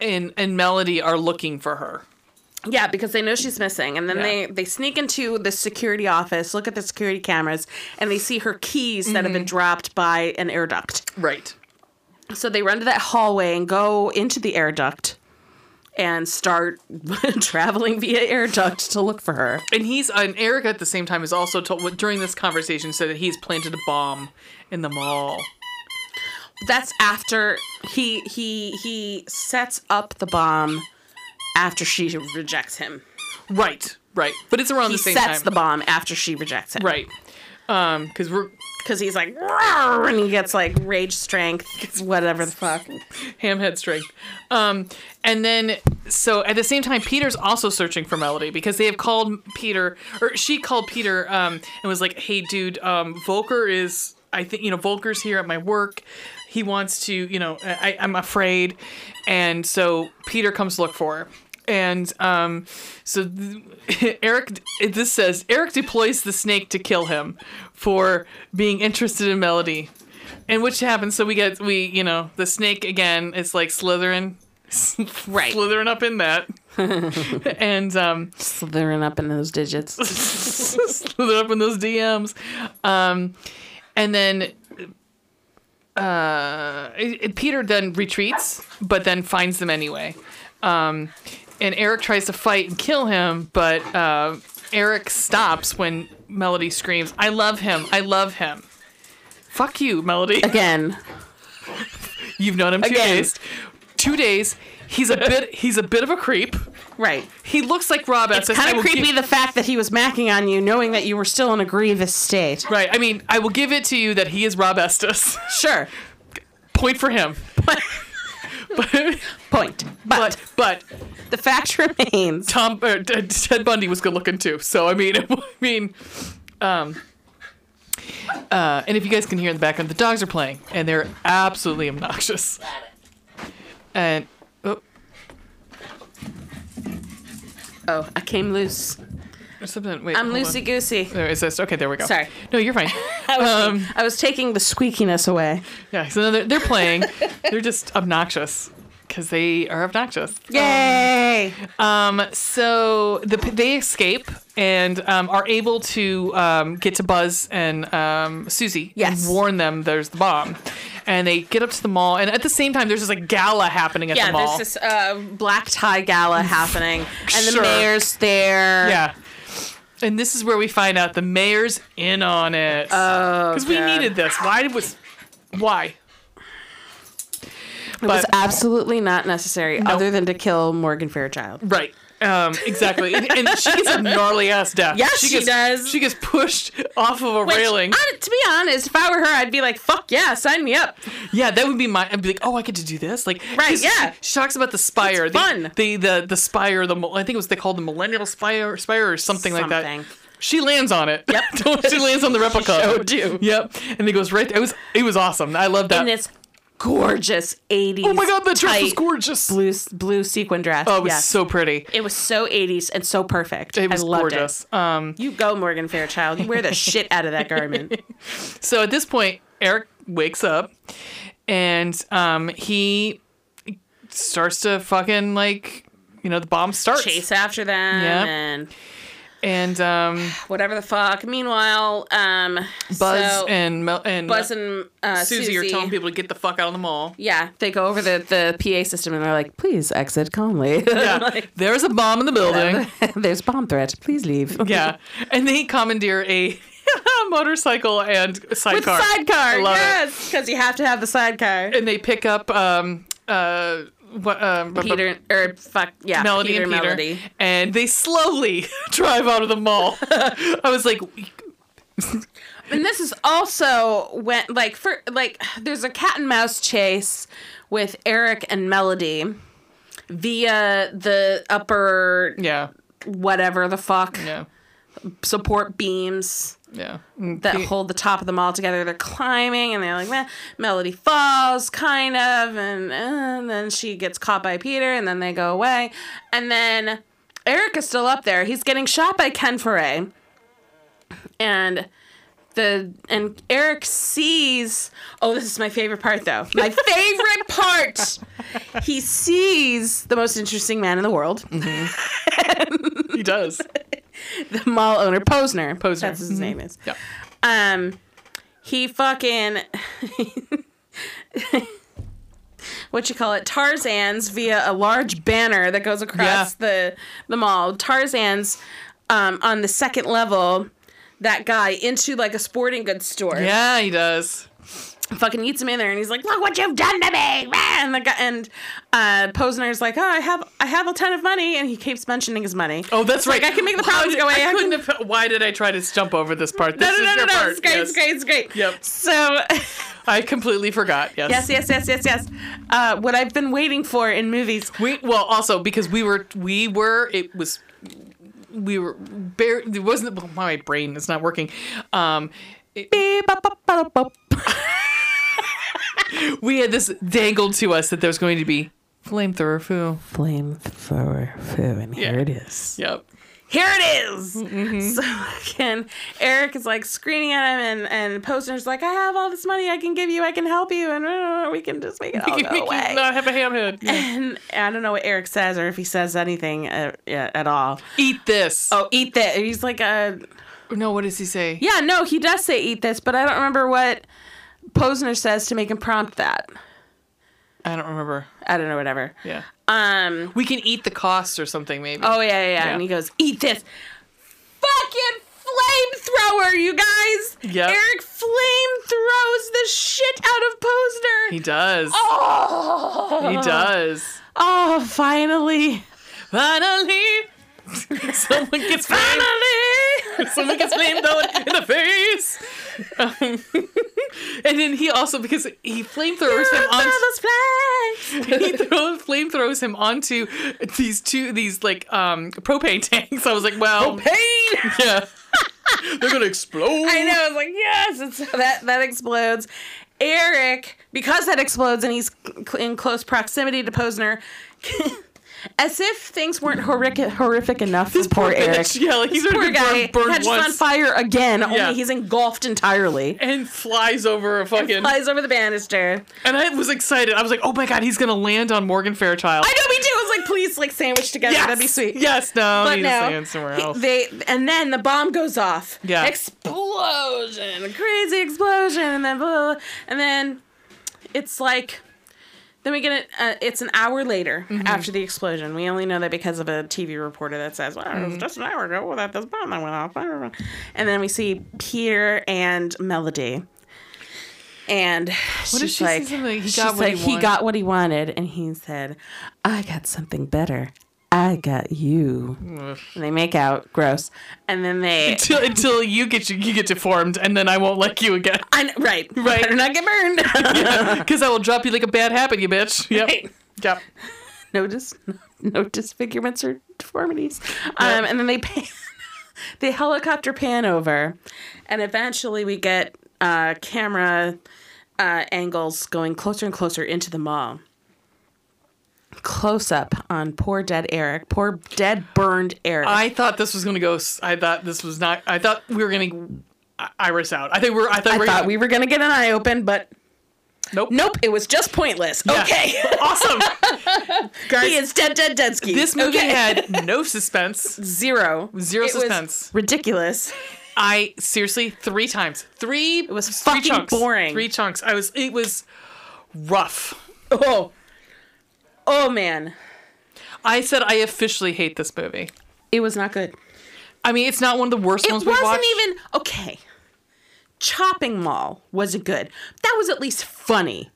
Speaker 1: and, and Melody are looking for her.
Speaker 2: Yeah, because they know she's missing, and then
Speaker 1: Yeah.
Speaker 2: they they sneak into the security office, look at the security cameras, and they see her keys that have been
Speaker 1: Mm-hmm.
Speaker 2: dropped by an air duct.
Speaker 1: Right.
Speaker 2: So they run to that hallway and go into the air duct, and start traveling via air duct to look for her.
Speaker 1: And he's, and Eric at the same time is also told, during this conversation, said that he's planted a bomb in the mall.
Speaker 2: That's after he he he sets up the bomb after she rejects him.
Speaker 1: Right, right. But it's around
Speaker 2: He
Speaker 1: the same
Speaker 2: sets
Speaker 1: time.
Speaker 2: the bomb after she rejects him.
Speaker 1: right. Um, because we're
Speaker 2: Because he's like, "Rawr," and he gets like rage strength, whatever the fuck.
Speaker 1: hamhead strength. Um, and then so at the same time, Peter's also searching for Melody because they have called Peter or she called Peter um, and was like, "Hey, dude, um, Volker is I think you know Volker's here at my work. He wants to you know I, I'm afraid." And so Peter comes to look for her. And um, so th- Eric, this says Eric deploys the snake to kill him for being interested in Melody. And which happens, so we get we you know the snake again. It's like slithering,
Speaker 2: Right.
Speaker 1: slithering up in that, and um,
Speaker 2: Slithering up in those digits.
Speaker 1: slithering up in those DMs, um, and then uh, it, it- Peter then retreats, but then finds them anyway. Um, and Eric tries to fight and kill him, but uh, Eric stops when Melody screams, "I love him! I love him!" Fuck you, Melody.
Speaker 2: Again.
Speaker 1: You've known him two
Speaker 2: Again.
Speaker 1: days. Two days. He's a bit. He's a bit of a creep.
Speaker 2: Right.
Speaker 1: He looks like Rob. It's
Speaker 2: Kind of creepy the fact that he was macking on you knowing that you were still in a grievous state.
Speaker 1: Right. I mean, I will give it to you that he is Rob Estes.
Speaker 2: Sure.
Speaker 1: Point for him. but,
Speaker 2: Point. But,
Speaker 1: but but
Speaker 2: the fact remains.
Speaker 1: Tom or T- Ted Bundy was good looking too. So I mean, I mean, um, uh, and if you guys can hear in the background, the dogs are playing, and they're absolutely obnoxious. And oh,
Speaker 2: Oh, I came loose.
Speaker 1: there's something. Wait,
Speaker 2: I'm
Speaker 1: hold on.
Speaker 2: loosey goosey.
Speaker 1: There, is this okay? There we go.
Speaker 2: Sorry.
Speaker 1: No, you're fine.
Speaker 2: I was,
Speaker 1: Um,
Speaker 2: I was taking the squeakiness away.
Speaker 1: Yeah, so they're, they're playing. they're just obnoxious because they are obnoxious.
Speaker 2: Yay!
Speaker 1: Um, so the, they escape and um, are able to um, get to Buzz and um, Susie
Speaker 2: Yes.
Speaker 1: and warn them there's the bomb. And they get up to the mall, and at the same time, there's just a gala happening at
Speaker 2: yeah,
Speaker 1: the mall.
Speaker 2: there's this uh, black tie gala happening, and the
Speaker 1: Sure.
Speaker 2: mayor's there.
Speaker 1: yeah. And this is where we find out the mayor's in on it. Oh, because we
Speaker 2: God.
Speaker 1: needed this. Why was, why?
Speaker 2: it was absolutely not necessary, other than to kill Morgan Fairchild.
Speaker 1: Right. Um, exactly. And, and she gets a gnarly ass death.
Speaker 2: Yes, she
Speaker 1: gets,
Speaker 2: does.
Speaker 1: She gets pushed off of a railing.
Speaker 2: Which, I- to be honest, if I were her, I'd be like, "Fuck yeah, sign me up."
Speaker 1: yeah, that would be my. I'd be like, oh, I get to do this. Like,
Speaker 2: Right,
Speaker 1: 'cause
Speaker 2: yeah.
Speaker 1: She, she talks about the spire.
Speaker 2: It's
Speaker 1: the,
Speaker 2: fun.
Speaker 1: The, the the spire. The mil- I think it was they called the millennial spire spire or something, like that.
Speaker 2: Something.
Speaker 1: She lands on it. Yep. she lands on the replica.
Speaker 2: sure do.
Speaker 1: Yep. And it goes right. It was it was awesome. I love that.
Speaker 2: And this gorgeous '80s.
Speaker 1: oh my god, the dress was
Speaker 2: tight
Speaker 1: gorgeous.
Speaker 2: Blue blue sequin dress.
Speaker 1: Oh, it was
Speaker 2: Yes.
Speaker 1: so pretty.
Speaker 2: It was so '80s and so perfect.
Speaker 1: It was
Speaker 2: I loved
Speaker 1: gorgeous. Um,
Speaker 2: It. You go, Morgan Fairchild. You wear the shit out of that garment.
Speaker 1: So at this point, Eric wakes up and um, he starts to fucking like, you know, the bomb starts.
Speaker 2: Chase after them
Speaker 1: Yeah.
Speaker 2: and
Speaker 1: And um,
Speaker 2: whatever the fuck. Meanwhile, um,
Speaker 1: Buzz
Speaker 2: so
Speaker 1: and Mel- and
Speaker 2: Buzz and uh,
Speaker 1: Susie,
Speaker 2: Susie,
Speaker 1: are telling people to get the fuck out of the mall.
Speaker 2: Yeah,
Speaker 3: They go over the, the PA system and they're like, please exit calmly.
Speaker 1: Yeah. There's a bomb in the building.
Speaker 3: There's bomb threat. Please leave.
Speaker 1: yeah. And they commandeer a motorcycle and sidecar. I
Speaker 3: Sidecar.
Speaker 1: love it.
Speaker 3: yes.
Speaker 2: because you have to have the sidecar.
Speaker 1: and they pick up um uh what um bu- bu-
Speaker 2: Peter or fuck yeah,
Speaker 1: Melody
Speaker 2: Peter
Speaker 1: and Peter,
Speaker 2: Melody.
Speaker 1: and they slowly drive out of the mall. I was like,
Speaker 2: And this is also when like for like there's a cat and mouse chase with Eric and Melody via the upper
Speaker 1: yeah,
Speaker 2: whatever the fuck
Speaker 1: yeah,
Speaker 2: support beams
Speaker 1: yeah. Mm,
Speaker 2: that
Speaker 1: Pe-
Speaker 2: hold the top of the mall together. They're climbing and they're like, Meh. Melody falls, kind of, and, and then she gets caught by Peter, and then they go away. And then Eric is still up there. He's getting shot by Ken Foray. And the and Eric sees oh this is my favorite part though. My favorite part. He sees the most interesting man in the world.
Speaker 1: he does.
Speaker 2: The mall owner Posner. Mm-hmm.
Speaker 1: Posner.
Speaker 2: That's his name is.
Speaker 1: Yeah,
Speaker 2: Um, he fucking what you call it? Tarzan's via a large banner that goes across the the mall. Tarzan's um, on the second level. That guy into like a sporting goods store.
Speaker 1: yeah, he does.
Speaker 2: Fucking eats him in there, and he's like, "Look what you've done to me!" And the guy and uh, Posner's like, "Oh, I have I have a ton of money," and he keeps mentioning his money.
Speaker 1: Oh, that's right.
Speaker 2: Like, I can make the
Speaker 1: Why
Speaker 2: problems
Speaker 1: did-
Speaker 2: go away.
Speaker 1: I
Speaker 2: I
Speaker 1: couldn't have. Why did I try to jump over this part? This
Speaker 2: no,
Speaker 1: is
Speaker 2: no, no,
Speaker 1: your
Speaker 2: no, no!
Speaker 1: part.
Speaker 2: It's great,
Speaker 1: yes.
Speaker 2: it's great, it's great.
Speaker 1: Yep.
Speaker 2: So.
Speaker 1: I completely forgot. Yes.
Speaker 2: Yes, yes, yes, yes, yes. Uh, what I've been waiting for in movies.
Speaker 1: We well also because we were we were it was we were bare it wasn't well, my brain is not working. Um it- we had this dangled to us that there's going to be flamethrower foo.
Speaker 3: Flamethrower foo, and here
Speaker 1: Yeah.
Speaker 3: it is.
Speaker 1: Yep.
Speaker 2: Here it is. So again, Eric is like screaming at him, and and Posner's like, "I have all this money. I can give you. I can help you, and uh, we can just make it all
Speaker 1: We
Speaker 2: go
Speaker 1: can
Speaker 2: away."
Speaker 1: not have a ham head.
Speaker 2: And I don't know what Eric says or if he says anything at, yeah, at all.
Speaker 1: Eat this.
Speaker 2: Oh, eat that. He's like, uh,
Speaker 1: no, what does he say?
Speaker 2: yeah, no, he does say eat this, but I don't remember what Posner says to make him prompt that.
Speaker 1: I don't remember.
Speaker 2: I don't know, whatever.
Speaker 1: Yeah.
Speaker 2: Um,
Speaker 1: We can eat the cost or something maybe.
Speaker 2: Oh yeah, yeah, yeah.
Speaker 1: Yeah.
Speaker 2: And he goes, "Eat this, fucking flamethrower, you guys!"
Speaker 1: Yep.
Speaker 2: Eric flame throws the shit out of Posner.
Speaker 1: He does.
Speaker 2: oh,
Speaker 1: He does.
Speaker 2: Oh, finally,
Speaker 1: Finally someone gets flamed.
Speaker 2: finally.
Speaker 1: Someone gets flamethrowered in the face. Um, and then he also because he flamethrowers him on
Speaker 2: Those flames.
Speaker 1: he throws flamethrowers him onto these two these like um propane tanks. I was like, well,
Speaker 2: Pain.
Speaker 1: yeah, they're gonna explode.
Speaker 2: I know. I was like, yes, it's, that that explodes. Eric, because that explodes and he's cl- in close proximity to Posner, as if things weren't horrific, horrific enough for poor Eric.
Speaker 1: Yeah, like he's
Speaker 2: Poor
Speaker 1: already been
Speaker 2: guy
Speaker 1: burned, burned
Speaker 2: catches on
Speaker 1: once
Speaker 2: fire again,
Speaker 1: Yeah.
Speaker 2: only he's engulfed entirely.
Speaker 1: and flies over a fucking.
Speaker 2: Flies over the banister.
Speaker 1: And I was excited. I was like, oh my god, he's gonna land on Morgan Fairchild.
Speaker 2: I know me too. I was like, please, like sandwich together.
Speaker 1: yes,
Speaker 2: That'd be sweet.
Speaker 1: Yes, no,
Speaker 2: But
Speaker 1: he's
Speaker 2: no,
Speaker 1: land somewhere
Speaker 2: he-
Speaker 1: else.
Speaker 2: they and then the bomb goes off.
Speaker 1: Yeah.
Speaker 2: explosion, a crazy explosion, and then blah, blah, and then it's like then we get it. Uh, it's an hour later
Speaker 1: Mm-hmm.
Speaker 2: after the explosion. We only know that because of a TV reporter that says, "Well, it
Speaker 1: Mm-hmm.
Speaker 2: was just an hour ago that this bomb that went off." blah, blah, blah. And then we see Peter and Melody, and
Speaker 1: did
Speaker 2: she's
Speaker 1: she say
Speaker 2: like,
Speaker 1: something? He
Speaker 2: she's
Speaker 1: got what
Speaker 2: like,
Speaker 1: he
Speaker 2: he
Speaker 1: wanted."
Speaker 2: got what he wanted, and he said, "I got something better." I got you. And they make out, gross, and then they.
Speaker 1: Till, until you get you, you get deformed, and then I won't like you again.
Speaker 2: I kn- right,
Speaker 1: Right.
Speaker 2: Better not get burned.
Speaker 1: Because I will drop you like a bad habit, you bitch. Yep.
Speaker 2: Right.
Speaker 1: Yep.
Speaker 2: no dis no disfigurements or deformities.
Speaker 1: Uh.
Speaker 2: Um, and then they pan, they helicopter pan over, and eventually we get uh, camera uh, angles going closer and closer into the mall. Close up on poor dead Eric, poor dead burned Eric.
Speaker 1: I thought this was gonna go. s- I thought this was not. I thought we were gonna I- iris out. I think we're. I thought
Speaker 2: I
Speaker 1: we're.
Speaker 2: thought
Speaker 1: gonna-
Speaker 2: we were gonna get an eye open, but
Speaker 1: Nope.
Speaker 2: Nope, it was just pointless. Oh,
Speaker 1: Yeah.
Speaker 2: Okay.
Speaker 1: Awesome.
Speaker 2: Guys, he is dead, dead, dead ski.
Speaker 1: This movie
Speaker 2: Okay.
Speaker 1: had no suspense.
Speaker 2: zero.
Speaker 1: Zero
Speaker 2: It was
Speaker 1: suspense.
Speaker 2: ridiculous.
Speaker 1: I seriously three times. Three It
Speaker 2: was fucking boring.
Speaker 1: Three chunks. I was it was rough.
Speaker 2: Oh. Oh man.
Speaker 1: I said I officially hate this movie.
Speaker 2: It was not good.
Speaker 1: I mean, it's not one of the worst
Speaker 2: It
Speaker 1: ones
Speaker 2: wasn't
Speaker 1: we watched.
Speaker 2: even okay. Chopping Mall was good. That was at least funny.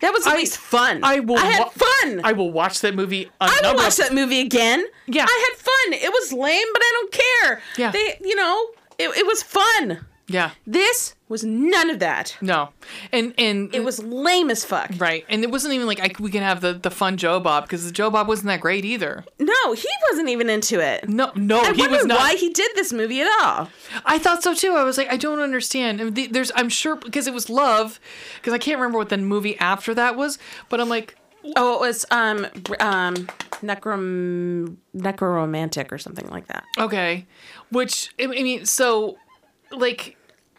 Speaker 2: That was at
Speaker 1: I-
Speaker 2: least fun.
Speaker 1: I will
Speaker 2: I had
Speaker 1: wa-
Speaker 2: fun.
Speaker 1: I will watch that movie a
Speaker 2: I would
Speaker 1: number
Speaker 2: watch
Speaker 1: of
Speaker 2: that movie again.
Speaker 1: Yeah.
Speaker 2: I had fun. It was lame, but I don't care.
Speaker 1: Yeah.
Speaker 2: They, you know, it, it was fun.
Speaker 1: Yeah.
Speaker 2: This was none of that.
Speaker 1: No. And and
Speaker 2: It was lame as fuck.
Speaker 1: right. And it wasn't even like I, we can have the the fun Joe Bob because the Joe Bob wasn't that great either.
Speaker 2: No, he wasn't even into it.
Speaker 1: No, no,
Speaker 2: I
Speaker 1: he
Speaker 2: wonder
Speaker 1: was not.
Speaker 2: why he did this movie at all.
Speaker 1: I thought so too. I was like, I don't understand. And the- There's, I'm sure because it was love, because I can't remember what the movie after that was. But I'm like,
Speaker 2: Oh, it was um r- um necrom necromantic or something like that.
Speaker 1: Okay, which I I mean, so like,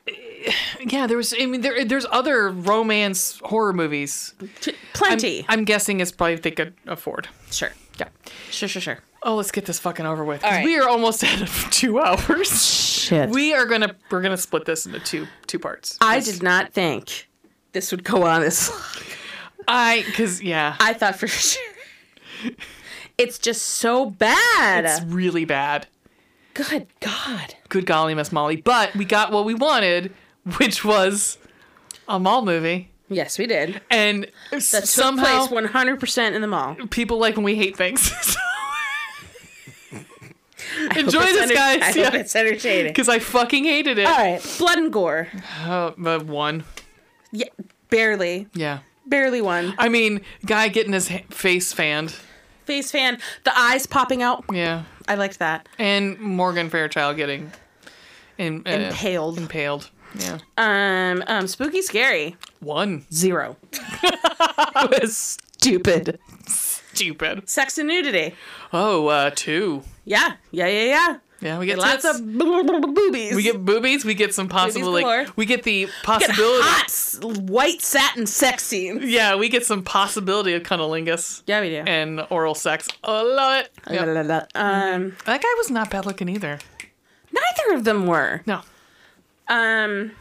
Speaker 1: yeah, there was. I mean, there there's other romance horror movies. I'm,
Speaker 2: Plenty.
Speaker 1: I'm guessing it's probably if they could afford.
Speaker 2: sure.
Speaker 1: Yeah.
Speaker 2: Sure, sure, sure.
Speaker 1: Oh, let's get this fucking over with. 'cause
Speaker 2: All right.
Speaker 1: We are almost out of two hours.
Speaker 2: Shit.
Speaker 1: We are gonna we're gonna split this into two two parts.
Speaker 2: I did not think this would go on this long.
Speaker 1: I because yeah,
Speaker 2: I thought for sure. It's just so bad.
Speaker 1: it's really bad.
Speaker 2: Good God.
Speaker 1: Good golly, Miss Molly. But we got what we wanted, which was a mall movie,
Speaker 2: Yes, we did.
Speaker 1: and
Speaker 2: That took
Speaker 1: somehow
Speaker 2: place 100% in the mall.
Speaker 1: people like when we hate things. So- Enjoy
Speaker 2: Hope it's
Speaker 1: this,
Speaker 2: enter- I
Speaker 1: guys.
Speaker 2: hope it's entertaining.
Speaker 1: Because I fucking hated it.
Speaker 2: All right. Blood and gore.
Speaker 1: Uh, but one.
Speaker 2: Yeah, barely.
Speaker 1: Yeah.
Speaker 2: Barely one.
Speaker 1: I mean, guy getting his ha- face fanned.
Speaker 2: Face fan. The eyes popping out.
Speaker 1: Yeah.
Speaker 2: I liked that.
Speaker 1: And Morgan Fairchild getting in, uh,
Speaker 2: Impaled.
Speaker 1: impaled. Yeah.
Speaker 2: Um, um, spooky, scary.
Speaker 1: One.
Speaker 2: Zero.
Speaker 3: It was stupid.
Speaker 1: Stupid.
Speaker 2: Sex and nudity.
Speaker 1: Oh, uh, two.
Speaker 2: Yeah, yeah, yeah, yeah.
Speaker 1: Yeah, we get
Speaker 2: Lots
Speaker 1: tits.
Speaker 2: of bo- bo- bo- bo- boobies.
Speaker 1: We get boobies. We get some possible,
Speaker 2: Boobies galore.
Speaker 1: like, we get the
Speaker 2: Get
Speaker 1: possibility.
Speaker 2: hot s- white satin sex scene.
Speaker 1: yeah, we get some possibility of cunnilingus
Speaker 2: Yeah, we do.
Speaker 1: and oral sex. Oh, love it. Yep.
Speaker 2: Um,
Speaker 1: That guy was not bad looking either.
Speaker 2: neither of them were.
Speaker 1: No.
Speaker 2: Um,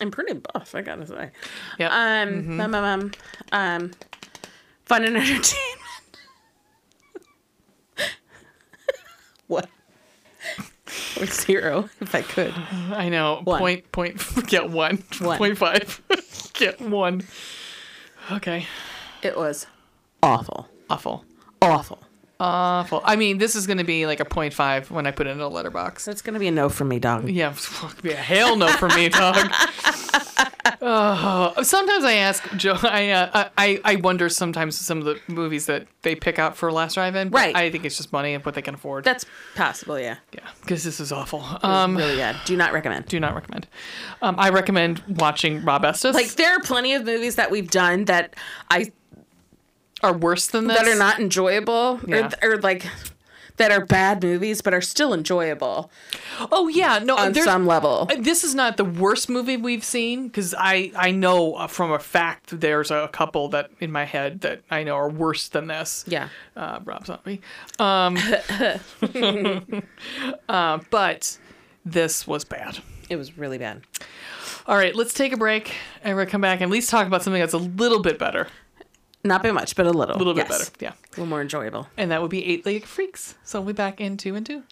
Speaker 2: I'm pretty buff. I gotta say.
Speaker 1: Yep.
Speaker 2: Um, um, um, um, um, fun and entertainment. what? Or zero, if I could.
Speaker 1: I know.
Speaker 2: Uh, one.
Speaker 1: Point point get one.
Speaker 2: One.
Speaker 1: Point five. get one. Okay.
Speaker 2: It was awful,
Speaker 1: Awful.
Speaker 2: awful.
Speaker 1: Awful. I mean, this is going to be like a point five when I put it in a letterbox.
Speaker 2: So it's gonna be a no for me, dog.
Speaker 1: Yeah, fuck yeah, hell no for me, dog. oh, sometimes I ask Joe. I, uh, I I wonder sometimes some of the movies that they pick out for last drive-in. but
Speaker 2: Right.
Speaker 1: I think it's just money and what they can afford.
Speaker 2: That's possible. Yeah.
Speaker 1: yeah, because this is awful. Um,
Speaker 2: really bad. Do not recommend.
Speaker 1: do not recommend. Um, I recommend watching Rob Estes.
Speaker 2: Like there are plenty of movies that we've done that I
Speaker 1: are worse than this.
Speaker 2: that are not enjoyable
Speaker 1: Yeah.
Speaker 2: or, or like that are bad movies but are still enjoyable
Speaker 1: Oh yeah, no.
Speaker 2: on
Speaker 1: there's-
Speaker 2: some level.
Speaker 1: uh, This is not the worst movie we've seen because I I know uh, from a fact there's a couple that in my head that I know are worse than this.
Speaker 2: Yeah.
Speaker 1: uh, Rob Zombie. Um, uh, but this was bad.
Speaker 2: It was really bad.
Speaker 1: All right, let's take a break and we'll come back and at least talk about something that's a little bit better,
Speaker 2: Not by much, but a little.
Speaker 1: a little
Speaker 2: Yes.
Speaker 1: bit better. Yeah,
Speaker 2: A little more enjoyable.
Speaker 1: and that would be Eight Legged Freaks. So we'll be back in two and two.